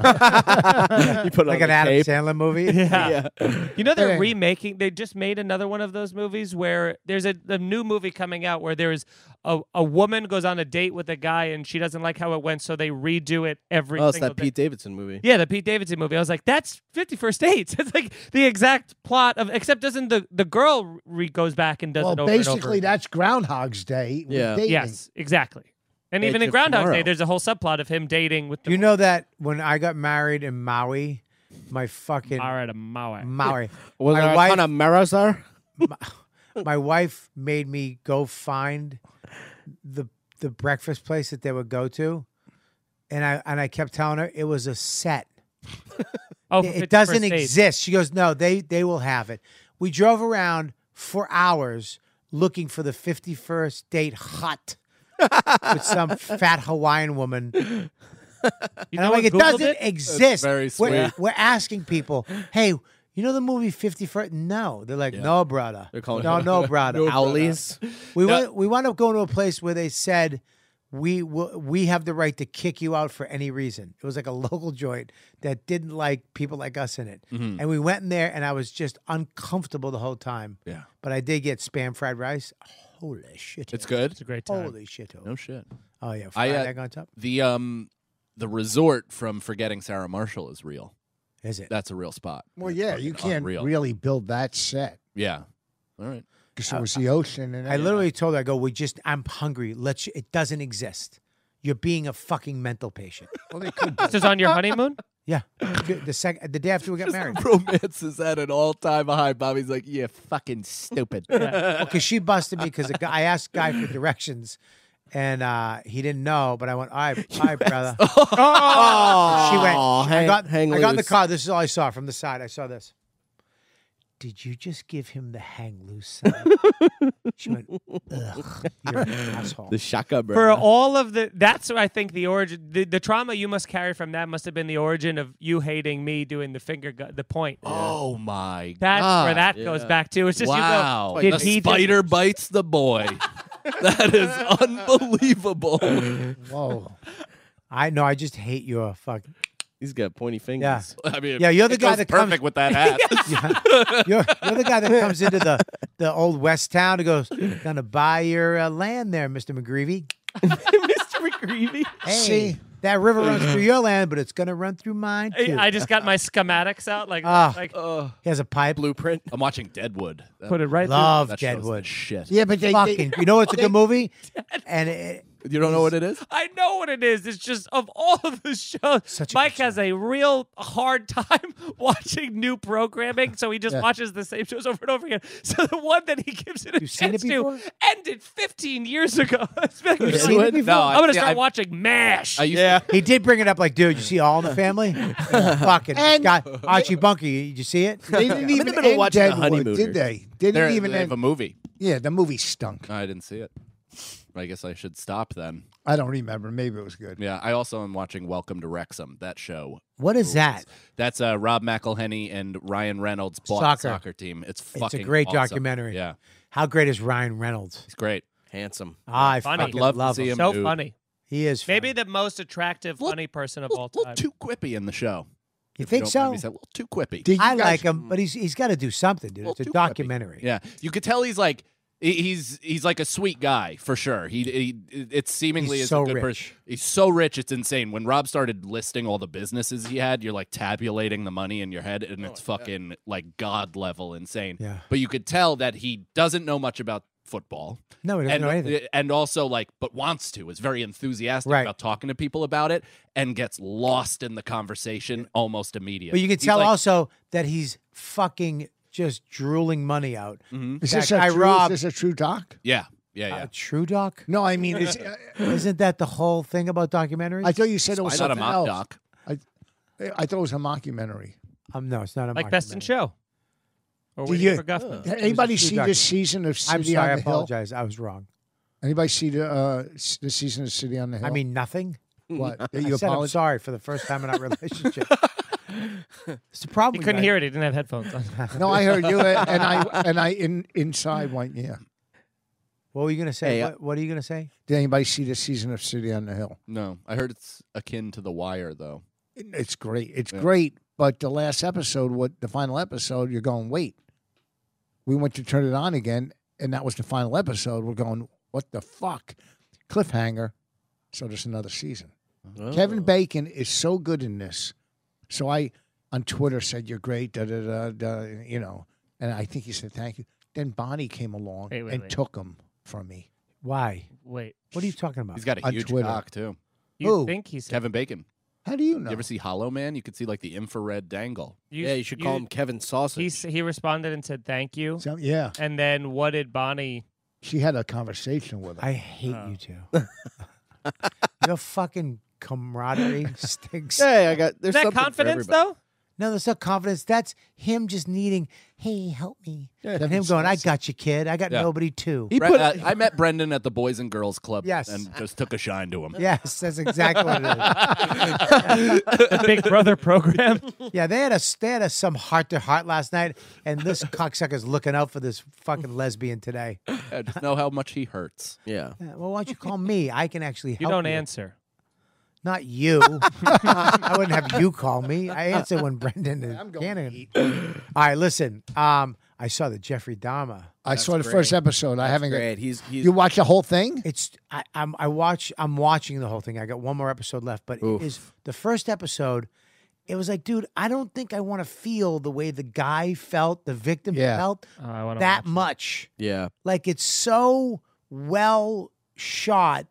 you put Like on an the Adam tape. Sandler movie. Yeah. You know they're Hey. remaking. They just made another one of those movies where there's a, a new movie coming out where there is a, a woman goes on a date with a guy and she doesn't like how it went, so they redo it every. Oh, it's single that day. Pete Davidson movie. Yeah, the Pete Davidson movie. I was like, that's Fifty First Dates. It's like the exact plot of. Except doesn't the the girl re- goes back and does well, it over and over basically, again. that's Groundhog's Day. with Yeah. dating. Yes, exactly. And Day even in Shift Groundhog Day, Tomorrow. there's a whole subplot of him dating with the You know that when I got married in Maui, my fucking All right, I'm out. Maui, Was My there wife- a ton of mirrors there? my wife made me go find the the breakfast place that they would go to, and I and I kept telling her it was a set. Oh, It- for it doesn't 51st Dates. exist. She goes, no, they they will have it. We drove around for hours looking for the fifty first date hut with some fat Hawaiian woman. You And know I'm like, what it Googled doesn't it? exist. very We're, we're asking people, hey, you know the movie Fifty First? No, they're like, no, brother. They're calling no, it- no, brother. Owlies. We went, we wound up going to a place where they said we will, we have the right to kick you out for any reason. It was like a local joint that didn't like people like us in it, Mm-hmm. and we went in there, and I was just uncomfortable the whole time. Yeah. But I did get spam fried rice. Holy shit! It's good. It's a great time. Holy shit! No shit. Oh yeah, I, fried uh, egg on top. The um, the resort from Forgetting Sarah Marshall is real. Is it? That's a real spot. Well, That's yeah, fucking you can't unreal. really build that set Yeah. All right. because it was the ocean. And I literally told her, I go, we just, I'm hungry. Let's. It doesn't exist. You're being a fucking mental patient. Well, they could This is on your honeymoon. Yeah, the, the second, the day after we got married. Romance is at an all time high. Bobby's like, yeah, fucking stupid. because she busted me because I asked guy for directions, and uh, he didn't know. But I went, "All right, all right, brother." Oh, Oh, she went. I hang- got, hang I got in the loose. car. This is all I saw from the side. I saw this. Did you just give him the hang loose? sign?" she went, "Ugh, you're an asshole." The shaka bro. For all of the, that's I think the origin, the, the trauma you must carry from that must have been the origin of you hating me doing the finger, gu- the point. Oh my That's where god! that goes back to. It's just wow, you go. Did the he just- spider bites the boy. that is unbelievable. Whoa. I know. I just hate your fuck. He's got pointy fingers. I mean, Yeah, you're the it guy goes that perfect comes- with that hat. You're, you're the guy that comes into the, the old West town and goes, "Gonna buy your uh, land there, Mister McGreevy." Mr. McGreevy. Hey, See? Mm-hmm. that river runs through your land, but it's gonna run through mine too. I just got my schematics out, like, Ah. like he has a pipe. Blueprint. I'm watching Deadwood. That, put it right. Love that show's the Deadwood. Shit. Yeah, but they, Fucking, you know it's a good movie, and it, You don't know what it is? I know what it is. It's just of all of the shows, Such a Mike good has a real hard time watching new programming, so he just watches the same shows over and over again. So the one that he gives it a You've seen it chance to before? ended 15 years ago. It's been- You've seen it before? No, I- I'm gonna yeah, start I- watching Mash. I used yeah. he did bring it up like, dude, you see All in the Family? Fucking Scott Archie Bunker, you, did you see it? they didn't even middle of end watching The Deadwood, Honeymooners. did they? They There, didn't even they have end. a movie. yeah, the movie stunk. I didn't see it. I guess I should stop then. I don't remember. Maybe it was good. Yeah, I also am watching Welcome to Wrexham. That show. What is that? That's uh, Rob McElhenney and Ryan Reynolds bought Soccer. the soccer team. It's fucking. It's a great awesome. documentary. Yeah, How great is Ryan Reynolds? he's great. Handsome. Ah, I Funny. fucking Love love, to see him. him. so dude. funny. He is. Funny. Maybe the most attractive, Look- funny person of A all little, time. too quippy in the show. you If you think don't mind so? me saying, A little too quippy. Did you I guys- like him, but he's he's got to do something, dude. Well, It's a too quippy. documentary. Yeah, you could tell he's like he- he's he's like a sweet guy for sure. He, he it's seemingly He's is so a good rich. person. He's so rich, it's insane. When Rob started listing all the businesses he had, you're like tabulating the money in your head, and it's fucking like god level insane. Yeah. But you could tell that he doesn't know much about football No, he doesn't and, know anything. and also like but wants to is very enthusiastic Right. about talking to people about it and gets lost in the conversation almost immediately But you can He's tell like, also that he's fucking just drooling money out. Is That this, guy a true, Rob- is this a true doc? yeah yeah yeah A true doc? No, I mean, it's, uh, Isn't that the whole thing about documentaries? I thought you said it Why was not a something mock else. doc I thought it was a mockumentary. um, no, it's not a Like Best in mockumentary. Show. Or Do Waiting you- for Oh, Guffman. Did anybody true see doc. this season of City I'm sorry, I on the Hill? apologize. I was wrong. Anybody see the uh, s- the season of City on the Hill? I mean nothing. what? That I you said I'm apologize. sorry for the first time in our relationship. it's the problem. He with couldn't that. hear it. He didn't have headphones on. No, I heard you, uh, and I and I in, inside went, yeah. What were you gonna say? Hey, uh, what, what are you gonna say? Did anybody see the season of City on the Hill? No, I heard it's akin to The Wire, though. It- It's great. It's great. But the last episode, what the final episode, you're going, wait. We went to turn it on again, and that was the final episode. We're going, what the fuck? Cliffhanger. So there's another season. Oh. Oh. Kevin Bacon is so good in this. So I on Twitter said you're great, da da da da, you know, and I think he said thank you. Then Bonnie came along Wait, wait, and wait. took him from me. Why? Wait. What are you Oh. talking about? He's got a On huge Twitter. cock too. You Who? think he's Kevin Bacon. How do you know? You ever see Hollow Man? You could see like the infrared dangle. You, yeah, you should call him Kevin Sausage. He s- he responded and said thank you. So- yeah, And then what did Bonnie? she had a conversation with him. I hate you two. Your fucking camaraderie stinks. Hey, I got. There's Is that something for confidence everybody. though? No, that's not confidence. That's him just needing, hey, help me. and that him makes going, I sense. got you, kid. I got Yeah. nobody too. Bre- uh, I met Brendan at the Boys and Girls Club. Yes. and just took a shine to him. Yes, that's exactly what it is. The Big Brother program. Yeah, they had a they had a, some heart to heart last night, and this cocksucker's looking out for this fucking lesbian today. Yeah, I just know how much he hurts. Yeah. well, why don't you call me? I can actually help. You don't answer. Not you. I wouldn't have you call me. I answer when Brendan and I'm All right, listen. Um, I saw the Jeffrey Dahmer. I saw the first episode. I haven't. got- Great. He's he's You watch the whole thing? It's I, I'm I watch I'm watching the whole thing. I got one more episode left, but it is the first episode. It was like, dude, I don't think I want to feel the way the guy felt, the victim Yeah. felt Oh, I want that much. yeah. Like it's so well shot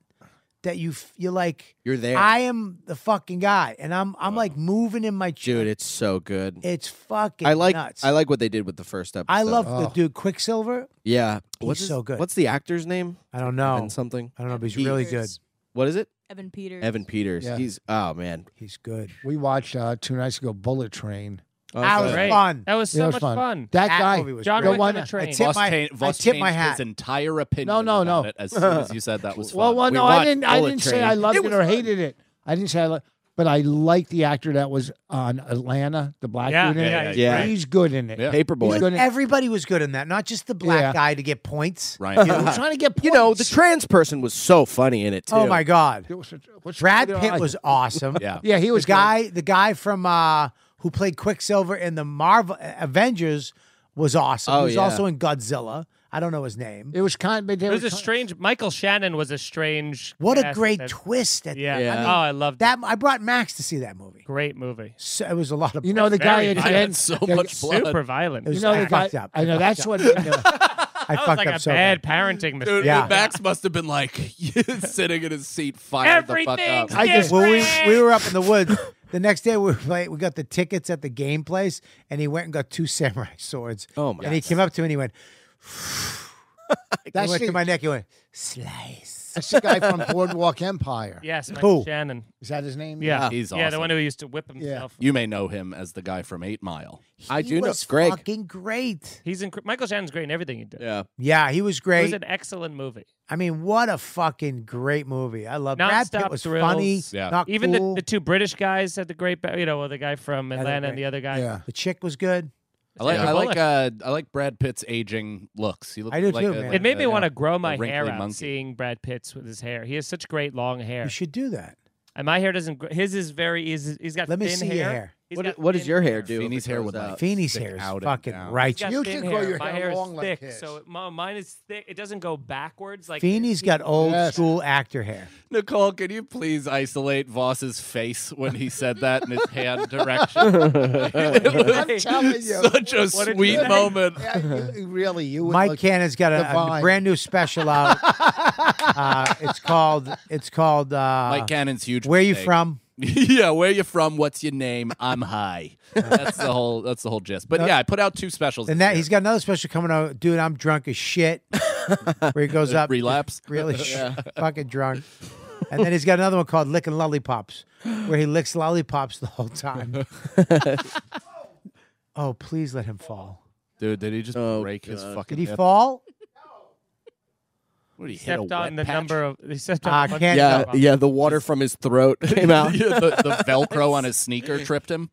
that you f- you're like You're there. I am the fucking guy, and I'm I'm like moving in my Oh. chair. Dude, it's so good. It's fucking I like nuts. I like what they did with the first episode. I love the Oh. dude Quicksilver. Yeah. He's his- so good. What's the actor's name? I don't know. Evan something. I don't know, but he's Peters. really good. What is it? Evan Peters. Evan Peters. Yeah. He's oh man. He's good. We watched uh, two nights ago Bullet Train. Oh, That was Great. fun. That was so Yeah, it was much fun. fun. That, That guy. movie was John great. the Wick on one- the I train. tip- Voss, my- changed- I Voss tip changed my hat. his entire opinion No, no, about no. it as soon as you said that was fun. Well, well, We no, I watched didn't. I Bullet didn't say Train. I loved It it, was or fun. hated it. I didn't say I loved, but I liked the actor that was on Atlanta, the black Yeah, dude. in yeah, it. yeah, yeah. he's good in it. Yeah. Paperboy. He's good in it. Everybody was good in that, not just the black Yeah. guy to get points. Ryan. You know, we're trying to get points. You know, the trans person was so funny in it too. oh my god, It was- what's- Brad you know, Pitt I- was awesome. yeah. Yeah, he was the guy. The guy from uh, who played Quicksilver in the Marvel uh, Avengers was awesome. he Oh, was yeah. also in Godzilla. I don't know his name. Good. It was kind. But It was a strange. Michael Shannon was a strange. What a cast great that- twist! At Yeah. Yeah. Oh, I loved that. That I brought Max to see that movie. Great movie. So it was a lot of You know the guy Very at the violent. end. So the- much blood. Super violent. It You was- know I the guy. fucked up. I know I that's fucked what. you know, I that was fucked like up a so bad bad. parenting mistake. Yeah. Max must have been like sitting in his seat, fired the fuck up. Everything's I just- Well, we, different. we were up in the woods. The next day we were playing, we got the tickets at the game place, and he went and got two samurai swords. Oh, my And he God. came up to me and he went. That That's went to the- my neck. He went slice. that's the guy from Boardwalk Empire. Yes, Michael Who? Shannon. Is that his name? Yeah. He's Yeah, the awesome. one who used to whip himself. You may know him as the guy from Eight Mile. I He do know was Greg. Fucking great. He's inc- Michael Shannon's great in everything he did. yeah. Yeah, he was great. It was an excellent movie. I mean, what a fucking great movie. I love Brad Pitt Nonstop was thrills. funny, Yeah. not Even cool. the, the two British guys had the great, ba- you know, well, the guy from they're Atlanta great. and the other guy. Yeah. The chick was good. I like Yeah. I like uh, I like Brad Pitt's aging looks. He looked I do like too, a- man. It made me uh, want yeah. to grow my wrinkly hair out monkey. seeing Brad Pitt's with his hair. He has such great long hair. You should do that. And my hair doesn't. Gr- his is very. He's, he's got. Let me thin see hair. your hair. He's What, got what does thin your hair do? Feeney's if it hair goes would Uh, out? like Feeney's stick hair is out and fucking down. He's got righteous. You thin can grow hair. your My hair hair long is like thick, his. so it, mi- mine is thick. It doesn't go backwards like. Feeney's got old Yes. school actor hair. Nicole, can you please isolate Voss's face when he said that in his hand direction? it I'm telling you. was such a What did you sweet say? Ah. moment. Yeah, you- really, you would Mike look- Cannon's got a- a, divine. brand new special out. uh, it's called. It's called. Uh, Mike Cannon's huge. Where you mistake. from? yeah, where you from? What's your name? I'm high. That's the whole. That's the whole gist. But yeah, I put out two specials. And this that year. he's got another special coming out. Dude, I'm drunk as shit. Where he goes up, relapse. really sh- fucking drunk. And then he's got another one called Licking Lollipops, where he licks lollipops the whole time. oh, please let him fall. dude. Did he just break his fucking? Did he hip? fall? What did he hit a Stepped on wet the patch? number of. He stepped Ah, on. a bunch can't- Yeah, of- yeah. The water from his throat came out. yeah, the, the Velcro on his sneaker tripped him.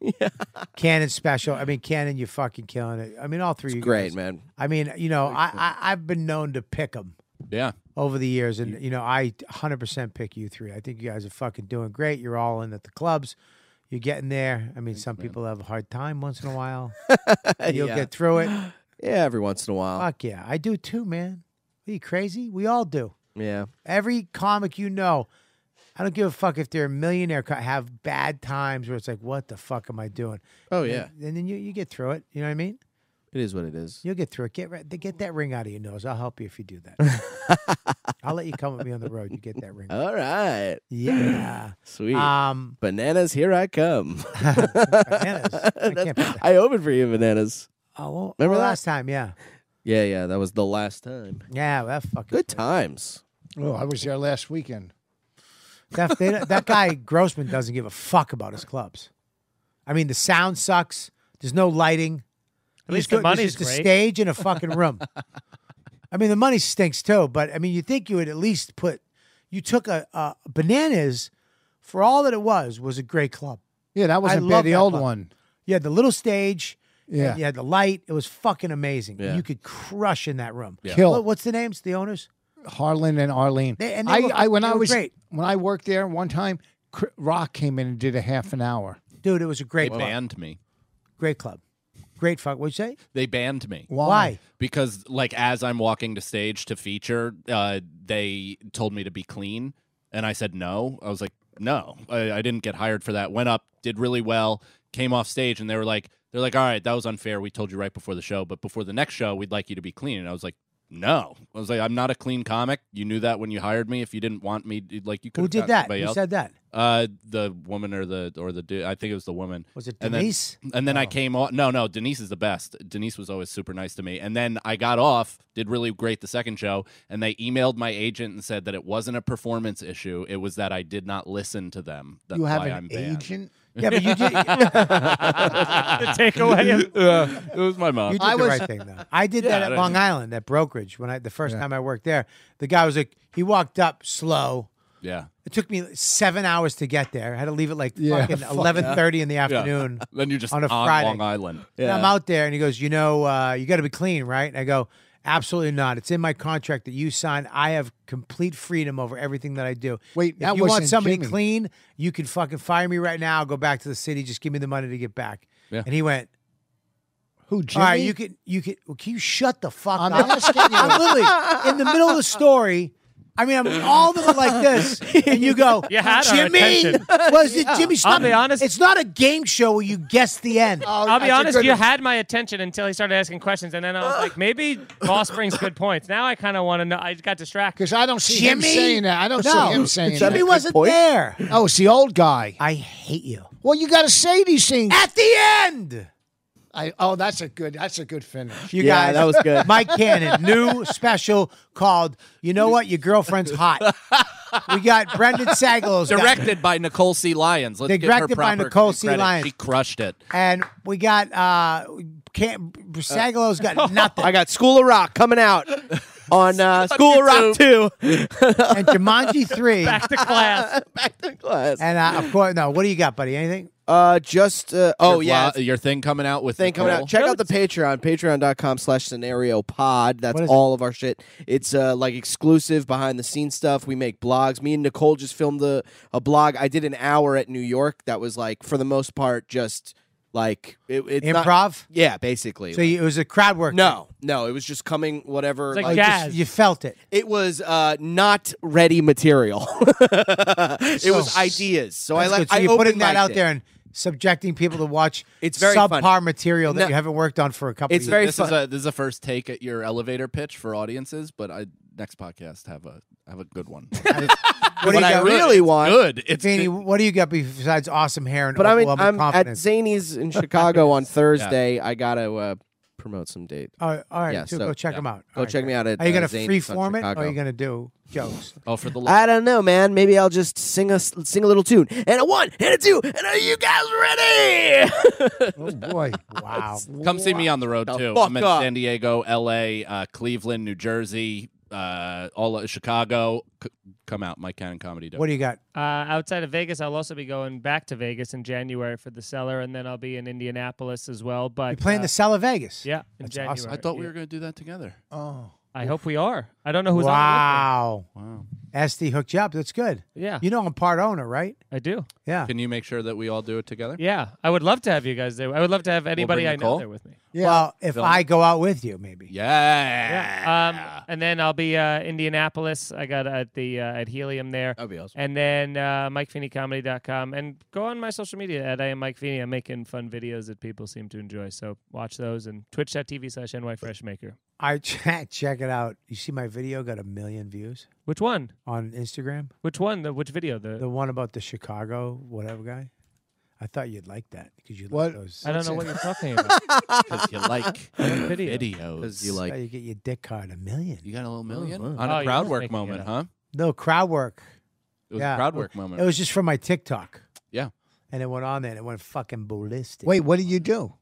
Cannon special. I mean, Cannon, you're fucking killing it. I mean, all three. of you Great, guys. man. I mean, you know, I, I I've been known to pick them Yeah, over the years, and you know, I 100% pick you three. I think you guys are fucking doing great. You're all in at the clubs. You're getting there. I mean, some people have a hard time once in a while. You'll Yeah. get through it. Yeah, every once in a while. Fuck yeah, I do too, man. Are you crazy? We all do. Yeah. Every comic you know, I don't give a fuck if they're a millionaire. co- Have bad times where it's like, what the fuck am I doing? Oh yeah. And, and then you, you get through it. You know what I mean? It is what it is. You'll get through it. Get right, get that ring out of your nose. I'll help you if you do that. I'll let you come with me on the road. You get that ring. All right. Yeah. Sweet. Um. bananas, here I come. bananas. I can't put that- I opened for you, bananas. Oh, well, Remember well, that? last time? Yeah. Yeah, yeah. That was the last time. Yeah. Well, that fucking Good times. Oh, I was there last weekend. That, they, don't- that guy Grossman doesn't give a fuck about his clubs. I mean, the sound sucks. There's no lighting. At least There's the no- there's money's just great. a stage and a fucking room. I mean, the money stinks too. But I mean, you think you would at least put. You took a, a bananas, for all that it was, was a great club. Yeah, that wasn't love bad. The that old club. one. You had the little stage. Yeah. and You had the light. It was fucking amazing. Yeah. You could crush in that room. Kill. What- what's the names? The owners? Harlan and Arlene. They- and they I, were- I when they I were was great. when I worked there one time, Cr- Rock came in and did a half an hour. Dude, it was a they great club. banned me. Great club. Great fuck. What'd you say? They banned me. Why? because like as i'm walking to stage to feature uh, they told me to be clean and i said no i was like no I, I didn't get hired for that went up did really well came off stage and they were like they're like all right that was unfair we told you right before the show but before the next show we'd like you to be clean and i was like no. I was like, I'm not a clean comic. You knew that when you hired me. If you didn't want me, like you could. Who have did gotten that? somebody Who else. said that? Uh, the woman or the or the dude. I think it was the woman. Was it And then- Denise? And then I came off. No, no, Denise is the best. Denise was always super nice to me. And then I got off, did really great the second show, and they emailed my agent and said that it wasn't a performance issue. It was that I did not listen to them. That's You have why an I'm banned. agent. yeah, but you did. the takeaway. Of, Yeah, it was my mom. You did the right thing though. I did Yeah, that I at Long did. Island, that brokerage. When I the first Yeah. time I worked there, the guy was like, he walked up slow. yeah. It took me seven hours to get there. I had to leave at like Yeah, fucking fuck eleven thirty in the Yeah. afternoon. Then you're just On on, a Friday. Long Island. And I'm out there, and he goes, "You know, uh, you got to be clean, right?" And I go, "Absolutely not. It's in my contract that you signed. I have complete freedom over everything that I do. Wait, if that you want wasn't somebody Jimmy. clean, you can fucking fire me right now. Go back to the city. Just give me the money to get back." Yeah. And he went, Who? "All Jimmy? right, you can, you can. Well, can you shut the fuck I'm up?" asking you. I'm literally in the middle of the story. I mean, I'm all of it like this, and you go, You had our Jimmy, attention." was it Jimmy? Stop. be honest- It's not a game show where you guess the end. Oh, I'll be honest, you had my attention until he started asking questions, and then I was like, maybe Boss brings good points. Now I kind of want to know. I got distracted. Because I don't see him Jimmy? saying that. I don't No, see him saying Jimmy that. wasn't there. Oh, it's the old guy. I hate you. Well, you got to say these things. At the end, I, oh, that's a good. That's a good finish. you Yeah, guys. that was good. Mike Cannon, new special called "You Know What? Your Girlfriend's Hot." We got Brendan Sagel's got- Directed by Nicole C. Lyons. Let's give her Directed by proper Nicole C. credit. Lyons. She crushed it. and we got uh, can Sagelo's got nothing, I got School of Rock coming out on uh, School of Rock two. and Jumanji three, Back to class. Back to class. and uh, of course, no. What do you got, buddy? Anything? Uh, just uh, oh Your yeah, lo- your thing coming out with thing coming Nicole. out. Check out the Patreon, patreon.com slash scenario pod. That's What is all of our shit. It's uh, like exclusive behind the scenes stuff. We make blogs. Me and Nicole just filmed a, a blog. I did an hour at New York that was like, for the most part, just like it, it's not- Improv? yeah, basically. So you, it was a crowd work. Oh, no, no, it was just coming whatever. It's like like, jazz. You felt it. it was uh, not ready material. it Oh, was ideas. So I That's like. good. So I you're putting that open-mic'd out it. there and subjecting people to watch It's very subpar fun. material that No. you haven't worked on for a couple. It's of very years. this fun. is a this is a first take at your elevator pitch for audiences, but I next podcast have a have a good one. What do What you I got? really want good. It's Feeny, what do you got besides awesome hair and But I mean, overwhelming I'm at confidence? Zany's in Chicago on Thursday. I gotta uh, promote some date. all right, all right yeah, so so, go check yeah. them out. Go check me out at. Are you uh, gonna Zany's free on form it, or are Chicago. you gonna do jokes? oh for the love. I don't know, man. Maybe I'll just sing a s- sing a little tune and a one and a two and are you guys ready? Oh boy. Wow. Come see me on the road too. fuck I'm in up. San Diego, L.A., uh, Cleveland, New Jersey, uh, all of Chicago. C- come out, Mike Cannon Comedy. What do you got? Uh, outside of Vegas, I'll also be going back to Vegas in January for the cellar, and then I'll be in Indianapolis as well. But You playing uh, the Cellar Vegas? Yeah, in January. awesome. I thought we Yeah. were going to do that together. Oh. I hope we are. I don't know who's on. wow. Wow. SD hooked you up. That's good. with me. Yeah, You know I'm part owner, right? I do. Yeah. Can you make sure that we all do it together? Yeah, I would love to have you guys there. I would love to have anybody bring I Nicole. know there with me. Well, if Film I go out with you, maybe. Yeah. Um, and then I'll be uh, Indianapolis. I got at the uh, at Helium there. That'd be awesome. And then uh, MikeFeeneyComedy.com. And go on my social media at I am Mike Feeney. I'm making fun videos that people seem to enjoy. So watch those and twitch.tv slash NYFreshmaker. I check check it out. You see my video got a million views Which one? on Instagram. Which one? The Which video? The, The one about the Chicago whatever guy. I thought you'd like that because you like What? those. I don't know what you're talking about. Because you like video? videos. you How like you get your dick card a million. You got a little million wow. on Oh, a you're crowd just work making it moment, up. huh? No crowd work. It was Yeah. a crowd Well, work moment. It was just from my TikTok. Yeah. And it went on there and it went fucking ballistic. Wait, what did you do?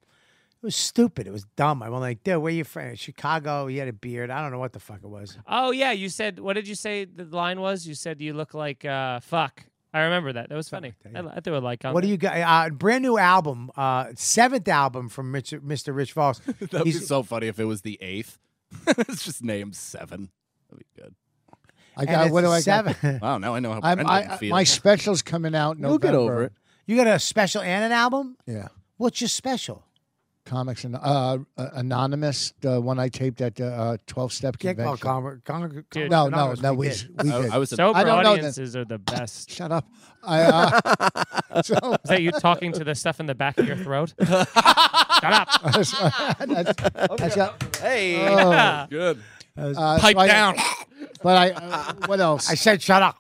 It was stupid. It was dumb. I went like, dude, where you from? Chicago. He had a beard. I don't know what the fuck it was. oh, yeah. You said, what did you say the line was? You said you look like uh, fuck. I remember that. That was funny. Something like that, I, I threw a like on What do that. you got? Uh, brand new album, uh, seventh album from Rich, Mr. Rich Voss. That'd be He's- so funny if it was the eighth. it's just name seven. That'd be good. I and got. What do I it's got? seven. Wow, now I know how I'm, Brendan I, feels. my special's coming out. You'll November. get over it. you got a special and an album? Yeah. What's your special? Comics and uh, uh, anonymous. The one I taped at the uh, twelve step Can't call convention. it Con- Con- Con- Dude. no, no, Anonymous. no. We we did. Oh. did. I, I was a, Sober I don't know that- audiences are the best. Shut up. I, uh, so, Is that you talking to the stuff in the back of your throat? Shut up. that's, that's, Hey, oh, Yeah. good. Uh, Pipe so I- down. But I, uh, what else? I said, shut up.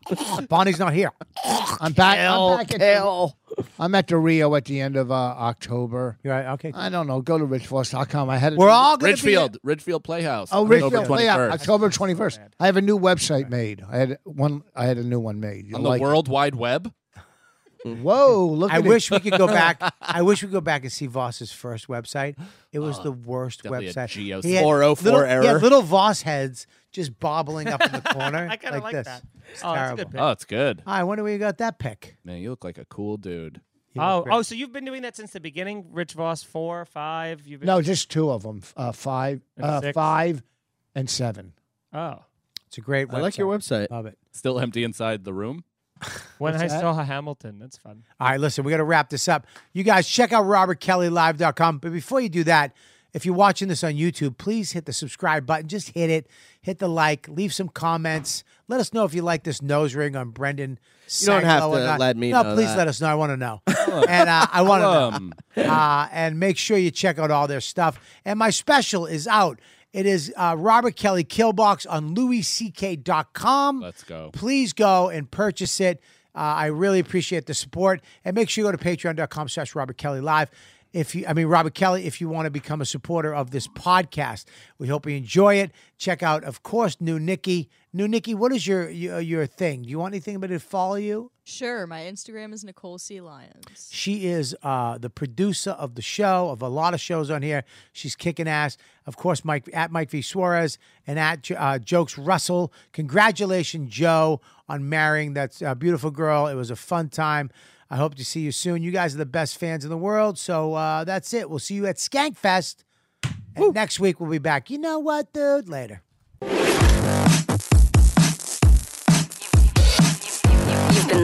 Bonnie's not here. I'm back. I'm back at The, I'm at the Rio at the end of uh, October. You're right. Okay. I don't know. Go to richforce.com. I had it. We're all going to be. Ridgefield, Ridgefield Playhouse. Oh, October Richfield, yeah, 21st. October 21st. I have a new website made. I had one. I had a new one made. You'll on the like it. World Wide Web. Whoa! Look. I at it. wish we could go back. I wish we could go back and see Voss's first website. It was Oh, the worst definitely a website. GeoCities. He had 404 little, he had error. little Voss heads just bobbling up in the corner. I kind of like, like, this. that. It's Oh, that's a terrible. good pick. Oh, it's good. I wonder where you got that pick. Man, you look like a cool dude. oh, oh, so you've been doing that since the beginning, Rich Voss four, five. You've been No, just two of them. Uh, five, And uh, six. five, and seven. Oh, It's a great website. I like your website. Love it. Still empty inside the room. when I that? saw Hamilton, that's fun. All right, listen, we got to wrap this up. You guys, check out robertkellylive.com. But before you do that, if you're watching this on YouTube, please hit the subscribe button. Just hit it, hit the like, leave some comments. Let us know if you like this nose ring on Brendan. You don't have to let me no, know please that. let us know. I want to know, and uh, I want to know Um, uh, and make sure you check out all their stuff. And my special is out. It is uh, Robert Kelly Killbox on louisck.com. Let's go. Please go and purchase it. Uh, I really appreciate the support. And make sure you go to patreon.com slash Robert Kelly Live. If you, I mean, Robert Kelly, if you want to become a supporter of this podcast, we hope you enjoy it. Check out, of course, New Nikki. New Nikki, what is your your, your thing? Do you want anything to follow you? Sure, my Instagram is Nicole C. Lyons. She is uh, the producer of the show, of a lot of shows on here. She's kicking ass. Of course, Mike at Mike V Suarez and at uh, Jokes Russell. Congratulations, Joe, on marrying that uh, beautiful girl. It was a fun time. I hope to see you soon. You guys are the best fans in the world. So uh, that's it. We'll see you at Skankfest. And next week, we'll be back. You know what, dude? Later. You've been